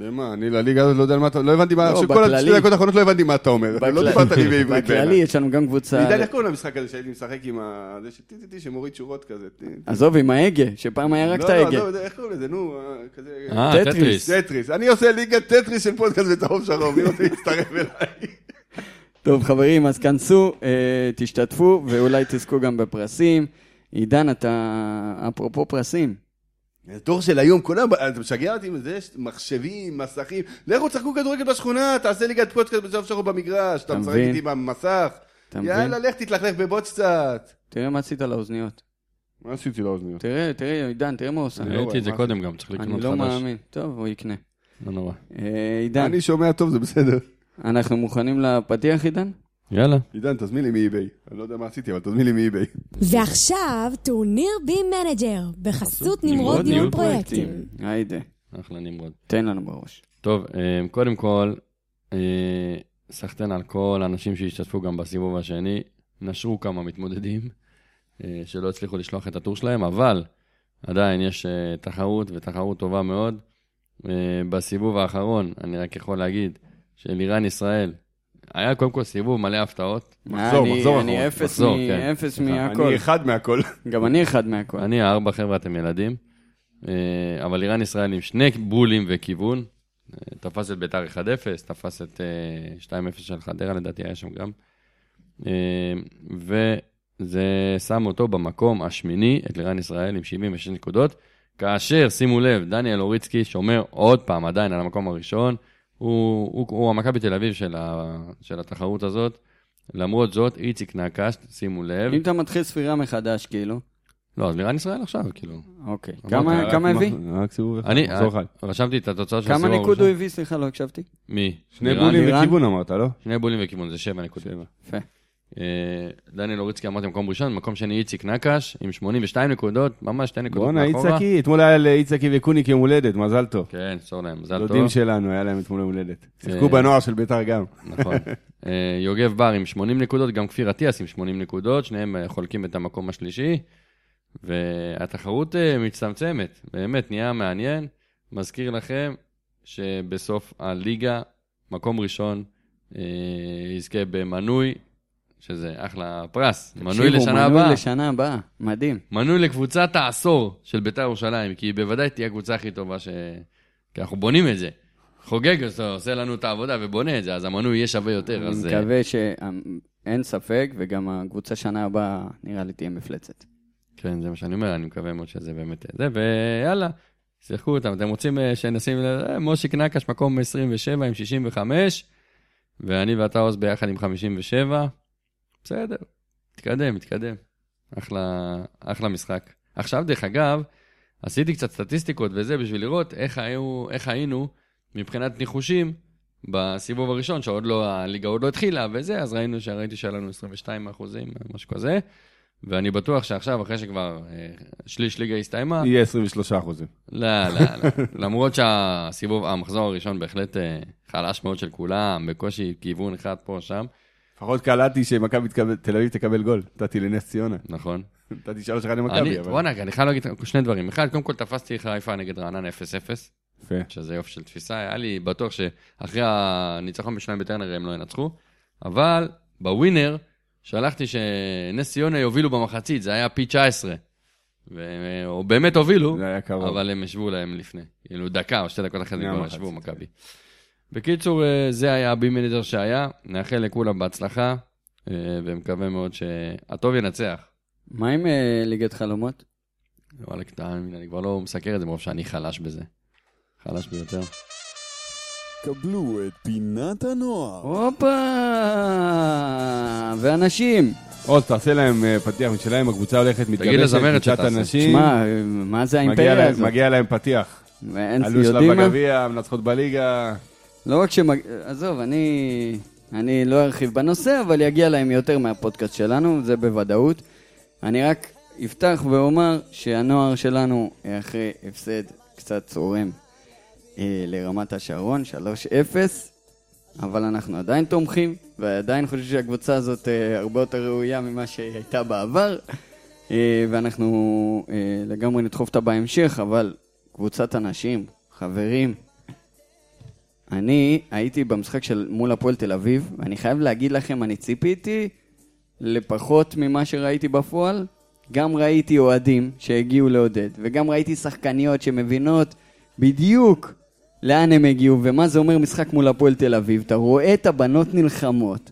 Speaker 1: למה? אני לליגה הזאת לא יודע על מה אתה... לא הבנתי מה...
Speaker 2: לא,
Speaker 1: עכשיו כל
Speaker 2: בכללי.
Speaker 1: השתי דקות האחרונות לא הבנתי מה אתה אומר. אתה לא
Speaker 2: בכלל-
Speaker 1: דיברת לי בעברית.
Speaker 2: בכללי, יש לנו גם קבוצה...
Speaker 1: עידן, איך קוראים למשחק הזה שהייתי משחק עם ה... זה שטיטיטי שמוריד שורות כזה. טי- טי-
Speaker 2: עזוב, עם ההגה, שפעם היה רק את
Speaker 1: לא,
Speaker 2: ההגה.
Speaker 1: לא, לא, איך קוראים לזה? נו, אה, כזה...
Speaker 5: אה,
Speaker 2: טטריס.
Speaker 5: טטריס.
Speaker 1: טטריס. אני עושה ליגת טטריס של פודקאסט בצהוב שרוב, מי רוצה להצטרף אליי?
Speaker 2: טוב, חברים, אז כנסו, אה, תשתתפו, ואולי תזכו גם בפרסים. עידן, אתה... אפרופו פרסים,
Speaker 1: הדור של היום, כולם, אתה משגע אותי עם זה, יש מחשבים, מסכים. לכו תשחקו כדורגל בשכונה, תעשה ליגת פודקאסט בשלב שחור במגרש, אתה
Speaker 2: אתה
Speaker 1: משחק
Speaker 2: מבין?
Speaker 1: איתי במסך.
Speaker 2: אתה מבין?
Speaker 1: יאללה, לך תתלכלך בבוץ קצת.
Speaker 2: תראה מה עשית לאוזניות.
Speaker 1: מה עשיתי לאוזניות?
Speaker 2: תראה, תראה, עידן, תראה מה הוא עושה.
Speaker 1: אני לא רואה,
Speaker 5: ראיתי את זה
Speaker 1: מה
Speaker 5: קודם גם, צריך לקנות
Speaker 2: אני
Speaker 5: חדש.
Speaker 2: לא מאמין. טוב, הוא יקנה.
Speaker 5: לא נורא.
Speaker 2: אה, עידן,
Speaker 1: אני שומע טוב, זה בסדר.
Speaker 2: אנחנו מוכנים לפתיח, עידן?
Speaker 5: יאללה.
Speaker 1: עידן, תזמין לי מאי-ביי. אני לא יודע מה עשיתי, אבל תזמין לי מאי-ביי.
Speaker 3: ועכשיו, טורניר בים מנג'ר, בחסות נמרוד ניהול פרויקטים.
Speaker 2: היידה,
Speaker 5: אחלה נמרוד.
Speaker 2: תן לנו בראש.
Speaker 5: טוב, אה, קודם כל, אה, סחטיין על כל האנשים שהשתתפו גם בסיבוב השני. נשרו כמה מתמודדים אה, שלא הצליחו לשלוח את הטור שלהם, אבל עדיין יש אה, תחרות, ותחרות טובה מאוד. אה, בסיבוב האחרון, אני רק יכול להגיד שאלירן ישראל, היה קודם כל סיבוב מלא הפתעות.
Speaker 1: מחזור,
Speaker 2: אני-
Speaker 1: מחזור
Speaker 2: אני
Speaker 1: אחרון.
Speaker 2: אפס
Speaker 5: מחזור,
Speaker 2: מ-
Speaker 5: כן.
Speaker 2: אפס
Speaker 5: סליחה,
Speaker 2: מהכל.
Speaker 1: אני אחד מהכל.
Speaker 2: גם אני אחד מהכל.
Speaker 5: אני הארבע חבר'ה, אתם ילדים. אה, אבל איראן ישראל עם שני בולים וכיוון. אה, תפס את ביתר 1-0, תפס את אה, 2-0 של חדרה, לדעתי היה שם גם. אה, וזה שם אותו במקום השמיני, את לירן ישראל, עם 76 נקודות. כאשר, שימו לב, דניאל אוריצקי שומר עוד פעם עדיין על המקום הראשון. הוא, הוא, הוא המכבי תל אביב של, ה, של התחרות הזאת. למרות זאת, איציק נקש, שימו לב.
Speaker 2: אם אתה מתחיל ספירה מחדש, כאילו,
Speaker 5: לא, אז לירן ישראל עכשיו, כאילו.
Speaker 2: אוקיי. כמה- כמה הביא?
Speaker 1: אה, רק סיבוב אחד.
Speaker 5: אני אה,
Speaker 1: מחזור אחד.
Speaker 5: רשמתי את התוצאה של
Speaker 2: כמה
Speaker 5: הסיבוב
Speaker 2: ניקוד הוא
Speaker 5: הראשון.
Speaker 2: הביא? סליחה, לא הקשבתי.
Speaker 5: מי?
Speaker 1: שני
Speaker 5: לירן?
Speaker 1: בולים
Speaker 2: לירן?
Speaker 1: וכיוון אמרת, לא?
Speaker 5: שני בולים וכיוון, זה שבע נקודות.
Speaker 2: יפה.
Speaker 5: אה, דניאל אוריצקי אמרתי מקום ראשון, מקום שני איציק נקש עם 82 נקודות, ממש שתי נקודות
Speaker 1: בואנה,
Speaker 5: מאחורה.
Speaker 1: איצקי, אתמול היה לאיצקי וקוניק יום הולדת, מזל טוב.
Speaker 5: כן, צור להם, מזל טוב.
Speaker 1: דודים שלנו, היה להם אתמול יום הולדת. שיחקו
Speaker 5: אה.
Speaker 1: בנוער של ביתר גם.
Speaker 5: נכון. אה, יוגב בר עם 80 נקודות, גם כפיר אטיאס עם 80 נקודות, שניהם אה, חולקים את המקום השלישי, והתחרות אה, מצטמצמת, באמת, נהיה מעניין. מזכיר לכם שבסוף הליגה, מקום ראשון, אה, יזכה במנוי, שזה אחלה פרס, מנוי
Speaker 2: תקשיבו,
Speaker 5: לשנה
Speaker 2: מנוי
Speaker 5: הבאה.
Speaker 2: לשנה הבאה, מדהים.
Speaker 5: מנוי לקבוצת העשור של בית"ר ירושלים, כי היא בוודאי תהיה הקבוצה הכי טובה ש... כי אנחנו בונים את זה. חוגג עושה עושה לנו את העבודה ובונה את זה, אז המנוי יהיה שווה יותר,
Speaker 2: אני
Speaker 5: אז... אה,
Speaker 2: מקווה ש... אמ, אין ספק, וגם הקבוצה שנה הבאה נראה לי תהיה מפלצת.
Speaker 5: כן, זה מה שאני אומר, אני מקווה מאוד שזה באמת זה, ויאללה, שיחקו אותם. אתם רוצים אה, שנשים... ל- אה, מושיק נקש, מקום 27 עם 65, ואני ואתה עוז ביחד עם 57. בסדר, תתקדם, תתקדם. אחלה, אחלה משחק. עכשיו, דרך אגב, עשיתי קצת סטטיסטיקות וזה, בשביל לראות איך, היו, איך היינו מבחינת ניחושים בסיבוב הראשון, שעוד לא, הליגה עוד לא התחילה וזה, אז ראינו, שראיתי שהיה לנו 22 אחוזים, משהו כזה. ואני בטוח שעכשיו, אחרי שכבר אה, שליש ליגה הסתיימה,
Speaker 1: יהיה 23 אחוזים.
Speaker 5: לא, לא, לא. למרות שהסיבוב, המחזור הראשון בהחלט אה, חלש מאוד של כולם, בקושי כיוון אחד פה, שם,
Speaker 1: לפחות קלטתי שמכבי תקבל- תל אביב תקבל גול. נתתי לנס ציונה.
Speaker 5: נכון.
Speaker 1: נתתי 3-1 למכבי,
Speaker 5: אני,
Speaker 1: אבל...
Speaker 5: וואנק, אני חייב להגיד שני דברים. אחד, קודם כל תפסתי חיפה נגד רעננה 0-0,
Speaker 1: יפה.
Speaker 5: שזה יופי של תפיסה, היה לי בטוח שאחרי הניצחון בשניים בטרנר הם לא ינצחו, אבל בווינר שלחתי שנס ציונה יובילו במחצית, זה היה פי 19. ו- או באמת הובילו,
Speaker 1: זה היה קרוב.
Speaker 5: אבל הם ישבו להם לפני. כאילו, דקה או שתי דקות אחרי זה
Speaker 1: לפני
Speaker 5: כבר
Speaker 1: המחצית,
Speaker 5: ישבו,
Speaker 1: כן.
Speaker 5: מכבי. בקיצור, אה, זה היה הבי מנג'ר שהיה, נאחל לכולם בהצלחה, אה, ומקווה מאוד שהטוב ינצח.
Speaker 2: מה עם אה, ליגת חלומות?
Speaker 5: וואלה, תאמין, אני כבר לא מסקר את זה מרוב שאני חלש בזה. חלש ביותר.
Speaker 6: קבלו את פינת הנוער.
Speaker 2: הופה! ואנשים!
Speaker 1: עוז, תעשה להם אה, פתיח משלהם, הקבוצה הולכת, מתגבשת,
Speaker 5: לזמרת
Speaker 1: קבוצת
Speaker 5: שתעשה.
Speaker 1: אנשים.
Speaker 2: שמע, מה זה
Speaker 1: מגיע
Speaker 2: האימפריה
Speaker 1: להם-
Speaker 2: הזאת?
Speaker 1: מגיע להם פתיח.
Speaker 2: ואין
Speaker 1: עלו
Speaker 2: יודעים
Speaker 1: שלב
Speaker 2: מה?
Speaker 1: בגביע, מנצחות בליגה.
Speaker 2: לא רק שמג... עזוב, אני... אני לא ארחיב בנושא, אבל יגיע להם יותר מהפודקאסט שלנו, זה בוודאות. אני רק אפתח ואומר שהנוער שלנו, אה, אחרי הפסד קצת צורם אה, לרמת השרון, 3-0, אבל אנחנו עדיין תומכים, ועדיין חושבים שהקבוצה הזאת אה, הרבה יותר ראויה ממה שהיא הייתה בעבר, אה, ואנחנו אה, לגמרי נדחוף אותה בהמשך, אבל קבוצת אנשים, חברים, אני הייתי במשחק של מול הפועל תל אביב, ואני חייב להגיד לכם, אני ציפיתי לפחות ממה שראיתי בפועל. גם ראיתי אוהדים שהגיעו לעודד, וגם ראיתי שחקניות שמבינות בדיוק לאן הם הגיעו, ומה זה אומר משחק מול הפועל תל אביב. אתה רואה את הבנות נלחמות,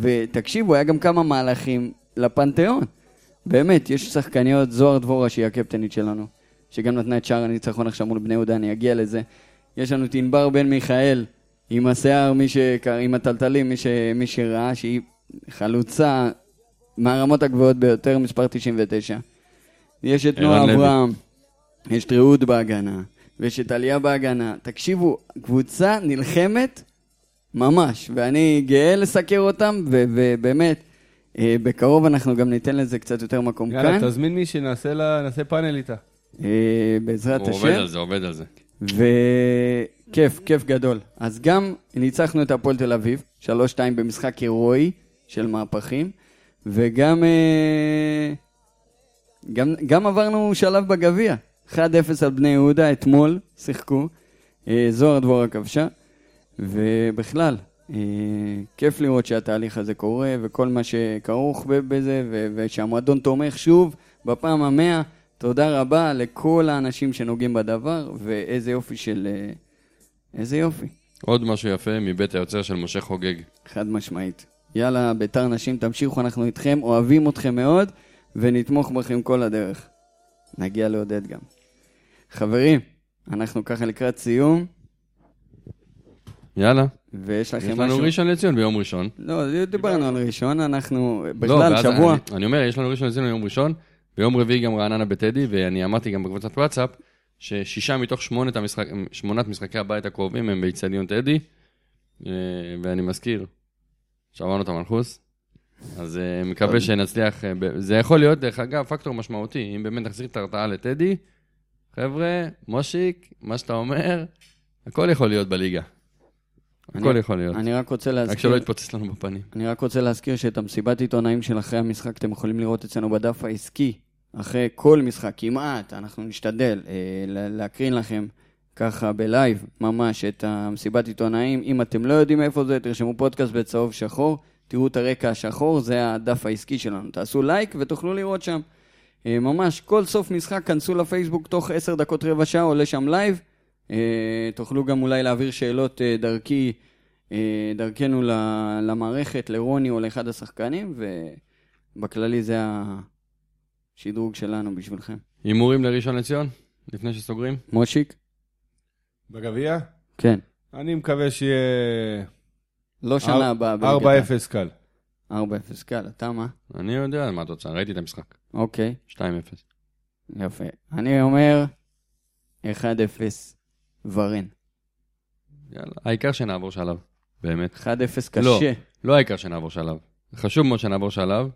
Speaker 2: ותקשיבו, היה גם כמה מהלכים לפנתיאון. באמת, יש שחקניות, זוהר דבורה שהיא הקפטנית שלנו, שגם נתנה את שער הניצחון עכשיו מול בני יהודה, אני אגיע לזה. יש לנו את ענבר בן מיכאל, עם השיער, מי ש... עם הטלטלים, מי, ש... מי שראה, שהיא חלוצה מהרמות הגבוהות ביותר, מספר 99. יש את
Speaker 5: ערן
Speaker 2: נועה
Speaker 5: לוי.
Speaker 2: אברהם, יש את רעות בהגנה, ויש את עלייה בהגנה. תקשיבו, קבוצה נלחמת ממש, ואני גאה לסקר אותם, ו- ובאמת, אה, בקרוב אנחנו גם ניתן לזה קצת יותר מקום
Speaker 1: יאללה,
Speaker 2: כאן,
Speaker 1: תזמין מי שנעשה לה, נעשה פאנל איתה.
Speaker 2: אה, בעזרת
Speaker 5: הוא עובד
Speaker 2: השם.
Speaker 5: על זה, עובד על זה.
Speaker 2: וכיף, כיף גדול. אז גם ניצחנו את הפועל תל אביב, 3-2 במשחק הירואי של מהפכים, וגם אה, גם, גם עברנו שלב בגביע. 1-0 על בני יהודה, אתמול שיחקו, אה, זוהר דבורה כבשה, ובכלל, אה, כיף לראות שהתהליך הזה קורה, וכל מה שכרוך ב- בזה, ו- ושהמועדון תומך שוב בפעם המאה. תודה רבה לכל האנשים שנוגעים בדבר, ואיזה יופי של... אה, איזה יופי,
Speaker 5: עוד משהו יפה מבית היוצר של משה חוגג.
Speaker 2: חד משמעית. יאללה, ביתר נשים, תמשיכו, אנחנו איתכם, אוהבים אתכם מאוד, ונתמוך בכם כל הדרך. נגיע לעודד גם. חברים, אנחנו ככה לקראת סיום,
Speaker 5: יאללה,
Speaker 2: ויש לכם
Speaker 5: יש
Speaker 2: משהו...
Speaker 5: לנו ראשון לציון ביום ראשון.
Speaker 2: לא, דיברנו על ראשון, אנחנו...
Speaker 5: לא,
Speaker 2: בכלל,
Speaker 5: ואז
Speaker 2: שבוע.
Speaker 5: אני, אני אומר, יש לנו ראשון לציון ביום ראשון, ביום רביעי גם רעננה בטדי, ואני אמרתי גם בקבוצת וואטסאפ, ששישה מתוך שמונת, המשחק, שמונת משחקי הבית הקרובים הם באיצטדיון טדי, אה, ואני מזכיר, שמענו את המנחוס, אז אה, מקווה שנצליח, אה, ב- זה יכול להיות, דרך אגב, פקטור משמעותי, אם באמת נחזיר את ההרתעה לטדי, חבר'ה, מושיק, מה שאתה אומר, הכל יכול להיות בליגה. הכל
Speaker 2: אני-
Speaker 5: יכול להיות.
Speaker 2: אני רק רוצה
Speaker 5: רק
Speaker 2: להזכיר...
Speaker 5: שלא יתפוצץ לנו בפנים.
Speaker 2: אני רק רוצה להזכיר שאת המסיבת עיתונאים של אחרי המשחק אתם יכולים לראות אצלנו בדף העסקי, אחרי כל משחק, כמעט, אנחנו נשתדל אה, לה- להקרין לכם ככה בלייב, ממש, את המסיבת עיתונאים. אם אתם לא יודעים איפה זה, תרשמו פודקאסט בצהוב שחור, תראו את הרקע השחור, זה הדף העסקי שלנו. תעשו לייק ותוכלו לראות שם. אה, ממש, כל סוף משחק, כנסו לפייסבוק, תוך עשר דקות רבע שעה עולה שם לייב. אה, תוכלו גם אולי להעביר שאלות אה, דרכי, אה, דרכנו ל- למערכת, לרוני או לאחד השחקנים, ובכללי זה השדרוג שלנו בשבילכם.
Speaker 5: הימורים לראשון לציון, לפני שסוגרים?
Speaker 2: מושיק?
Speaker 1: בגביע?
Speaker 2: כן.
Speaker 1: אני מקווה שיהיה
Speaker 2: לא
Speaker 1: אר-
Speaker 2: שנה הבאה. בליגת
Speaker 1: 4-0 קל.
Speaker 2: העל. 4-0, קל, אתה מה?
Speaker 5: אני יודע מה התוצאה, ראיתי את המשחק.
Speaker 2: אוקיי,
Speaker 5: 2-0.
Speaker 2: יפה. אני אומר 1-0 ורן.
Speaker 5: יאללה. העיקר שנעבור שלב, באמת.
Speaker 2: 1-0 קשה.
Speaker 5: לא. לא העיקר שנעבור שלב. חשוב מאוד שנעבור שלב,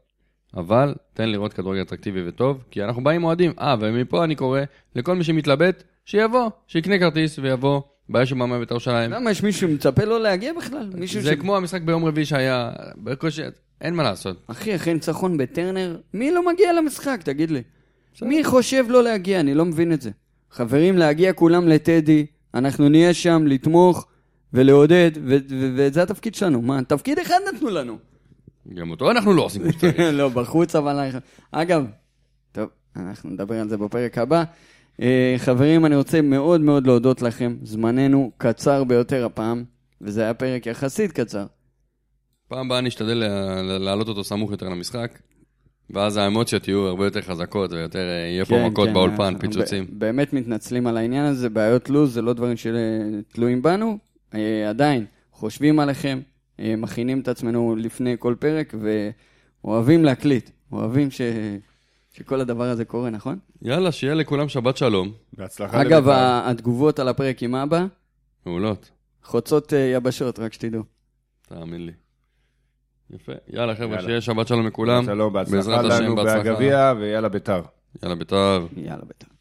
Speaker 5: אבל תן לראות כדורגל אטרקטיבי וטוב, כי אנחנו באים אוהדים. אה, ומפה אני קורא לכל מי שמתלבט, שיבוא, שיקנה כרטיס ויבוא, בעיה של מאמן בית"ר ירושלים.
Speaker 2: למה יש מישהו שמצפה לא להגיע בכלל? מישהו ש...
Speaker 5: זה כמו המשחק ביום רביעי שהיה, בקושי, אין מה לעשות.
Speaker 2: אחי, אחרי ניצחון בטרנר, מי לא מגיע למשחק, תגיד לי? מי חושב לא להגיע? אני לא מבין את זה. חברים, להגיע כולם לטדי, אנחנו נהיה שם לתמוך ולעודד, ו- ו- וזה התפקיד שלנו. מה, תפקיד אחד נתנו לנו.
Speaker 5: גם אותו אנחנו לא עושים כמו שצריך.
Speaker 2: לא, בחוץ אבל... אגב, טוב, אנחנו נדבר על זה בפרק הבא. אה, חברים, אני רוצה מאוד מאוד להודות לכם. זמננו קצר ביותר הפעם, וזה היה פרק יחסית קצר.
Speaker 5: פעם הבאה נשתדל לה- לה- להעלות אותו סמוך יותר למשחק, ואז האמוציות יהיו הרבה יותר חזקות ויותר, אה, יהיה פה מכות באולפן,
Speaker 2: כן, אנחנו
Speaker 5: פיצוצים.
Speaker 2: ב- באמת מתנצלים על העניין הזה, בעיות לו"ז, זה לא דברים שתלויים בנו. אה, עדיין, חושבים עליכם, אה, מכינים את עצמנו לפני כל פרק, ואוהבים להקליט, אוהבים ש... שכל הדבר הזה קורה, נכון?
Speaker 5: יאללה, שיהיה לכולם שבת שלום.
Speaker 1: בהצלחה
Speaker 2: אגב,
Speaker 1: לבית"ר.
Speaker 2: ה- התגובות על הפרק עם אבא,
Speaker 5: מעולות,
Speaker 2: חוצות אה, יבשות, רק שתדעו.
Speaker 5: תאמין לי. יפה. יאללה, חבר'ה,
Speaker 1: יאללה.
Speaker 5: שיהיה שבת שלום לכולם.
Speaker 1: שלום, בהצלחה
Speaker 5: בעזרת השם,
Speaker 1: לנו
Speaker 5: בהצלחה.
Speaker 1: בגביע, ויאללה ביתר.
Speaker 5: יאללה, בטוב.
Speaker 2: יאללה, בטח.